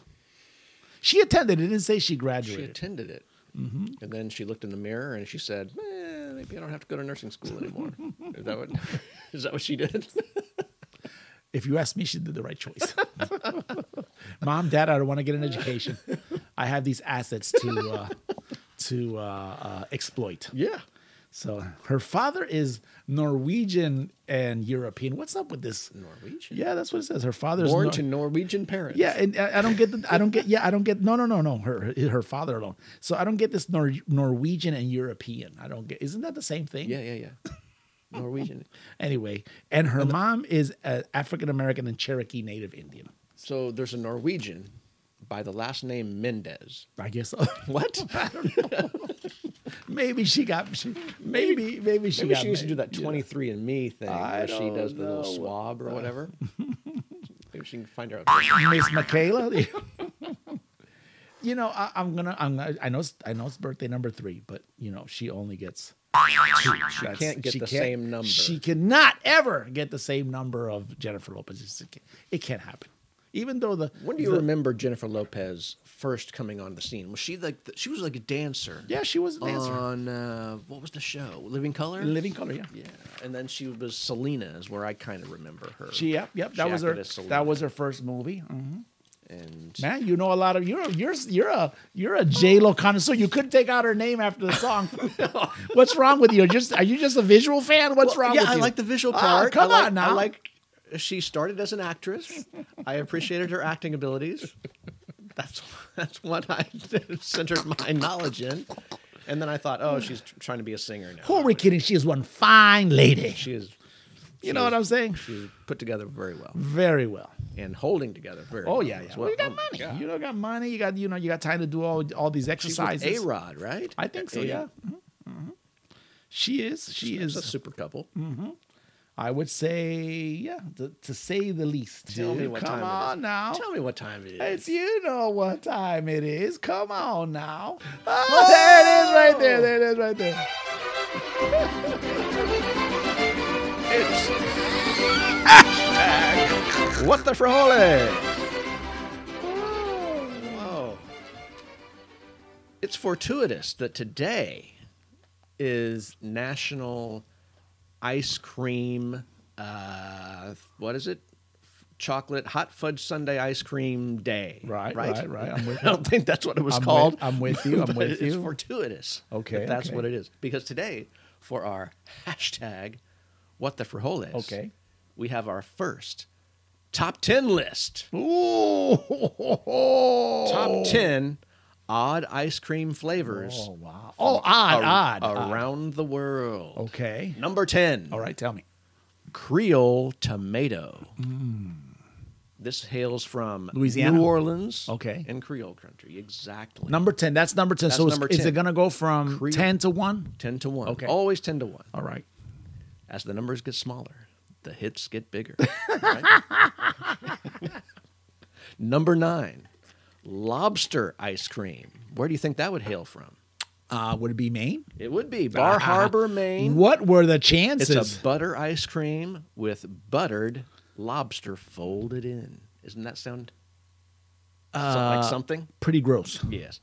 Speaker 1: She attended. It didn't say she
Speaker 2: She
Speaker 1: graduated.
Speaker 2: attended it.
Speaker 1: Mm-hmm.
Speaker 2: And then she looked in the mirror and she said, eh, maybe I don't have to go to nursing school anymore. is, that what, <laughs> is that what
Speaker 1: <laughs>
Speaker 2: she did?
Speaker 1: if you ask me, she did the right choice. <laughs> Mom, Dad, I don't want to get an education. I have these assets to uh, to uh, uh, exploit.
Speaker 2: yeah.
Speaker 1: So her father is Norwegian and European. What's up with this?
Speaker 2: Norwegian.
Speaker 1: Yeah, that's what it says. Her father's
Speaker 2: Born
Speaker 1: Nor-
Speaker 2: to Norwegian parents.
Speaker 1: yeah, and I I don't get the, I don't get yeah I don't get no no no no her her father alone. So I don't get this Nor- Norwegian and European. I don't get. Isn't that the same thing?
Speaker 2: Yeah, yeah, yeah. Norwegian.
Speaker 1: Anyway, and her mom is uh, African American and Cherokee Native Indian.
Speaker 2: So there's a Norwegian by the last name Mendez.
Speaker 1: I guess <laughs> so.
Speaker 2: <laughs> What?
Speaker 1: maybe she got she, maybe maybe she
Speaker 2: Maybe
Speaker 1: got
Speaker 2: she used to do
Speaker 1: ma-
Speaker 2: that
Speaker 1: yeah.
Speaker 2: 23 and me thing
Speaker 1: I
Speaker 2: where she
Speaker 1: don't
Speaker 2: does the little
Speaker 1: know.
Speaker 2: swab or
Speaker 1: <laughs>
Speaker 2: whatever. Maybe she can find out.
Speaker 1: Miss Michaela. <laughs> you know, I, I'm gonna, I'm gonna, I know, it's, I know it's birthday number three, but you know, she only gets. Two. She
Speaker 2: can't get the same number.
Speaker 1: She cannot ever get the same number of Jennifer Lopez. It's- It can't, it can't happen. Even though the
Speaker 2: When do you
Speaker 1: the-
Speaker 2: remember Jennifer Lopez first coming on the scene? Was she like the, she was like a dancer?
Speaker 1: Yeah, she was a dancer.
Speaker 2: on uh, what was the show? Living Color.
Speaker 1: Living Color, yeah.
Speaker 2: Yeah, and then she was Selena is where I kind of remember her.
Speaker 1: She, yep, yep. That
Speaker 2: She
Speaker 1: was
Speaker 2: acted
Speaker 1: her.
Speaker 2: as Selena.
Speaker 1: That was her first movie. Mhm.
Speaker 2: and
Speaker 1: Man, you know a lot of you're you're you're a you're a J Lo connoisseur. You couldn't take out her name after the
Speaker 2: <laughs>
Speaker 1: song. What's wrong with you? Just are you just a visual fan? What's
Speaker 2: Well,
Speaker 1: wrong?
Speaker 2: Yeah,
Speaker 1: with
Speaker 2: I
Speaker 1: you?
Speaker 2: like the visual
Speaker 1: Ah,
Speaker 2: part.
Speaker 1: come
Speaker 2: I like,
Speaker 1: on now.
Speaker 2: I like she started as an actress. I appreciated her acting
Speaker 1: <laughs>
Speaker 2: abilities. That's that's what I <laughs> centered my knowledge in. And then I thought, oh, she's tr- trying to be a singer now.
Speaker 1: Who are we kidding? She is one fine lady.
Speaker 2: She is.
Speaker 1: You know what I'm saying?
Speaker 2: She's put together very well
Speaker 1: Very well.
Speaker 2: and holding together very well.
Speaker 1: Oh yeah, yeah.
Speaker 2: as
Speaker 1: Well, you
Speaker 2: Oh,
Speaker 1: got
Speaker 2: my
Speaker 1: money.
Speaker 2: God.
Speaker 1: You know, got money. You got you know, you got time to do all all these
Speaker 2: She's with
Speaker 1: exercises.
Speaker 2: A-Rod, right?
Speaker 1: I think so.
Speaker 2: A-
Speaker 1: Yeah. Mhm, mhm. She is. She
Speaker 2: It's a
Speaker 1: is. Mm-hmm.
Speaker 2: super couple.
Speaker 1: I would say, yeah, to, to say the least.
Speaker 2: Tell me
Speaker 1: dude.
Speaker 2: what
Speaker 1: Come
Speaker 2: time it
Speaker 1: on
Speaker 2: is.
Speaker 1: now.
Speaker 2: Tell me what time it is.
Speaker 1: It's you know what time it is. Come on now. Oh, there it is right there. There it is right there.
Speaker 2: It's hashtag what the frijoles. Whoa. It's fortuitous that today is National Ice Cream. Uh, what is it? Chocolate hot fudge Sunday ice cream day.
Speaker 1: Right, right, right. I'm with
Speaker 2: <laughs> I don't think that's what it was
Speaker 1: I'm with-
Speaker 2: called.
Speaker 1: I'm with you, I'm <laughs>
Speaker 2: <laughs> but
Speaker 1: with
Speaker 2: It's
Speaker 1: you.
Speaker 2: fortuitous. that
Speaker 1: Okay,
Speaker 2: that's
Speaker 1: okay.
Speaker 2: what it is. Because today, for our hashtag, what the frijoles.
Speaker 1: Okay.
Speaker 2: We have our first top ten list.
Speaker 1: Ooh.
Speaker 2: Top ten odd ice cream flavors
Speaker 1: Oh wow. Oh, odd,
Speaker 2: ar-
Speaker 1: odd. odd.
Speaker 2: around the world.
Speaker 1: Okay.
Speaker 2: Number ten.
Speaker 1: All right, tell me.
Speaker 2: Creole tomato. This hails from
Speaker 1: Mm. Louisiana?
Speaker 2: New Orleans.
Speaker 1: Okay.
Speaker 2: And Creole country. Exactly.
Speaker 1: Number 10. That's number 10.
Speaker 2: That's
Speaker 1: so
Speaker 2: number
Speaker 1: is, is
Speaker 2: 10.
Speaker 1: it going to go from
Speaker 2: Creole.
Speaker 1: 10 to 1?
Speaker 2: ten to one.
Speaker 1: Okay.
Speaker 2: Always ten to one.
Speaker 1: All right.
Speaker 2: As the numbers get smaller, the hits get bigger. right? <laughs> Number nine. Lobster ice cream. Where do you think that would hail from?
Speaker 1: Uh, would it be Maine? Uh,
Speaker 2: It would be Bar Harbor, Maine.
Speaker 1: What were the
Speaker 2: It's
Speaker 1: chances?
Speaker 2: a butter ice cream with buttered lobster folded in. Doesn't that sound sound like something?
Speaker 1: Pretty gross.
Speaker 2: Yes.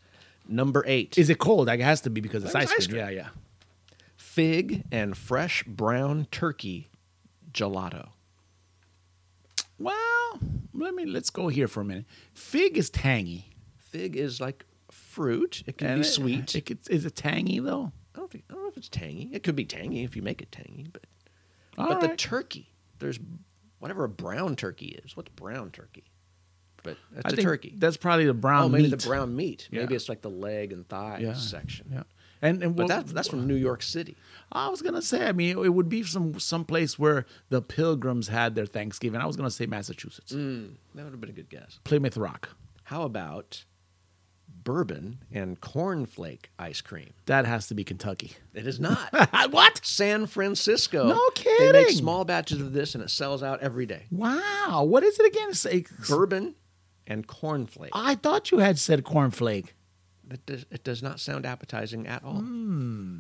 Speaker 2: Number eight
Speaker 1: Uh, Is it cold? Like, it has to be because it's
Speaker 2: It's
Speaker 1: ice cream.
Speaker 2: ice cream.
Speaker 1: Yeah, yeah.
Speaker 2: fig and fresh brown turkey gelato.
Speaker 1: Well, let me let's go here for a minute. Fig is tangy.
Speaker 2: Fig is like fruit. It can be
Speaker 1: it-
Speaker 2: sweet.
Speaker 1: It, could- is it tangy though?
Speaker 2: I, don't think, I don't know if it's tangy. It could be tangy if you make it tangy, but
Speaker 1: All
Speaker 2: but the
Speaker 1: right.
Speaker 2: turkey. There's whatever a brown turkey is. What's brown turkey? But
Speaker 1: I
Speaker 2: that's a
Speaker 1: think
Speaker 2: turkey.
Speaker 1: That's probably the brown
Speaker 2: oh, maybe
Speaker 1: meat.
Speaker 2: the brown meat. Maybe
Speaker 1: Yeah.
Speaker 2: it's like the leg and thigh
Speaker 1: Yeah,
Speaker 2: section.
Speaker 1: Yeah. And, and
Speaker 2: But
Speaker 1: what-
Speaker 2: that, that's from New York City.
Speaker 1: I was gonna say. I mean, it would be some some place where the Pilgrims had their Thanksgiving. I was gonna say Massachusetts,
Speaker 2: Hmm, That would have been a good guess.
Speaker 1: Plymouth Rock.
Speaker 2: How about bourbon and cornflake ice cream?
Speaker 1: That has to be Kentucky.
Speaker 2: It is not.
Speaker 1: <laughs> what?
Speaker 2: San Francisco.
Speaker 1: No
Speaker 2: They make
Speaker 1: kidding.
Speaker 2: small batches of this and it sells out every day.
Speaker 1: Wow. What is it again? Say,
Speaker 2: Bourbon and cornflake.
Speaker 1: I thought you had said cornflake.
Speaker 2: It does, it does not sound appetizing at all.
Speaker 1: Hmm.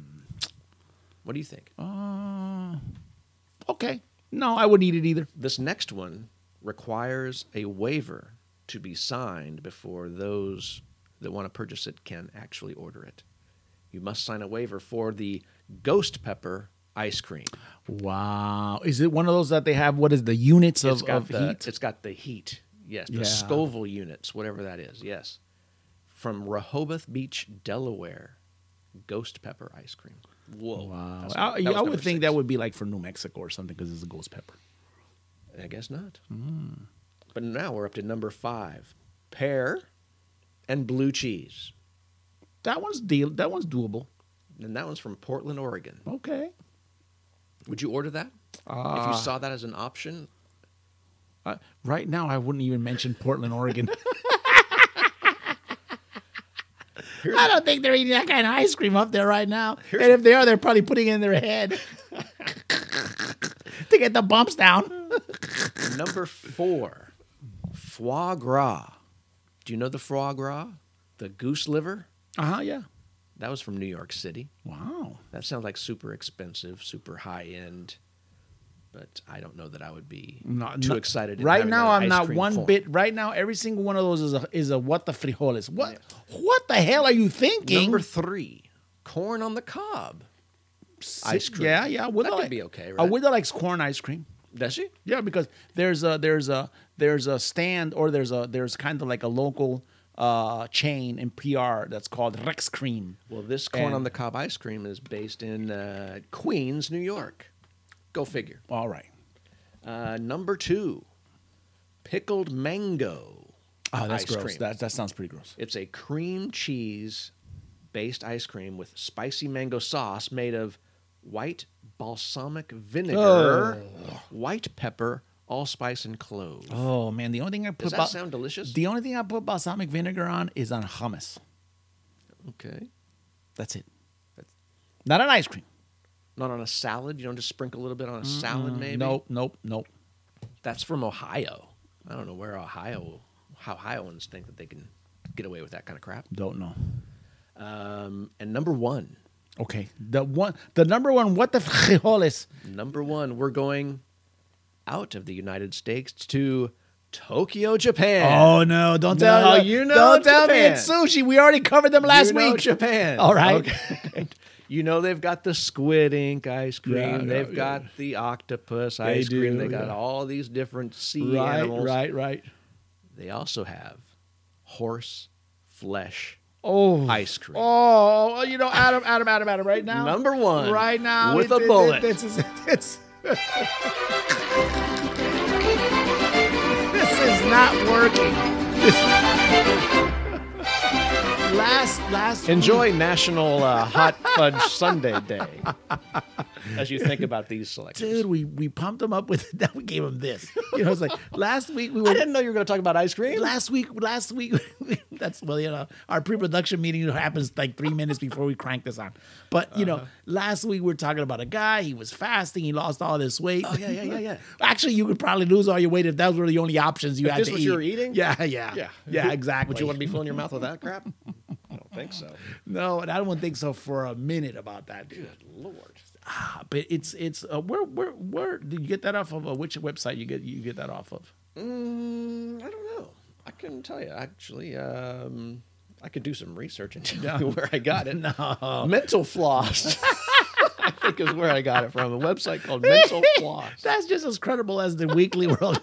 Speaker 2: What do you think?
Speaker 1: Uh, okay. No, I wouldn't eat it either.
Speaker 2: This next one requires a waiver to be signed before those that want to purchase it can actually order it. You must sign a waiver for the ghost pepper ice cream.
Speaker 1: Wow. Is it one of those that they have? What is the units of,
Speaker 2: It's got
Speaker 1: of
Speaker 2: the,
Speaker 1: heat?
Speaker 2: It's got the heat. Yes, the
Speaker 1: Yeah.
Speaker 2: Scoville units, whatever that is. Yes, from Rehoboth Beach, Delaware, ghost pepper ice cream. Whoa.
Speaker 1: Wow.
Speaker 2: That's-
Speaker 1: Oh, I,
Speaker 2: that was
Speaker 1: I
Speaker 2: number
Speaker 1: would think
Speaker 2: six.
Speaker 1: that would be like for New Mexico or something because it's a ghost pepper.
Speaker 2: I guess not. But now we're up to number five pear and blue cheese.
Speaker 1: That one's deal. That one's doable.
Speaker 2: And that one's from Portland, Oregon.
Speaker 1: Okay.
Speaker 2: Would you order that? if
Speaker 1: Ah.
Speaker 2: you saw that as an option?
Speaker 1: Uh, right now, I wouldn't even mention Portland, Oregon. <laughs>
Speaker 2: Here's,
Speaker 1: I don't think they're eating that kind of ice cream up there right now.
Speaker 2: Here's-
Speaker 1: and if they are, they're probably putting it in their head <laughs> to get the bumps
Speaker 2: <laughs>
Speaker 1: down.
Speaker 2: number four foie gras. Do you know the foie gras? The goose liver?
Speaker 1: Uh
Speaker 2: Uh-huh,
Speaker 1: huh. Yeah.
Speaker 2: That was from New York City.
Speaker 1: Wow.
Speaker 2: That sounds like super expensive, super high end. But I don't know that I would be
Speaker 1: Not-
Speaker 2: too
Speaker 1: not-
Speaker 2: excited. in
Speaker 1: Right
Speaker 2: having
Speaker 1: now,
Speaker 2: that in
Speaker 1: I'm
Speaker 2: ice
Speaker 1: not
Speaker 2: cream
Speaker 1: one
Speaker 2: form.
Speaker 1: bit. Right now, every single one of those is a is a what the frijoles. What what the hell are you thinking?
Speaker 2: Number three, corn on the cob. ice cream.
Speaker 1: Yeah, yeah. Would I
Speaker 2: That could
Speaker 1: like-
Speaker 2: be okay,
Speaker 1: I
Speaker 2: right?
Speaker 1: would I like corn ice cream.
Speaker 2: Does she?
Speaker 1: Yeah, because there's a there's a there's a stand or there's a there's kind of like a local uh, chain in PR that's called Rex Cream.
Speaker 2: Well, this corn
Speaker 1: And-
Speaker 2: on the cob ice cream is based in uh, Queens, New York. Go figure.
Speaker 1: All right.
Speaker 2: Uh, number two, pickled mango.
Speaker 1: Oh, that's
Speaker 2: ice
Speaker 1: gross.
Speaker 2: cream.
Speaker 1: That that sounds pretty gross.
Speaker 2: It's a cream cheese based ice cream with spicy mango sauce made of white balsamic vinegar, white pepper, allspice, and cloves.
Speaker 1: Oh man, the only thing I put
Speaker 2: Does that
Speaker 1: bal-
Speaker 2: sound delicious?
Speaker 1: the only thing I put balsamic vinegar on is on hummus.
Speaker 2: Okay.
Speaker 1: That's it. Not on ice cream.
Speaker 2: Not on a salad. You don't just sprinkle a little bit on a salad, maybe?
Speaker 1: Nope, nope, nope.
Speaker 2: That's from Ohio. I don't know where Ohio, how Ohioans think that they can get away with that kind of crap.
Speaker 1: Don't know.
Speaker 2: Um, and number one,
Speaker 1: Okay. The one the number one what the <laughs> frijoles.
Speaker 2: number one, we're going out of the United States to Tokyo, Japan.
Speaker 1: Oh no! Don't
Speaker 2: No,
Speaker 1: tell
Speaker 2: you know
Speaker 1: Don't
Speaker 2: it's
Speaker 1: tell me
Speaker 2: Japan.
Speaker 1: it's sushi. We already covered them last
Speaker 2: You know
Speaker 1: week. <laughs>
Speaker 2: Japan.
Speaker 1: All right.
Speaker 2: Okay. you know they've got the squid ink ice cream.
Speaker 1: Yeah, yeah,
Speaker 2: they've
Speaker 1: yeah.
Speaker 2: got the octopus
Speaker 1: They
Speaker 2: ice cream.
Speaker 1: do,
Speaker 2: They got
Speaker 1: yeah.
Speaker 2: all these different sea
Speaker 1: Right,
Speaker 2: animals.
Speaker 1: right, right.
Speaker 2: They also have horse flesh
Speaker 1: Oh,
Speaker 2: ice cream.
Speaker 1: oh, you know, Adam, Adam, Adam, Adam. Right now,
Speaker 2: Number one,
Speaker 1: Right now,
Speaker 2: with
Speaker 1: it-
Speaker 2: a
Speaker 1: it-
Speaker 2: bullet.
Speaker 1: It, it's, it's, <laughs> this is not working. <laughs> last, last.
Speaker 2: Enjoy National uh, Hot Fudge Sunday Day as you think about these selections.
Speaker 1: Dude, we, we pumped them up with <laughs> now we gave them this. You know, it's
Speaker 2: <laughs>
Speaker 1: like last week we were
Speaker 2: I didn't know you were going to talk about ice cream.
Speaker 1: last week last week <laughs> that's well you know our pre-production meeting happens like three minutes before we crank this on but you
Speaker 2: Uh-huh.
Speaker 1: know last week we were talking about a guy he was fasting he lost all this weight
Speaker 2: Oh, yeah, yeah, yeah, yeah.
Speaker 1: <laughs> actually you could probably lose all your weight if that were the only options you
Speaker 2: If
Speaker 1: had
Speaker 2: this
Speaker 1: to
Speaker 2: was
Speaker 1: eat
Speaker 2: you were eating?
Speaker 1: yeah yeah yeah, exactly
Speaker 2: Would you want to be filling your mouth with that crap? I don't think so.
Speaker 1: no and i don't think so for a minute about that dude
Speaker 2: Lord.
Speaker 1: Ah, but it's it's uh, where where where did you get that off of uh, which website you get you get that off of
Speaker 2: Mm, I don't know. I couldn't tell you. Actually, um, I could do some research and tell
Speaker 1: No.
Speaker 2: you where I got <laughs> it.
Speaker 1: no
Speaker 2: Mental Floss, <laughs> I think, is where I got it from. A website called <laughs> Mental Floss.
Speaker 1: That's just as credible as the Weekly <laughs> World.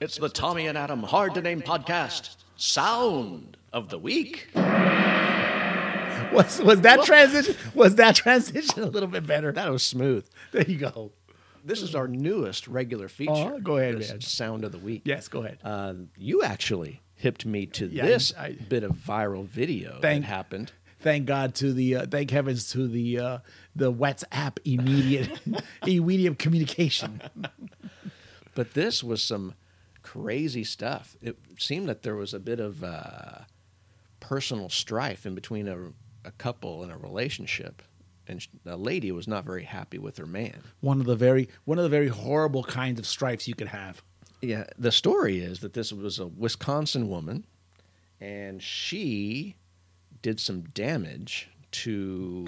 Speaker 2: It's the Tommy and Adam Hard to Name Podcast Sound of the Week.
Speaker 1: was was that transition? Was that transition a little bit better?
Speaker 2: That was smooth.
Speaker 1: There you go.
Speaker 2: This is our newest regular feature.
Speaker 1: Oh, go ahead,
Speaker 2: This
Speaker 1: man.
Speaker 2: is Sound of the Week.
Speaker 1: Yes, go ahead.
Speaker 2: Uh, you actually hipped me to
Speaker 1: Yeah,
Speaker 2: this
Speaker 1: I-
Speaker 2: bit of viral video
Speaker 1: Thank-
Speaker 2: that happened.
Speaker 1: thank God to the uh, thank heavens to the uh, the WhatsApp immediate <laughs> immediate communication.
Speaker 2: But this was some crazy stuff. It seemed that there was a bit of uh, personal strife in between a, a couple in a relationship, and sh- the lady was not very happy with her man.
Speaker 1: One of the very one of the very horrible kinds of stripes you could have.
Speaker 2: Yeah, the story is that this was a Wisconsin woman, and she did some damage to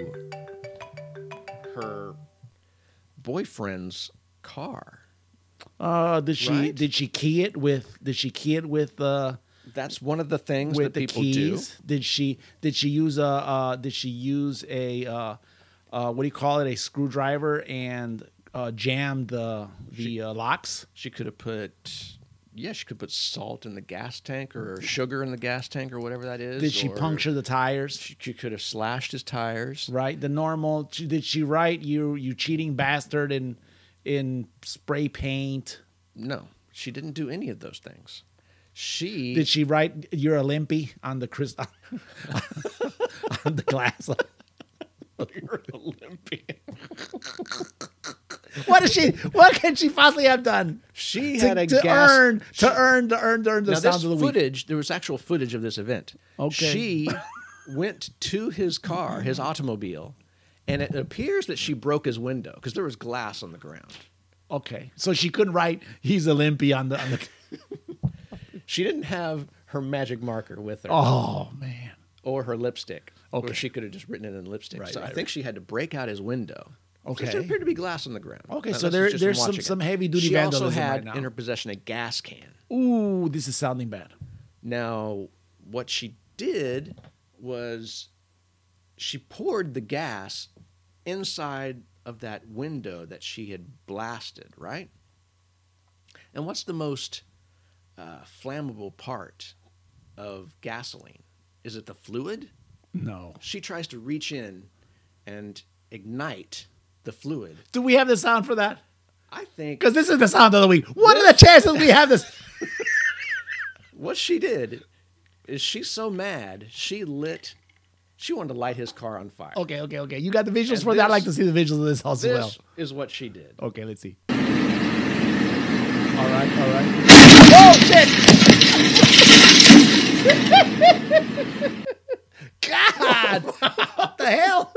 Speaker 2: her boyfriend's car.
Speaker 1: Uh, did she
Speaker 2: Right.
Speaker 1: did she key it with did she key it with uh,
Speaker 2: That's one of the things
Speaker 1: with
Speaker 2: that
Speaker 1: the
Speaker 2: people
Speaker 1: keys? Did she did she use a uh, did she use a uh, uh, what do you call it a screwdriver and uh, jam the the uh, locks.
Speaker 2: She could have put, yeah, she could put salt in the gas tank or sugar in the gas tank or whatever that is.
Speaker 1: Did she
Speaker 2: or
Speaker 1: puncture the tires?
Speaker 2: She, she could have slashed his tires.
Speaker 1: Right, the normal. she- Did she write you you cheating bastard in in spray paint?
Speaker 2: No, she didn't do any of those things. She
Speaker 1: Did she write you're a limpy on the crystal <laughs> on the glass?
Speaker 2: You're an Olympian.
Speaker 1: What is she? What can she possibly have done
Speaker 2: She
Speaker 1: to,
Speaker 2: had a
Speaker 1: to
Speaker 2: gas.
Speaker 1: earn to earn to earn to earn the
Speaker 2: now this
Speaker 1: sound of the week?
Speaker 2: footage, there was actual footage of this event.
Speaker 1: Okay. <laughs>
Speaker 2: She went to his car, his automobile, and it appears that she broke his window because there was glass on the ground.
Speaker 1: Okay, so she couldn't write he's a limpy on the on the.
Speaker 2: She didn't have her magic marker with her
Speaker 1: Oh man.
Speaker 2: or her lipstick.
Speaker 1: Okay.
Speaker 2: Where she could have just written it in lipstick.
Speaker 1: Right,
Speaker 2: so I
Speaker 1: right,
Speaker 2: think she had to break out his window.
Speaker 1: Okay.
Speaker 2: So there appeared to be glass on the ground.
Speaker 1: Okay,
Speaker 2: Now,
Speaker 1: so
Speaker 2: this is
Speaker 1: there-
Speaker 2: just
Speaker 1: there's
Speaker 2: from
Speaker 1: some-
Speaker 2: watching it.
Speaker 1: some heavy duty
Speaker 2: She also
Speaker 1: vandalism
Speaker 2: had
Speaker 1: right now.
Speaker 2: in her possession a gas can.
Speaker 1: Ooh, this is sounding bad.
Speaker 2: Now, what she did was she poured the gas inside of that window that she had blasted, right? And what's the most uh, flammable part of gasoline? Is it the fluid?
Speaker 1: No.
Speaker 2: She tries to reach in and ignite the fluid.
Speaker 1: Do we have the sound for that?
Speaker 2: I think
Speaker 1: Because this is the sound of the week. What are the chances we have this?
Speaker 2: what she did is she's so mad she lit she wanted to light his car on fire.
Speaker 1: Okay, okay, okay. You got the visuals
Speaker 2: And
Speaker 1: for that. I like to
Speaker 2: this-
Speaker 1: see the visuals of this house as
Speaker 2: This
Speaker 1: well. Oh.
Speaker 2: is what she did.
Speaker 1: Okay, let's see. All right, all right. Oh shit! <laughs> God, what the
Speaker 2: <laughs>
Speaker 1: hell?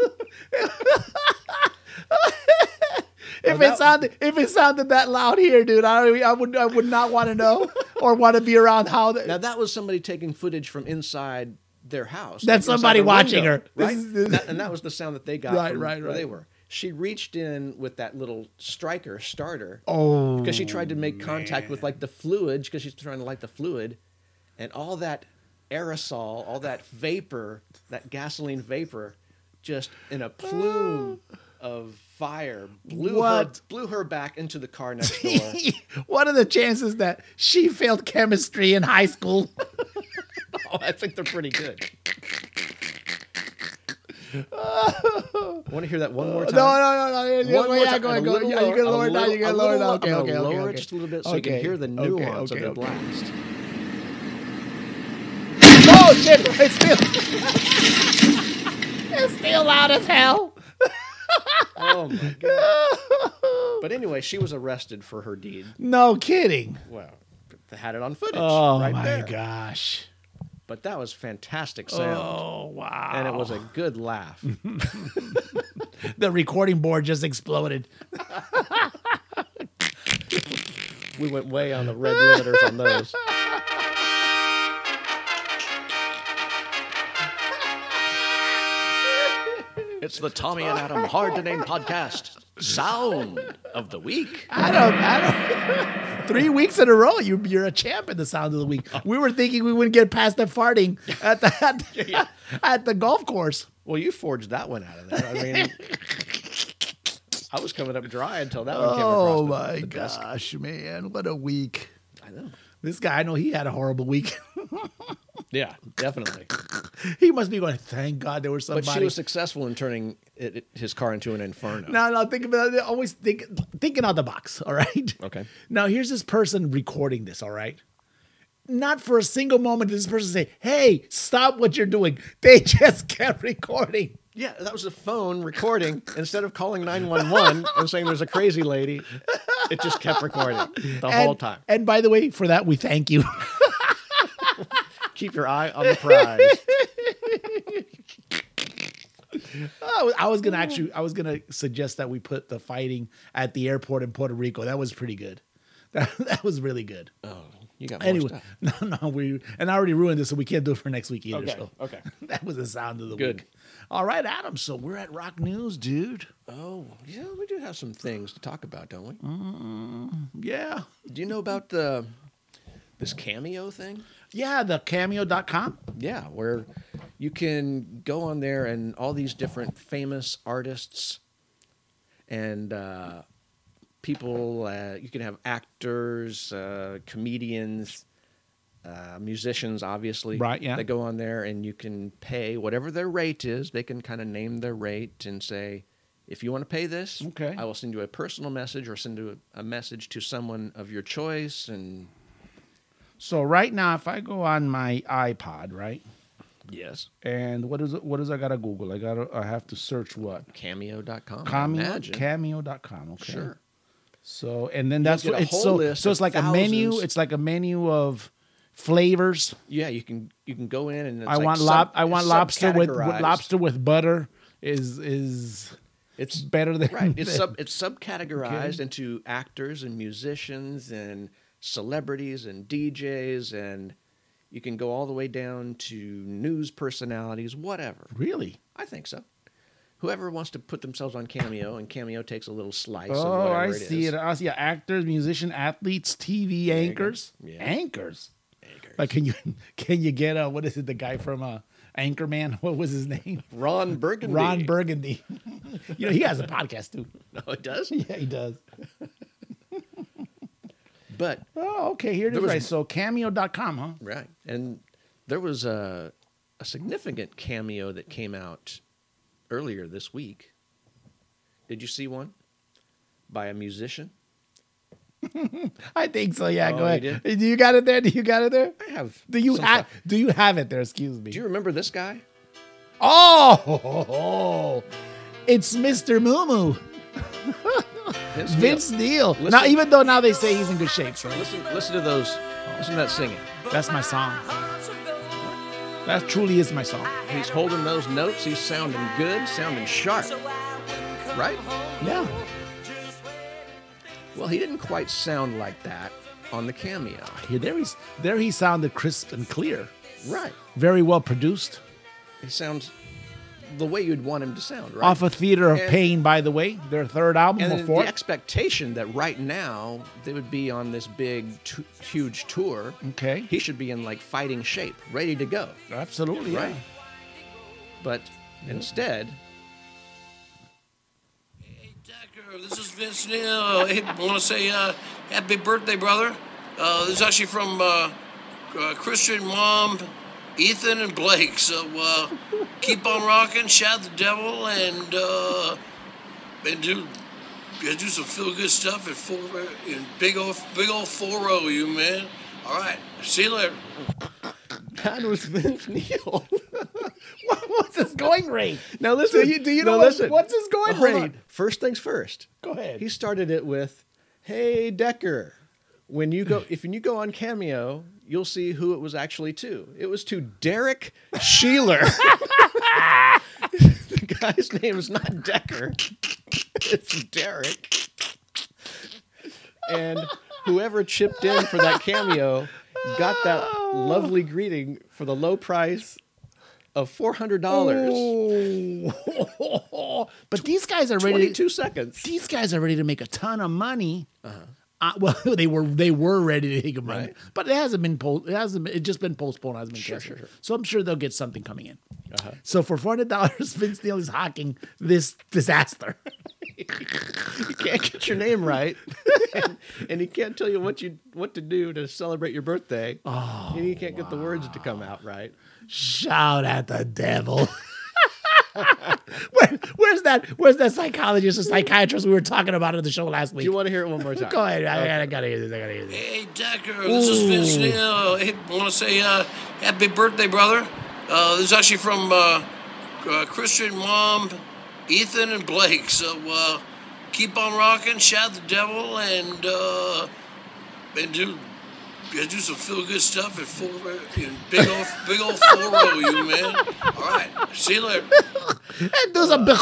Speaker 1: if it
Speaker 2: that-
Speaker 1: sounded if it sounded that loud here, dude, I I would I would not want to
Speaker 2: <laughs>
Speaker 1: know or want to be around how. The,
Speaker 2: Now that was somebody taking footage from inside their house.
Speaker 1: That's
Speaker 2: like inside
Speaker 1: somebody
Speaker 2: their
Speaker 1: watching her. This
Speaker 2: right?
Speaker 1: is- this-
Speaker 2: That- and that was the sound that they got
Speaker 1: Right,
Speaker 2: from
Speaker 1: right,
Speaker 2: where they
Speaker 1: right.
Speaker 2: were. She reached in with that little striker starter
Speaker 1: oh,
Speaker 2: because she tried to make contact with like the fluid because she's trying to light the fluid, and all that aerosol, all that vapor, that gasoline vapor, just in
Speaker 1: <gasps>
Speaker 2: a plume of fire blew
Speaker 1: What?
Speaker 2: her blew her back into the car
Speaker 1: <laughs>
Speaker 2: next door.
Speaker 1: what are the chances that she failed chemistry in high school?
Speaker 2: Oh, I think they're pretty <laughs> good. Want to hear that one more
Speaker 1: Uh,
Speaker 2: time?
Speaker 1: No, no, no, no. Yeah,
Speaker 2: One more
Speaker 1: yeah,
Speaker 2: time,
Speaker 1: go,
Speaker 2: and a
Speaker 1: go.
Speaker 2: little
Speaker 1: Yeah, you
Speaker 2: lower-
Speaker 1: gotta
Speaker 2: a
Speaker 1: lower it down. You
Speaker 2: little-
Speaker 1: gotta
Speaker 2: a
Speaker 1: lower it
Speaker 2: little-
Speaker 1: down.
Speaker 2: I'm
Speaker 1: Okay, okay,
Speaker 2: gonna
Speaker 1: okay.
Speaker 2: lower
Speaker 1: okay.
Speaker 2: it just a little bit so you can
Speaker 1: Okay,
Speaker 2: hear the
Speaker 1: okay,
Speaker 2: nuance of the
Speaker 1: okay, okay.
Speaker 2: blast.
Speaker 1: Oh shit! It's still.
Speaker 5: <laughs> It's still loud as hell.
Speaker 2: Oh my god! <laughs> but anyway, she was arrested for her deed.
Speaker 1: No kidding.
Speaker 2: Well, they had it on footage.
Speaker 1: Oh
Speaker 2: right
Speaker 1: my
Speaker 2: there.
Speaker 1: gosh.
Speaker 2: But that was fantastic sound,
Speaker 1: Oh wow.
Speaker 2: and it was a good laugh.
Speaker 1: the recording board just exploded.
Speaker 2: we went way on the red limiters on those. It's the Tommy and Adam Hard to Name podcast, Sound of the Week.
Speaker 1: I don't. I don't. <laughs> Three weeks in a row, you, you're a champ in the sound of the week. We were thinking we wouldn't get past the farting at the at
Speaker 2: <laughs>
Speaker 1: the, at the golf course.
Speaker 2: Well, you forged that one out of there. I mean, I was coming up dry until that one came across.
Speaker 1: Oh
Speaker 2: the-
Speaker 1: my
Speaker 2: the desk.
Speaker 1: gosh, man! What a week.
Speaker 2: I know.
Speaker 1: This guy, I know he had a horrible week. <laughs>
Speaker 2: Yeah, definitely.
Speaker 1: he must be going. Thank God there was
Speaker 2: But
Speaker 1: somebody.
Speaker 2: she was successful in turning it, it- his car into an inferno.
Speaker 1: No, no, think about it. Always think thinking out the box. <laughs> All right.
Speaker 2: Okay.
Speaker 1: Now here's this person recording this. All right. Not for a single moment did this person say, "Hey, stop what you're doing." <laughs> They just kept recording.
Speaker 2: Yeah, that was a phone recording. <laughs> Instead of calling 911 and saying there's a crazy lady, it just kept recording the
Speaker 1: and,
Speaker 2: whole time.
Speaker 1: And by the way, for that we thank you. <laughs>
Speaker 2: Keep your eye on the prize.
Speaker 1: I was- I was gonna actually, I was gonna suggest that we put the fighting at the airport in Puerto Rico. That was pretty good. <laughs> That, that was really good.
Speaker 2: <laughs> Oh, you got more
Speaker 1: anyway, <laughs>
Speaker 2: stuff.
Speaker 1: no, no, we and I already ruined this, so we can't do it for next week either.
Speaker 2: Okay,
Speaker 1: so. <laughs>
Speaker 2: okay.
Speaker 1: that was the sound of the
Speaker 2: Good.
Speaker 1: week. All right, Adam. So we're at Rock News, dude.
Speaker 2: Oh, yeah, we do have some things to talk about, don't we?
Speaker 1: Yeah,
Speaker 2: Do you know about the this cameo thing?
Speaker 1: yeah. The cameo.com.
Speaker 2: Yeah, where you can go on there and all these different famous artists and uh, people. Uh, you can have actors, uh, comedians, uh, musicians, obviously.
Speaker 1: Right, yeah.
Speaker 2: That go on there, and you can pay whatever their rate is. They can kind of name their rate and say, if you want to pay this,
Speaker 1: Okay.
Speaker 2: I will send you a personal message or send you a, a message to someone of your choice. And
Speaker 1: So right now, if I go on my iPod, right,
Speaker 2: yes,
Speaker 1: and what is it, what is I gotta Google? I gotta I have to search what
Speaker 2: Cameo.com.
Speaker 1: cameo
Speaker 2: Imagine.
Speaker 1: cameo.com. Okay,
Speaker 2: Sure.
Speaker 1: So and then that's
Speaker 2: get
Speaker 1: what
Speaker 2: a
Speaker 1: it's
Speaker 2: whole
Speaker 1: so
Speaker 2: list
Speaker 1: so
Speaker 2: of
Speaker 1: it's like a menu.
Speaker 2: thousands.
Speaker 1: It's like a menu of flavors.
Speaker 2: Yeah, you can you can go in and it's
Speaker 1: I
Speaker 2: like
Speaker 1: want
Speaker 2: sub-
Speaker 1: lob I want
Speaker 2: it's
Speaker 1: lobster with, with
Speaker 2: subcategorized.
Speaker 1: lobster with butter is is
Speaker 2: It's
Speaker 1: better than
Speaker 2: <laughs> right. It's
Speaker 1: than-
Speaker 2: sub it's subcategorized
Speaker 1: Okay.
Speaker 2: into actors and musicians and celebrities and DJs and you can go all the way down to news personalities, whatever.
Speaker 1: <laughs> really.
Speaker 2: I think so. Whoever wants to put themselves on Cameo and Cameo takes a little slice of
Speaker 1: Oh,
Speaker 2: whatever
Speaker 1: I
Speaker 2: it
Speaker 1: see
Speaker 2: is.
Speaker 1: it. I see it. actors, musician, athletes, TV
Speaker 2: you go.
Speaker 1: anchors,
Speaker 2: Yeah.
Speaker 1: anchors.
Speaker 2: Anchors.
Speaker 1: Like, can you <laughs> can you get uh, what is it? The guy from uh, Anchorman. <laughs> What was his name?
Speaker 2: Ron Burgundy.
Speaker 1: Ron Burgundy. <laughs> you know he has a podcast too. <laughs>
Speaker 2: No, it does.
Speaker 1: Yeah, he does.
Speaker 2: But
Speaker 1: Oh, okay. Here it is.
Speaker 2: There was-
Speaker 1: right. So cameo.com, huh?
Speaker 2: Right. And there was a, a significant cameo that came out earlier this week. Did you see one? By a musician?
Speaker 1: I think so. Yeah, go
Speaker 2: Oh, you
Speaker 1: ahead. Do you got it there? Do you got it there?
Speaker 2: I have.
Speaker 1: Do you
Speaker 2: some
Speaker 1: ha-
Speaker 2: thought-
Speaker 1: do you have it there? Excuse me.
Speaker 2: Do you remember this guy?
Speaker 1: oh, <laughs> it's Mr. Moo Moo,
Speaker 2: Vince Neil.
Speaker 1: Vince Neil. Now,
Speaker 2: Listen.
Speaker 1: even though now they say he's in good shape, so
Speaker 2: Listen, listen to those. Listen to that singing.
Speaker 1: that's my song. That truly is my song.
Speaker 2: He's holding those notes. He's sounding good, sounding sharp. Right?
Speaker 1: Yeah.
Speaker 2: Well, he didn't quite sound like that on the cameo.
Speaker 1: Here, there he's there. He sounded crisp and clear,
Speaker 2: Right.
Speaker 1: very well produced.
Speaker 2: He sounds the way you'd want him to sound, right?
Speaker 1: Off a Theater of
Speaker 2: And-
Speaker 1: Pain, by the way, their third album
Speaker 2: And
Speaker 1: or
Speaker 2: then the
Speaker 1: fourth.
Speaker 2: expectation that right now they would be on this big, t- huge tour.
Speaker 1: Okay.
Speaker 2: He should be in like fighting shape, ready to go.
Speaker 1: Absolutely, yeah.
Speaker 2: Right. But instead,
Speaker 6: Hey, Tucker, this is Vince Neil. Hey, I want to say uh, happy birthday, brother. Uh, this is actually from uh, uh, Christian Mom, Ethan, and Blake. So uh, keep on rocking, shout the devil, and uh, and do yeah, do some feel good stuff at four in big old big old four o you man. All right, see you later.
Speaker 2: that was Vince Neal.
Speaker 1: <laughs> What's his going rate?
Speaker 2: <laughs> now listen.
Speaker 1: Do you- do you
Speaker 2: now
Speaker 1: know what-
Speaker 2: listen.
Speaker 1: what's his going
Speaker 2: Hold on.
Speaker 1: rate?
Speaker 2: First things first.
Speaker 1: Go ahead. <laughs>
Speaker 2: He started it with, "Hey Decker, when you go if you go on Cameo, you'll see who it was actually to. It was to Derek Sheeler. <laughs> the guy's name is not Decker. It's Derek. And whoever chipped in for that cameo got that lovely greeting for the low price of $400.
Speaker 1: Oh. but these guys are ready.
Speaker 2: 22
Speaker 1: To,
Speaker 2: seconds.
Speaker 1: these guys are ready to make a ton of money. Uh-huh. well, <laughs> they were they were ready to make a money,
Speaker 2: Right.
Speaker 1: but it hasn't been po- it hasn't been, it just been postponed. Hasn't been
Speaker 2: Sure,
Speaker 1: canceled.
Speaker 2: sure, Uh-huh. sure.
Speaker 1: So I'm sure they'll get something coming in. So for four hundred dollars, <laughs> Vince Neil is hawking this disaster.
Speaker 2: you can't get your name
Speaker 1: <laughs>
Speaker 2: right, and, and he can't tell you what you what to do to celebrate your birthday. Oh, and you can't get the words to come out right.
Speaker 1: Shout at the devil. <laughs> Where, where's that? Where's that psychologist or psychiatrist we were talking about on the show last
Speaker 2: Do
Speaker 1: week?
Speaker 2: you want to hear it one more time?
Speaker 1: Go ahead. I, I gotta hear this. I gotta hear this.
Speaker 6: Hey, Decker, this is Vince Neil. Hey, I want to say uh, happy birthday, brother. Uh, this is actually from uh, uh, Christian Mom, Ethan, and Blake. So uh, keep on rocking, shout the devil, and uh, and do yeah, do some feel good stuff at four in big old big old four o you man. All right, see you later.
Speaker 1: And do <laughs>
Speaker 2: <laughs>
Speaker 1: some-
Speaker 2: Do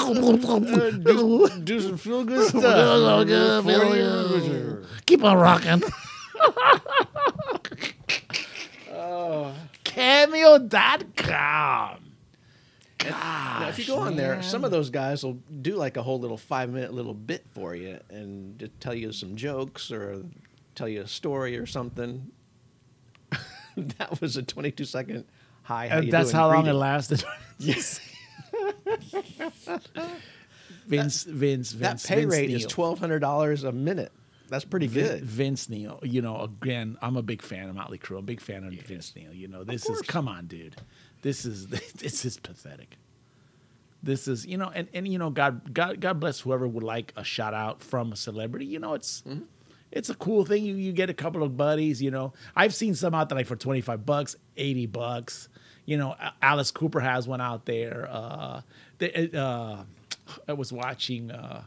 Speaker 2: some feel
Speaker 1: <laughs>
Speaker 2: good
Speaker 1: Keep on rocking. Cameo.com.
Speaker 2: Now, if you go on there, some of those guys will do like a whole little five minute little bit for you and just tell you some jokes or tell you a story or something. <laughs> that was a 22 second
Speaker 1: Uh,
Speaker 2: high.
Speaker 1: And that's how long it
Speaker 2: lasted.
Speaker 1: lasted. <laughs> Vince, Vince, Vince.
Speaker 2: that pay
Speaker 1: Vince
Speaker 2: rate is
Speaker 1: Neil.
Speaker 2: twelve hundred dollars a minute. That's pretty
Speaker 1: Vin-
Speaker 2: good.
Speaker 1: Vince Neil, you know, again, I'm a big fan of Motley Crue. I'm a big fan of Vince Neil. You know, this is come on, dude. This is <laughs> this is pathetic. This is you know, and and you know, God, God, God bless whoever would like a shout out from a celebrity. You know, it's
Speaker 2: Mm-hmm.
Speaker 1: it's a cool thing. You you get a couple of buddies. You know, I've seen some out there like for 25 bucks, 80 bucks. You know, A- Alice Cooper has one out there. Uh, the, uh, I was watching. Uh,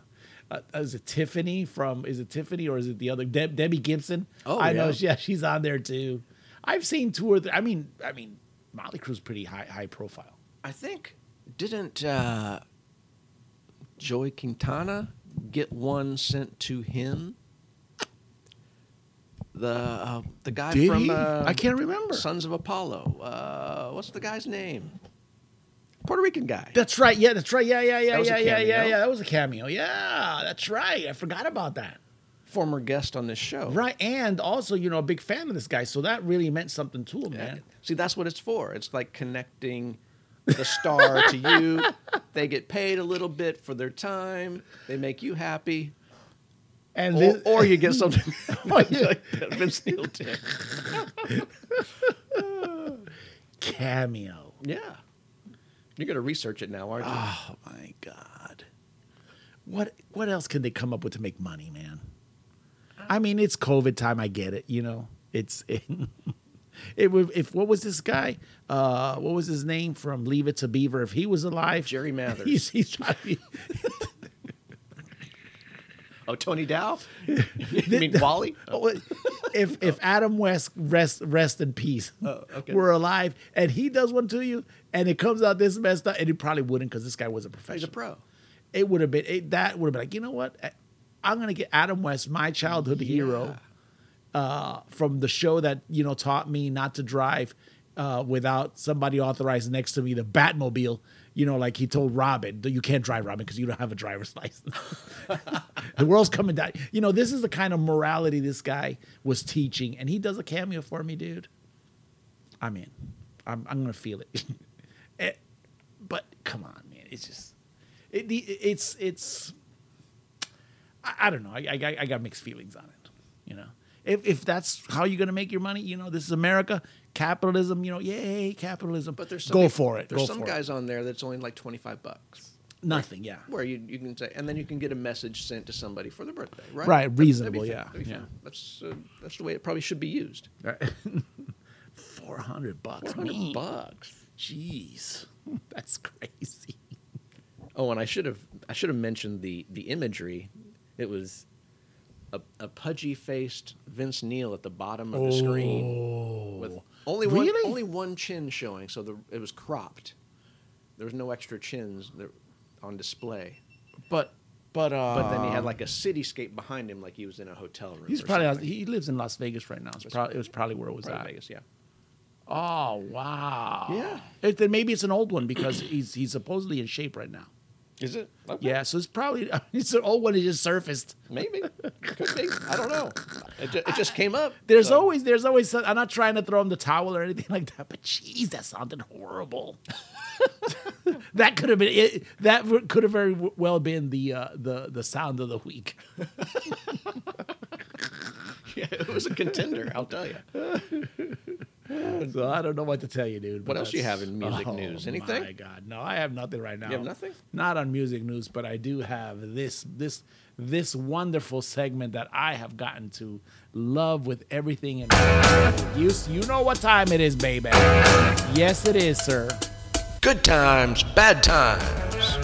Speaker 1: uh, is it Tiffany from? Is it Tiffany or is it the other Deb, Debbie Gibson?
Speaker 2: Oh,
Speaker 1: I know.
Speaker 2: yeah.
Speaker 1: she- Yeah, she's on there too. I've seen two or three. I mean, I mean, Molly Crew's pretty high high profile.
Speaker 2: I think didn't uh, Joey Quintana get one sent to him? The uh, the guy from Uh,
Speaker 1: I can't remember.
Speaker 2: Sons of Apollo. Uh, what's the guy's name? Puerto Rican guy.
Speaker 1: That's right. Yeah, that's right. Yeah, yeah, yeah,
Speaker 2: That was a
Speaker 1: yeah, yeah, yeah,
Speaker 2: cameo.
Speaker 1: yeah. That was a cameo. Yeah, that's right. I forgot about that.
Speaker 2: former guest on this show.
Speaker 1: Right, and also, you know, a big fan of this guy, so that really meant something to him,
Speaker 2: Yeah.
Speaker 1: man.
Speaker 2: See, that's what it's for. It's like connecting the star to you.
Speaker 1: <laughs>
Speaker 2: They get paid a little bit for their time. They make you happy.
Speaker 1: And
Speaker 2: Or,
Speaker 1: this-
Speaker 2: or you get something <laughs>
Speaker 1: Oh, yeah.
Speaker 2: that Vince Neil did.
Speaker 1: cameo.
Speaker 2: Yeah. You're going to research it now, aren't you?
Speaker 1: Oh my god, what what else can they come up with to make money, man? I mean, it's COVID time. I get it. You know, it's <laughs> it, would if what was this guy? Uh, what was his name from Leave It to Beaver? If he was alive,
Speaker 2: Jerry
Speaker 1: <laughs>
Speaker 2: Mathers.
Speaker 1: He's, he's trying to be-
Speaker 2: oh,
Speaker 1: <laughs>
Speaker 2: Tony Dow? you mean Wally?
Speaker 1: Oh, wait.
Speaker 2: <laughs>
Speaker 1: if if Adam West rest rest in peace,
Speaker 2: Oh, okay.
Speaker 1: we're alive, and he does one to you, and it comes out this messed up, and he probably wouldn't because this guy was a professional.
Speaker 2: Oh, He's a pro.
Speaker 1: It would have been it, that would have been like you know what, I- I'm gonna get Adam West, my childhood hero, uh, from the show that you know taught me not to drive uh, without somebody authorized next to me, the Batmobile. You know, like he told Robin, that you can't drive Robin because you don't have a driver's <laughs> license. the world's coming down. You know, this is the kind of morality this guy was teaching, and he does a cameo for me, dude. I'm in. I'm, I'm gonna feel it. <laughs> Eh, but come on, man, it's just it, the- it's it's. I, I don't know. I, I got- I got mixed feelings on it. You know, if if that's how you're gonna make your money, you know, this is America, capitalism. You know, yay, capitalism.
Speaker 2: But there's some
Speaker 1: go
Speaker 2: peop-
Speaker 1: for it.
Speaker 2: There's
Speaker 1: go
Speaker 2: some
Speaker 1: for it.
Speaker 2: guys on there that's only like 25 bucks.
Speaker 1: Nothing. Yeah.
Speaker 2: Where you, you can say, and then you can get a message sent to somebody for their birthday, right?
Speaker 1: Right,
Speaker 2: That'd- that'd be
Speaker 1: reasonable,
Speaker 2: fair,
Speaker 1: yeah,
Speaker 2: that'd be fair.
Speaker 1: yeah.
Speaker 2: That's uh, that's the way it probably should be used.
Speaker 1: <laughs> Four hundred bucks.
Speaker 2: 400
Speaker 1: man.
Speaker 2: bucks.
Speaker 1: Jeez, <laughs> that's crazy.
Speaker 2: Oh, and I should have I should have mentioned the the imagery. It was a, a pudgy faced Vince Neil at the bottom of
Speaker 1: Oh.
Speaker 2: the screen with only one
Speaker 1: Really?
Speaker 2: only one chin showing, so the, it was cropped. There was no extra chins there on display.
Speaker 1: But but uh,
Speaker 2: But then he had like a cityscape behind him, like he was in a hotel room.
Speaker 1: he's
Speaker 2: or
Speaker 1: probably
Speaker 2: something.
Speaker 1: he lives in Las Vegas right now. It's probably it was probably where it was
Speaker 2: Probably
Speaker 1: at.
Speaker 2: Vegas, yeah.
Speaker 1: Oh wow!
Speaker 2: Yeah.
Speaker 1: It, then maybe it's an old one because <clears throat> he's he's supposedly in shape right now.
Speaker 2: Is it? <laughs>
Speaker 1: Yeah, so it's probably <laughs> it's an old one that just surfaced.
Speaker 2: Maybe. Could be. I don't know. It, ju- it just came up.
Speaker 1: There's
Speaker 2: so-
Speaker 1: always there's always some, I'm not trying to throw him the towel or anything <laughs> like that, but jeez, that sounded
Speaker 2: <laughs>
Speaker 1: horrible. <laughs> that could have been it, that w- could have very w- well been the uh, the the sound of the week.
Speaker 2: <laughs> Yeah, it was a contender, I'll tell <laughs> you.
Speaker 1: So I don't know what to tell you, dude. but
Speaker 2: What else you
Speaker 1: that's- Oh
Speaker 2: have in music news? Anything?
Speaker 1: My God, no, I have nothing right now.
Speaker 2: have nothing?
Speaker 1: Not on music news, but I do have this this this wonderful segment that I have gotten to love with everything. In you you know what time it is, baby? Yes, it is, sir.
Speaker 2: Good times, bad times.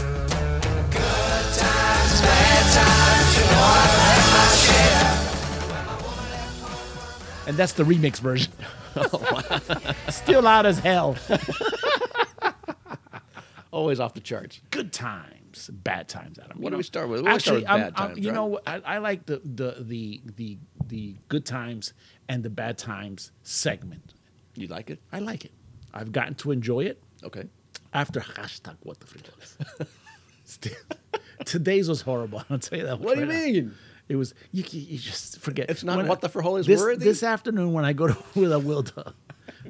Speaker 1: And that's the remix
Speaker 2: <laughs>
Speaker 1: version.
Speaker 2: Oh,
Speaker 1: <laughs> Still out as hell.
Speaker 2: Always off the charts.
Speaker 1: good times, bad times, Adam.
Speaker 2: What
Speaker 1: you
Speaker 2: do
Speaker 1: know?
Speaker 2: we start with? We'll start
Speaker 1: Actually,
Speaker 2: with
Speaker 1: I'm-
Speaker 2: bad
Speaker 1: I'm-
Speaker 2: times,
Speaker 1: you
Speaker 2: right?
Speaker 1: know, I, I like the, the the the the good times and the bad times segment.
Speaker 2: You like it?
Speaker 1: I like it. I've gotten to enjoy it
Speaker 2: Okay.
Speaker 1: after hashtag what the frijoles. <laughs> Still- Today's was horrible. <laughs> I'll tell you that. much
Speaker 2: What do you
Speaker 1: right now.
Speaker 2: <laughs> mean?
Speaker 1: It was you, you, you just forget.
Speaker 2: It's not
Speaker 1: When
Speaker 2: what
Speaker 1: I-
Speaker 2: the frijoles
Speaker 1: this,
Speaker 2: were, these?
Speaker 1: This afternoon when I go to <laughs> Willa Wilda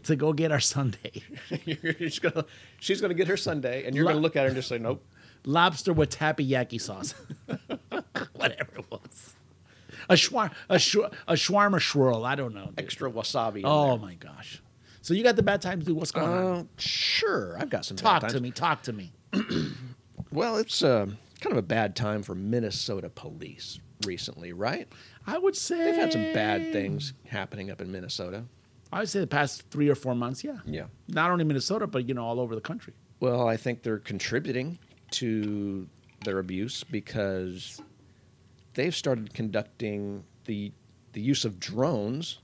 Speaker 1: to go get our Sunday.
Speaker 2: You're just gonna, she's going to get her Sunday, and you're going to look at her and just say, nope.
Speaker 1: lobster with tappy sauce. <laughs> Whatever it was. A schwar a shwa- a shawarma swirl. I don't know. dude.
Speaker 2: Extra wasabi. in
Speaker 1: Oh my gosh. So you got the bad times, dude. What's going
Speaker 2: there.
Speaker 1: on?
Speaker 2: Uh, sure, I've got some. bad
Speaker 1: Talk
Speaker 2: times.
Speaker 1: to me. Talk to me.
Speaker 2: Well, it's uh, kind of a bad time for Minnesota police recently, right?
Speaker 1: I would say
Speaker 2: They've had some
Speaker 1: Eh.
Speaker 2: bad things happening up in Minnesota.
Speaker 1: I would say the past three or four months. Yeah.
Speaker 2: Yeah.
Speaker 1: Not only Minnesota, but you know, all over the country. <laughs>
Speaker 2: Well, I think they're contributing to their abuse because they've started conducting the the use of drones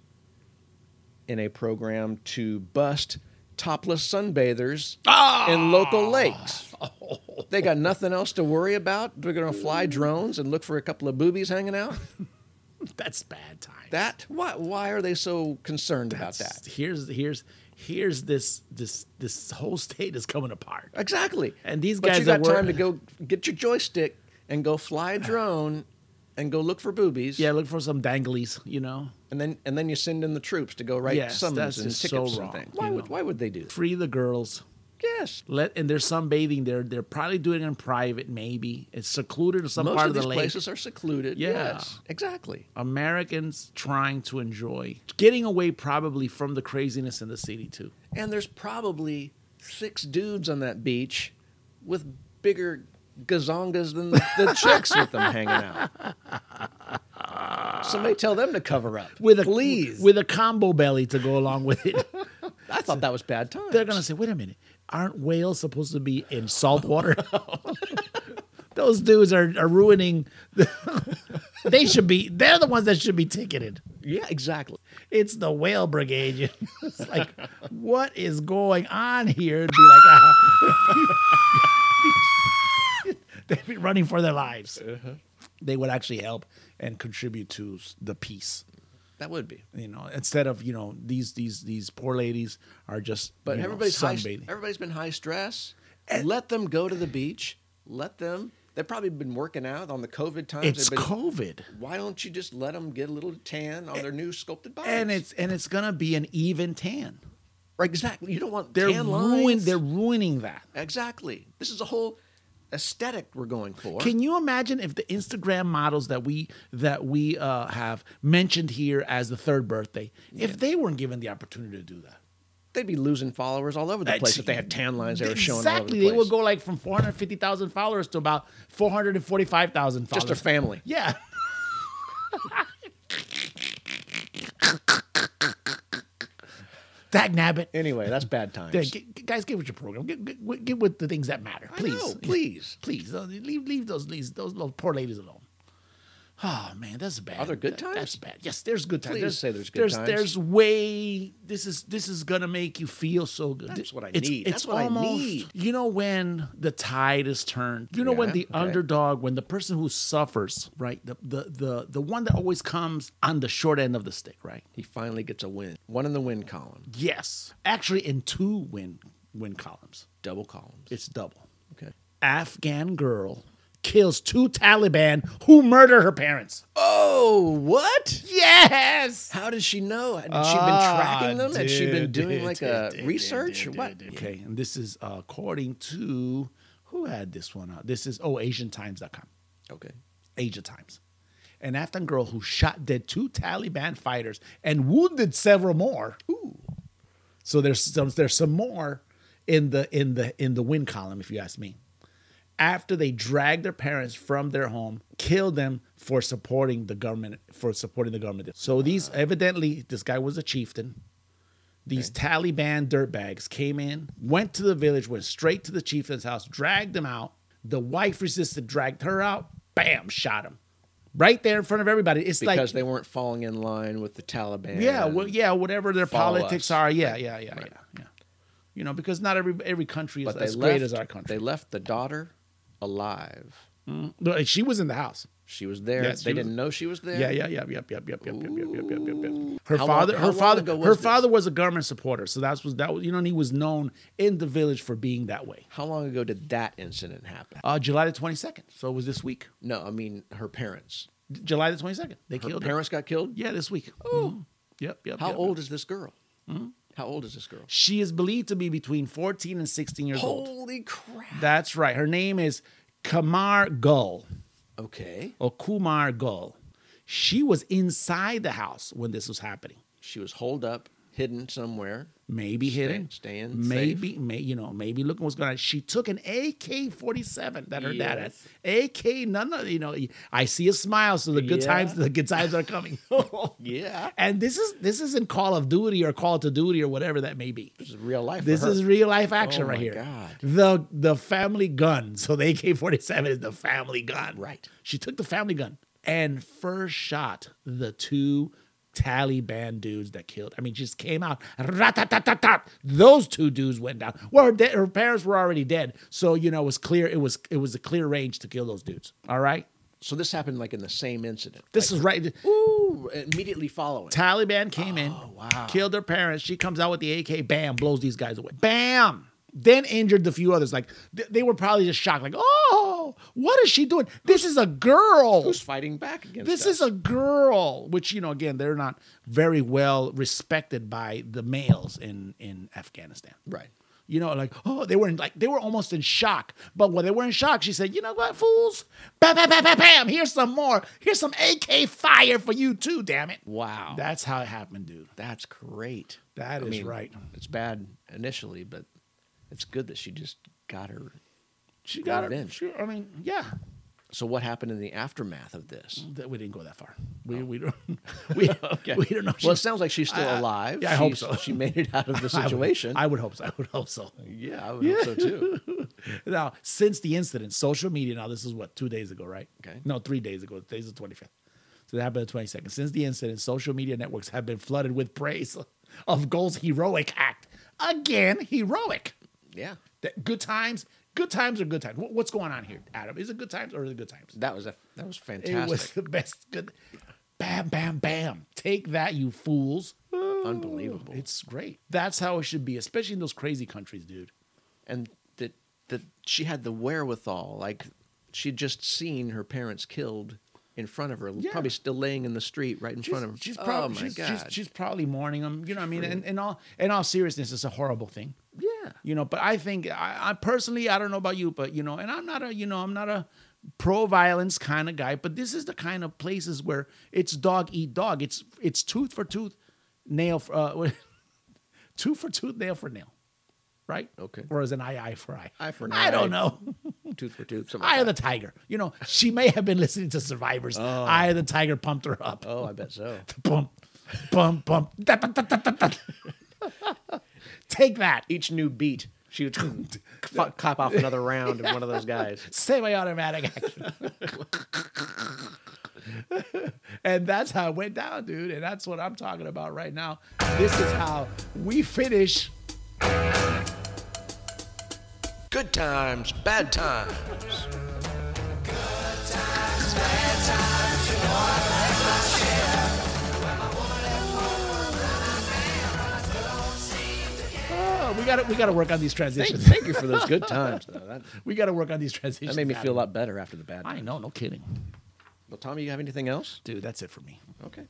Speaker 2: in a program to bust topless sunbathers in local lakes. They got nothing else to worry about. They're going to fly drones and look for a couple of boobies hanging out.
Speaker 1: That's bad times.
Speaker 2: That why why are they so concerned about
Speaker 1: That's-
Speaker 2: that?
Speaker 1: Here's here's here's this this this whole <laughs> state is coming apart.
Speaker 2: Exactly.
Speaker 1: And these
Speaker 2: but
Speaker 1: guys
Speaker 2: you
Speaker 1: that
Speaker 2: got
Speaker 1: were-
Speaker 2: time to go get your joystick and go fly a drone and go look for boobies.
Speaker 1: Yeah, look for some danglies, you know.
Speaker 2: And then and then you send in the troops to go write
Speaker 1: Yes, that's
Speaker 2: summons and
Speaker 1: just so
Speaker 2: tickets
Speaker 1: wrong,
Speaker 2: and things.
Speaker 1: you
Speaker 2: Why
Speaker 1: know.
Speaker 2: would why would they do that?
Speaker 1: Free the girls.
Speaker 2: Yes.
Speaker 1: Let and there's some bathing there. They're probably doing it in private, maybe. It's secluded in some
Speaker 2: Most
Speaker 1: part
Speaker 2: of
Speaker 1: the
Speaker 2: these
Speaker 1: lake.
Speaker 2: places are secluded.
Speaker 1: Yeah.
Speaker 2: Yes. Exactly.
Speaker 1: Americans trying to enjoy getting away probably from the craziness in the city too.
Speaker 2: And there's probably six dudes on that beach with bigger gazongas
Speaker 1: <laughs>
Speaker 2: than the chicks with them hanging out. Somebody tell them to cover up.
Speaker 1: With a
Speaker 2: please.
Speaker 1: with a combo belly to go along with it. <laughs>
Speaker 2: I thought that was bad times.
Speaker 1: They're gonna say, wait a minute, aren't whales supposed to be in salt
Speaker 2: <laughs>
Speaker 1: water? Those dudes are, are ruining the- <laughs> they should be they're the ones that should be ticketed.
Speaker 2: yeah, exactly.
Speaker 1: It's the whale brigade. <laughs> it's like, what is going on here? It'd be like, ah. <laughs> they'd be running for their lives. They would actually help and contribute to s- the peace.
Speaker 2: That would be.
Speaker 1: You know, instead of you know these these these poor ladies are just
Speaker 2: But
Speaker 1: you know,
Speaker 2: everybody's high,
Speaker 1: sunbathing.
Speaker 2: everybody's been high stress. let them go to the beach. Let them. They've probably been working out on the COVID times.
Speaker 1: it's
Speaker 2: They've been-
Speaker 1: COVID.
Speaker 2: Why don't you just let them get a little tan on their new sculpted bodies?
Speaker 1: and it's and it's gonna be an even tan.
Speaker 2: Right, exactly. You don't want
Speaker 1: They're
Speaker 2: tan
Speaker 1: ruin,
Speaker 2: lines.
Speaker 1: They're ruining that.
Speaker 2: exactly. This is a whole aesthetic we're going for.
Speaker 1: Can you imagine if the Instagram models that we that we uh, have mentioned here as the third birthday, if they weren't given the opportunity to do that?
Speaker 2: They'd be losing followers all over the place if they had tan lines they were showing. all over
Speaker 1: Exactly,
Speaker 2: the
Speaker 1: they would
Speaker 2: place.
Speaker 1: go like from four hundred fifty thousand followers to about four hundred and forty-five thousand followers.
Speaker 2: Just a family.
Speaker 1: Yeah. <laughs> Dag nabbit.
Speaker 2: Anyway, that's bad times.
Speaker 1: Yeah, g- g- guys, get with your program. Get, get, get with the things that matter,
Speaker 2: I
Speaker 1: please.
Speaker 2: know, please.
Speaker 1: please uh, leave leave those these those little poor ladies alone. Oh man, that's bad.
Speaker 2: Are there good
Speaker 1: That- That's
Speaker 2: times?
Speaker 1: bad. Yes, there's good times.
Speaker 2: Please say there's good
Speaker 1: there's,
Speaker 2: times.
Speaker 1: There's way. This is this is gonna make you feel so good.
Speaker 2: That's
Speaker 1: Th-
Speaker 2: what I
Speaker 1: it's-
Speaker 2: need.
Speaker 1: It's
Speaker 2: That's what I
Speaker 1: almost,
Speaker 2: need.
Speaker 1: You know when the tide is turned. You know when
Speaker 2: Yeah,
Speaker 1: the
Speaker 2: okay.
Speaker 1: underdog, when the person who suffers, right, the, the the the one that always comes on the short end of the stick, right?
Speaker 2: He finally gets a win. One in the win column.
Speaker 1: Yes, actually, in two win win columns,
Speaker 2: Double columns.
Speaker 1: it's double.
Speaker 2: Okay.
Speaker 1: Afghan girl kills two Taliban who murder her parents.
Speaker 2: Oh, what?
Speaker 1: Yes. Ah,
Speaker 2: How does she know? Had she been tracking them? Had she been
Speaker 1: dude,
Speaker 2: doing
Speaker 1: dude,
Speaker 2: like
Speaker 1: dude,
Speaker 2: a
Speaker 1: dude, dude,
Speaker 2: research
Speaker 1: dude,
Speaker 2: or what?
Speaker 1: dude, dude. Okay, and this is uh, according to who had this one out? This is oh AsianTimes.com.
Speaker 2: Okay.
Speaker 1: Asia Times. An Afghan girl who shot dead two Taliban fighters and wounded several more. Ooh. So there's some there's some more in the in the in the win column, if you ask me. After they dragged their parents from their home, killed them for supporting the government for supporting the government. So these evidently this guy was a chieftain. These Taliban dirtbags came in, went to the village, went straight to the chieftain's house, dragged him out. The wife resisted, dragged her out, bam, shot him. Right there in front of everybody. It's
Speaker 2: Because
Speaker 1: like
Speaker 2: they weren't falling in line with the Taliban.
Speaker 1: yeah, well, yeah, whatever their
Speaker 2: follow
Speaker 1: politics
Speaker 2: us.
Speaker 1: are. Yeah, yeah, yeah, yeah, yeah. You know, because not every every country is
Speaker 2: But they
Speaker 1: as great
Speaker 2: left,
Speaker 1: as our country.
Speaker 2: They left the daughter alive.
Speaker 1: <laughs> No, she was in the house.
Speaker 2: She was there.
Speaker 1: Yes, she
Speaker 2: they
Speaker 1: was-
Speaker 2: didn't know she was there.
Speaker 1: Yeah, yeah, yeah, yep, yep, yep, yep, yep, yep, yep, yep, yep, yep. Her
Speaker 2: How long-
Speaker 1: father,
Speaker 2: how
Speaker 1: her
Speaker 2: long
Speaker 1: father,
Speaker 2: ago was
Speaker 1: her
Speaker 2: this?
Speaker 1: father was a government supporter, so that's was that was you know, and he was known in the village for being that way.
Speaker 2: How long ago did that incident happen?
Speaker 1: Uh, July the twenty second, so it was this week.
Speaker 2: No, I mean her parents.
Speaker 1: July the 22nd. They
Speaker 2: Her
Speaker 1: killed her.
Speaker 2: parents got killed.
Speaker 1: Yeah, this week. Oh. Yep, yep.
Speaker 2: How
Speaker 1: yep.
Speaker 2: old is this girl?
Speaker 1: Hmm?
Speaker 2: How old is this girl?
Speaker 1: She is believed to be between 14 and 16 years old.
Speaker 2: Holy crap!
Speaker 1: That's right. Her name is Kamar Gull
Speaker 2: Okay.
Speaker 1: or Kumar Gull. She was inside the house when this was happening.
Speaker 2: She was holed up, hidden somewhere.
Speaker 1: Maybe hidden,
Speaker 2: staying safe.
Speaker 1: maybe, may you know, maybe looking what's going on. She took an AK forty seven that her dad
Speaker 2: Yes.
Speaker 1: had. AK, none of you know. I see a smile, so the good
Speaker 2: Yeah.
Speaker 1: times, the good times are coming.
Speaker 2: <laughs> Yeah.
Speaker 1: and this is this isn't Call of Duty or Call to Duty or whatever that may be.
Speaker 2: This is real <laughs> life. for
Speaker 1: This
Speaker 2: her.
Speaker 1: is real life action
Speaker 2: Oh
Speaker 1: right
Speaker 2: my
Speaker 1: here.
Speaker 2: God.
Speaker 1: The the family gun. <laughs> So the AK forty seven is the family gun.
Speaker 2: Right.
Speaker 1: She took the family gun and first shot the two Taliban dudes that killed. I mean, just came out. rat-tat-tat-tat. Those two dudes went down. Well, her, da- her parents were already dead, so you know it was clear. It was it was a clear range to kill those dudes. All right.
Speaker 2: So this happened like in the same incident.
Speaker 1: This is right.
Speaker 2: is ooh, immediately following.
Speaker 1: Taliban came in,
Speaker 2: Oh, wow.
Speaker 1: killed her parents. She comes out with the AK, bam, blows these guys away. Bam. Then injured the few others. Like th- they were probably just shocked, like, oh, what is she doing? This is a girl.
Speaker 2: Who's fighting back against
Speaker 1: this
Speaker 2: us?
Speaker 1: is a girl, which you know, again, they're not very well respected by the males in in Afghanistan.
Speaker 2: right.
Speaker 1: You know, like oh, they were in, like they were almost in shock. But when they were in shock, she said, "You know what, fools? Bam, bam, bam, bam, bam. Here's some more. Here's some AK fire for you too. Damn it!
Speaker 2: Wow.
Speaker 1: That's how it happened, dude.
Speaker 2: That's great.
Speaker 1: That is right.
Speaker 2: It's bad initially, but it's good that she just got her.
Speaker 1: She got
Speaker 2: Right
Speaker 1: her.
Speaker 2: in.
Speaker 1: She, I mean, yeah.
Speaker 2: So what happened in the aftermath of this?
Speaker 1: That we didn't go that far. We we
Speaker 2: <laughs>
Speaker 1: don't <laughs> we, we don't know.
Speaker 2: Oh. Well, it sounds like she's still
Speaker 1: I- I-
Speaker 2: alive.
Speaker 1: yeah, I hope
Speaker 2: She's-
Speaker 1: so.
Speaker 2: She made it out of the
Speaker 1: <laughs> I would-
Speaker 2: situation.
Speaker 1: I would, hope so. I would hope so.
Speaker 2: yeah, I would hope
Speaker 1: <laughs>
Speaker 2: so too.
Speaker 1: Now, since the incident, social media. Now, this is what two days ago, right?
Speaker 2: Okay.
Speaker 1: No, three days ago. Today's the twenty fifth. So that happened the twenty second. Since the incident, social media networks have been flooded with praise of Gold's heroic act. Again, heroic.
Speaker 2: Yeah,
Speaker 1: That good times. Good times are good times. What- What's going on here, Adam? Is it good times or is it good times?
Speaker 2: that was a that
Speaker 1: It was
Speaker 2: was fantastic,
Speaker 1: the best. Good. Bam, bam, bam. Take that, you fools.
Speaker 2: unbelievable,
Speaker 1: It's great. That's how it should be, especially in those crazy countries, dude.
Speaker 2: and that that she had the wherewithal. Like she'd just seen her parents killed in front of her,
Speaker 1: Yeah.
Speaker 2: probably still laying in the street right in
Speaker 1: She's,
Speaker 2: front of her.
Speaker 1: she's
Speaker 2: oh
Speaker 1: probably
Speaker 2: my
Speaker 1: she's,
Speaker 2: god,
Speaker 1: she's, she's probably mourning them. You know, what I mean, and, and all in all seriousness, it's a horrible thing.
Speaker 2: yeah,
Speaker 1: You know, but I think I, I personally, I don't know about you, but you know, and I'm not a, you know, I'm not a pro violence kind of guy, but this is the kind of places where it's dog eat dog. It's it's tooth for tooth, nail for uh, <laughs> tooth for tooth, nail for nail, right?
Speaker 2: Okay.
Speaker 1: Or is an eye eye for eye?
Speaker 2: Eye for an
Speaker 1: I don't
Speaker 2: eye. <laughs>
Speaker 1: know.
Speaker 2: tooth for tooth. Something
Speaker 1: Eye
Speaker 2: like
Speaker 1: of the
Speaker 2: that.
Speaker 1: tiger. You know, she may have been listening to Survivors. Eye of the tiger pumped her up.
Speaker 2: Oh, I bet so.
Speaker 1: Bump, bump, bump. <laughs> Da, da, da, da, da, da. Take that.
Speaker 2: Each new beat, she would f- cop off another round of one of those guys.
Speaker 1: semi-automatic action. <laughs> and that's how it went down, dude. And that's what I'm talking about right now. This is how we finish.
Speaker 2: Good times, bad times.
Speaker 1: Oh, we got to we got to work on these transitions.
Speaker 2: Thank you for those good times, though. That,
Speaker 1: we got to work on these transitions.
Speaker 2: that made me feel a
Speaker 1: Adam.
Speaker 2: lot better after the bad.
Speaker 1: I
Speaker 2: times.
Speaker 1: know, no kidding,
Speaker 2: Well, Tommy, you have anything else?
Speaker 1: dude. That's it for me.
Speaker 2: Okay.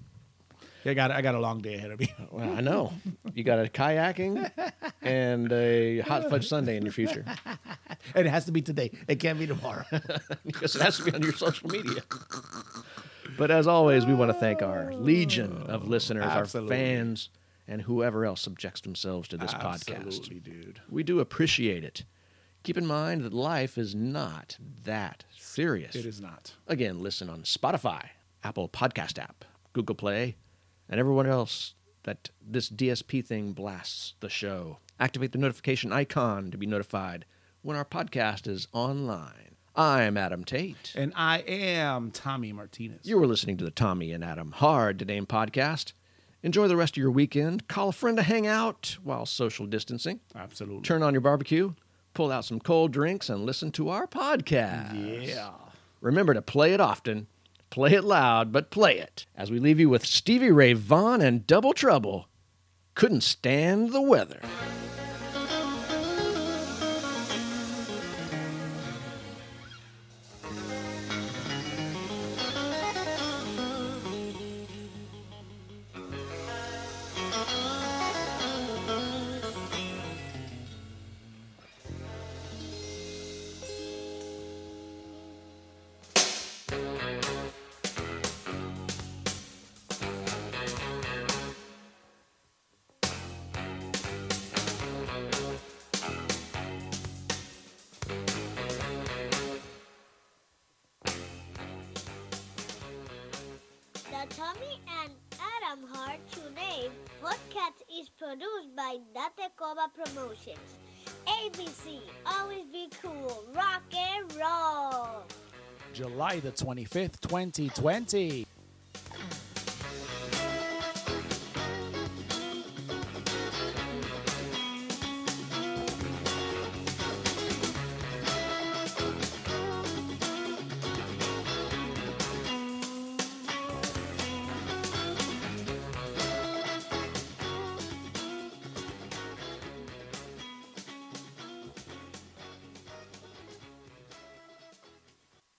Speaker 1: I got I got a long day ahead
Speaker 2: <laughs>
Speaker 1: of me.
Speaker 2: Well, I know. You got a kayaking and a hot fudge sundae in your future.
Speaker 1: and it has to be today. It can't be tomorrow.
Speaker 2: Because it has to be on your social media. <laughs> But as always, we want to thank our legion of listeners,
Speaker 1: Absolutely.
Speaker 2: our fans, and whoever else subjects themselves to this podcast.
Speaker 1: Absolutely, dude.
Speaker 2: We do appreciate it. Keep in mind that life is not that serious.
Speaker 1: It is not.
Speaker 2: Again, listen on Spotify, Apple Podcast app, Google Play, and everyone else that this DSP thing blasts the show. Activate the notification icon to be notified when our podcast is online. I'm Adam Tate.
Speaker 1: And I am Tommy Martinez.
Speaker 2: You were listening to the Tommy and Adam Hard to Name podcast. Enjoy the rest of your weekend. Call a friend to hang out while social distancing.
Speaker 1: absolutely
Speaker 2: Turn on your barbecue, pull out some cold drinks, and listen to our podcast.
Speaker 1: Yeah.
Speaker 2: Remember to play it often, play it loud, but play it. As we leave you with Stevie Ray Vaughan and Double Trouble, couldn't stand the weather.
Speaker 4: produced by Date Coba Promotions. ABC, always be cool, rock and roll.
Speaker 1: July the 25th, 2020.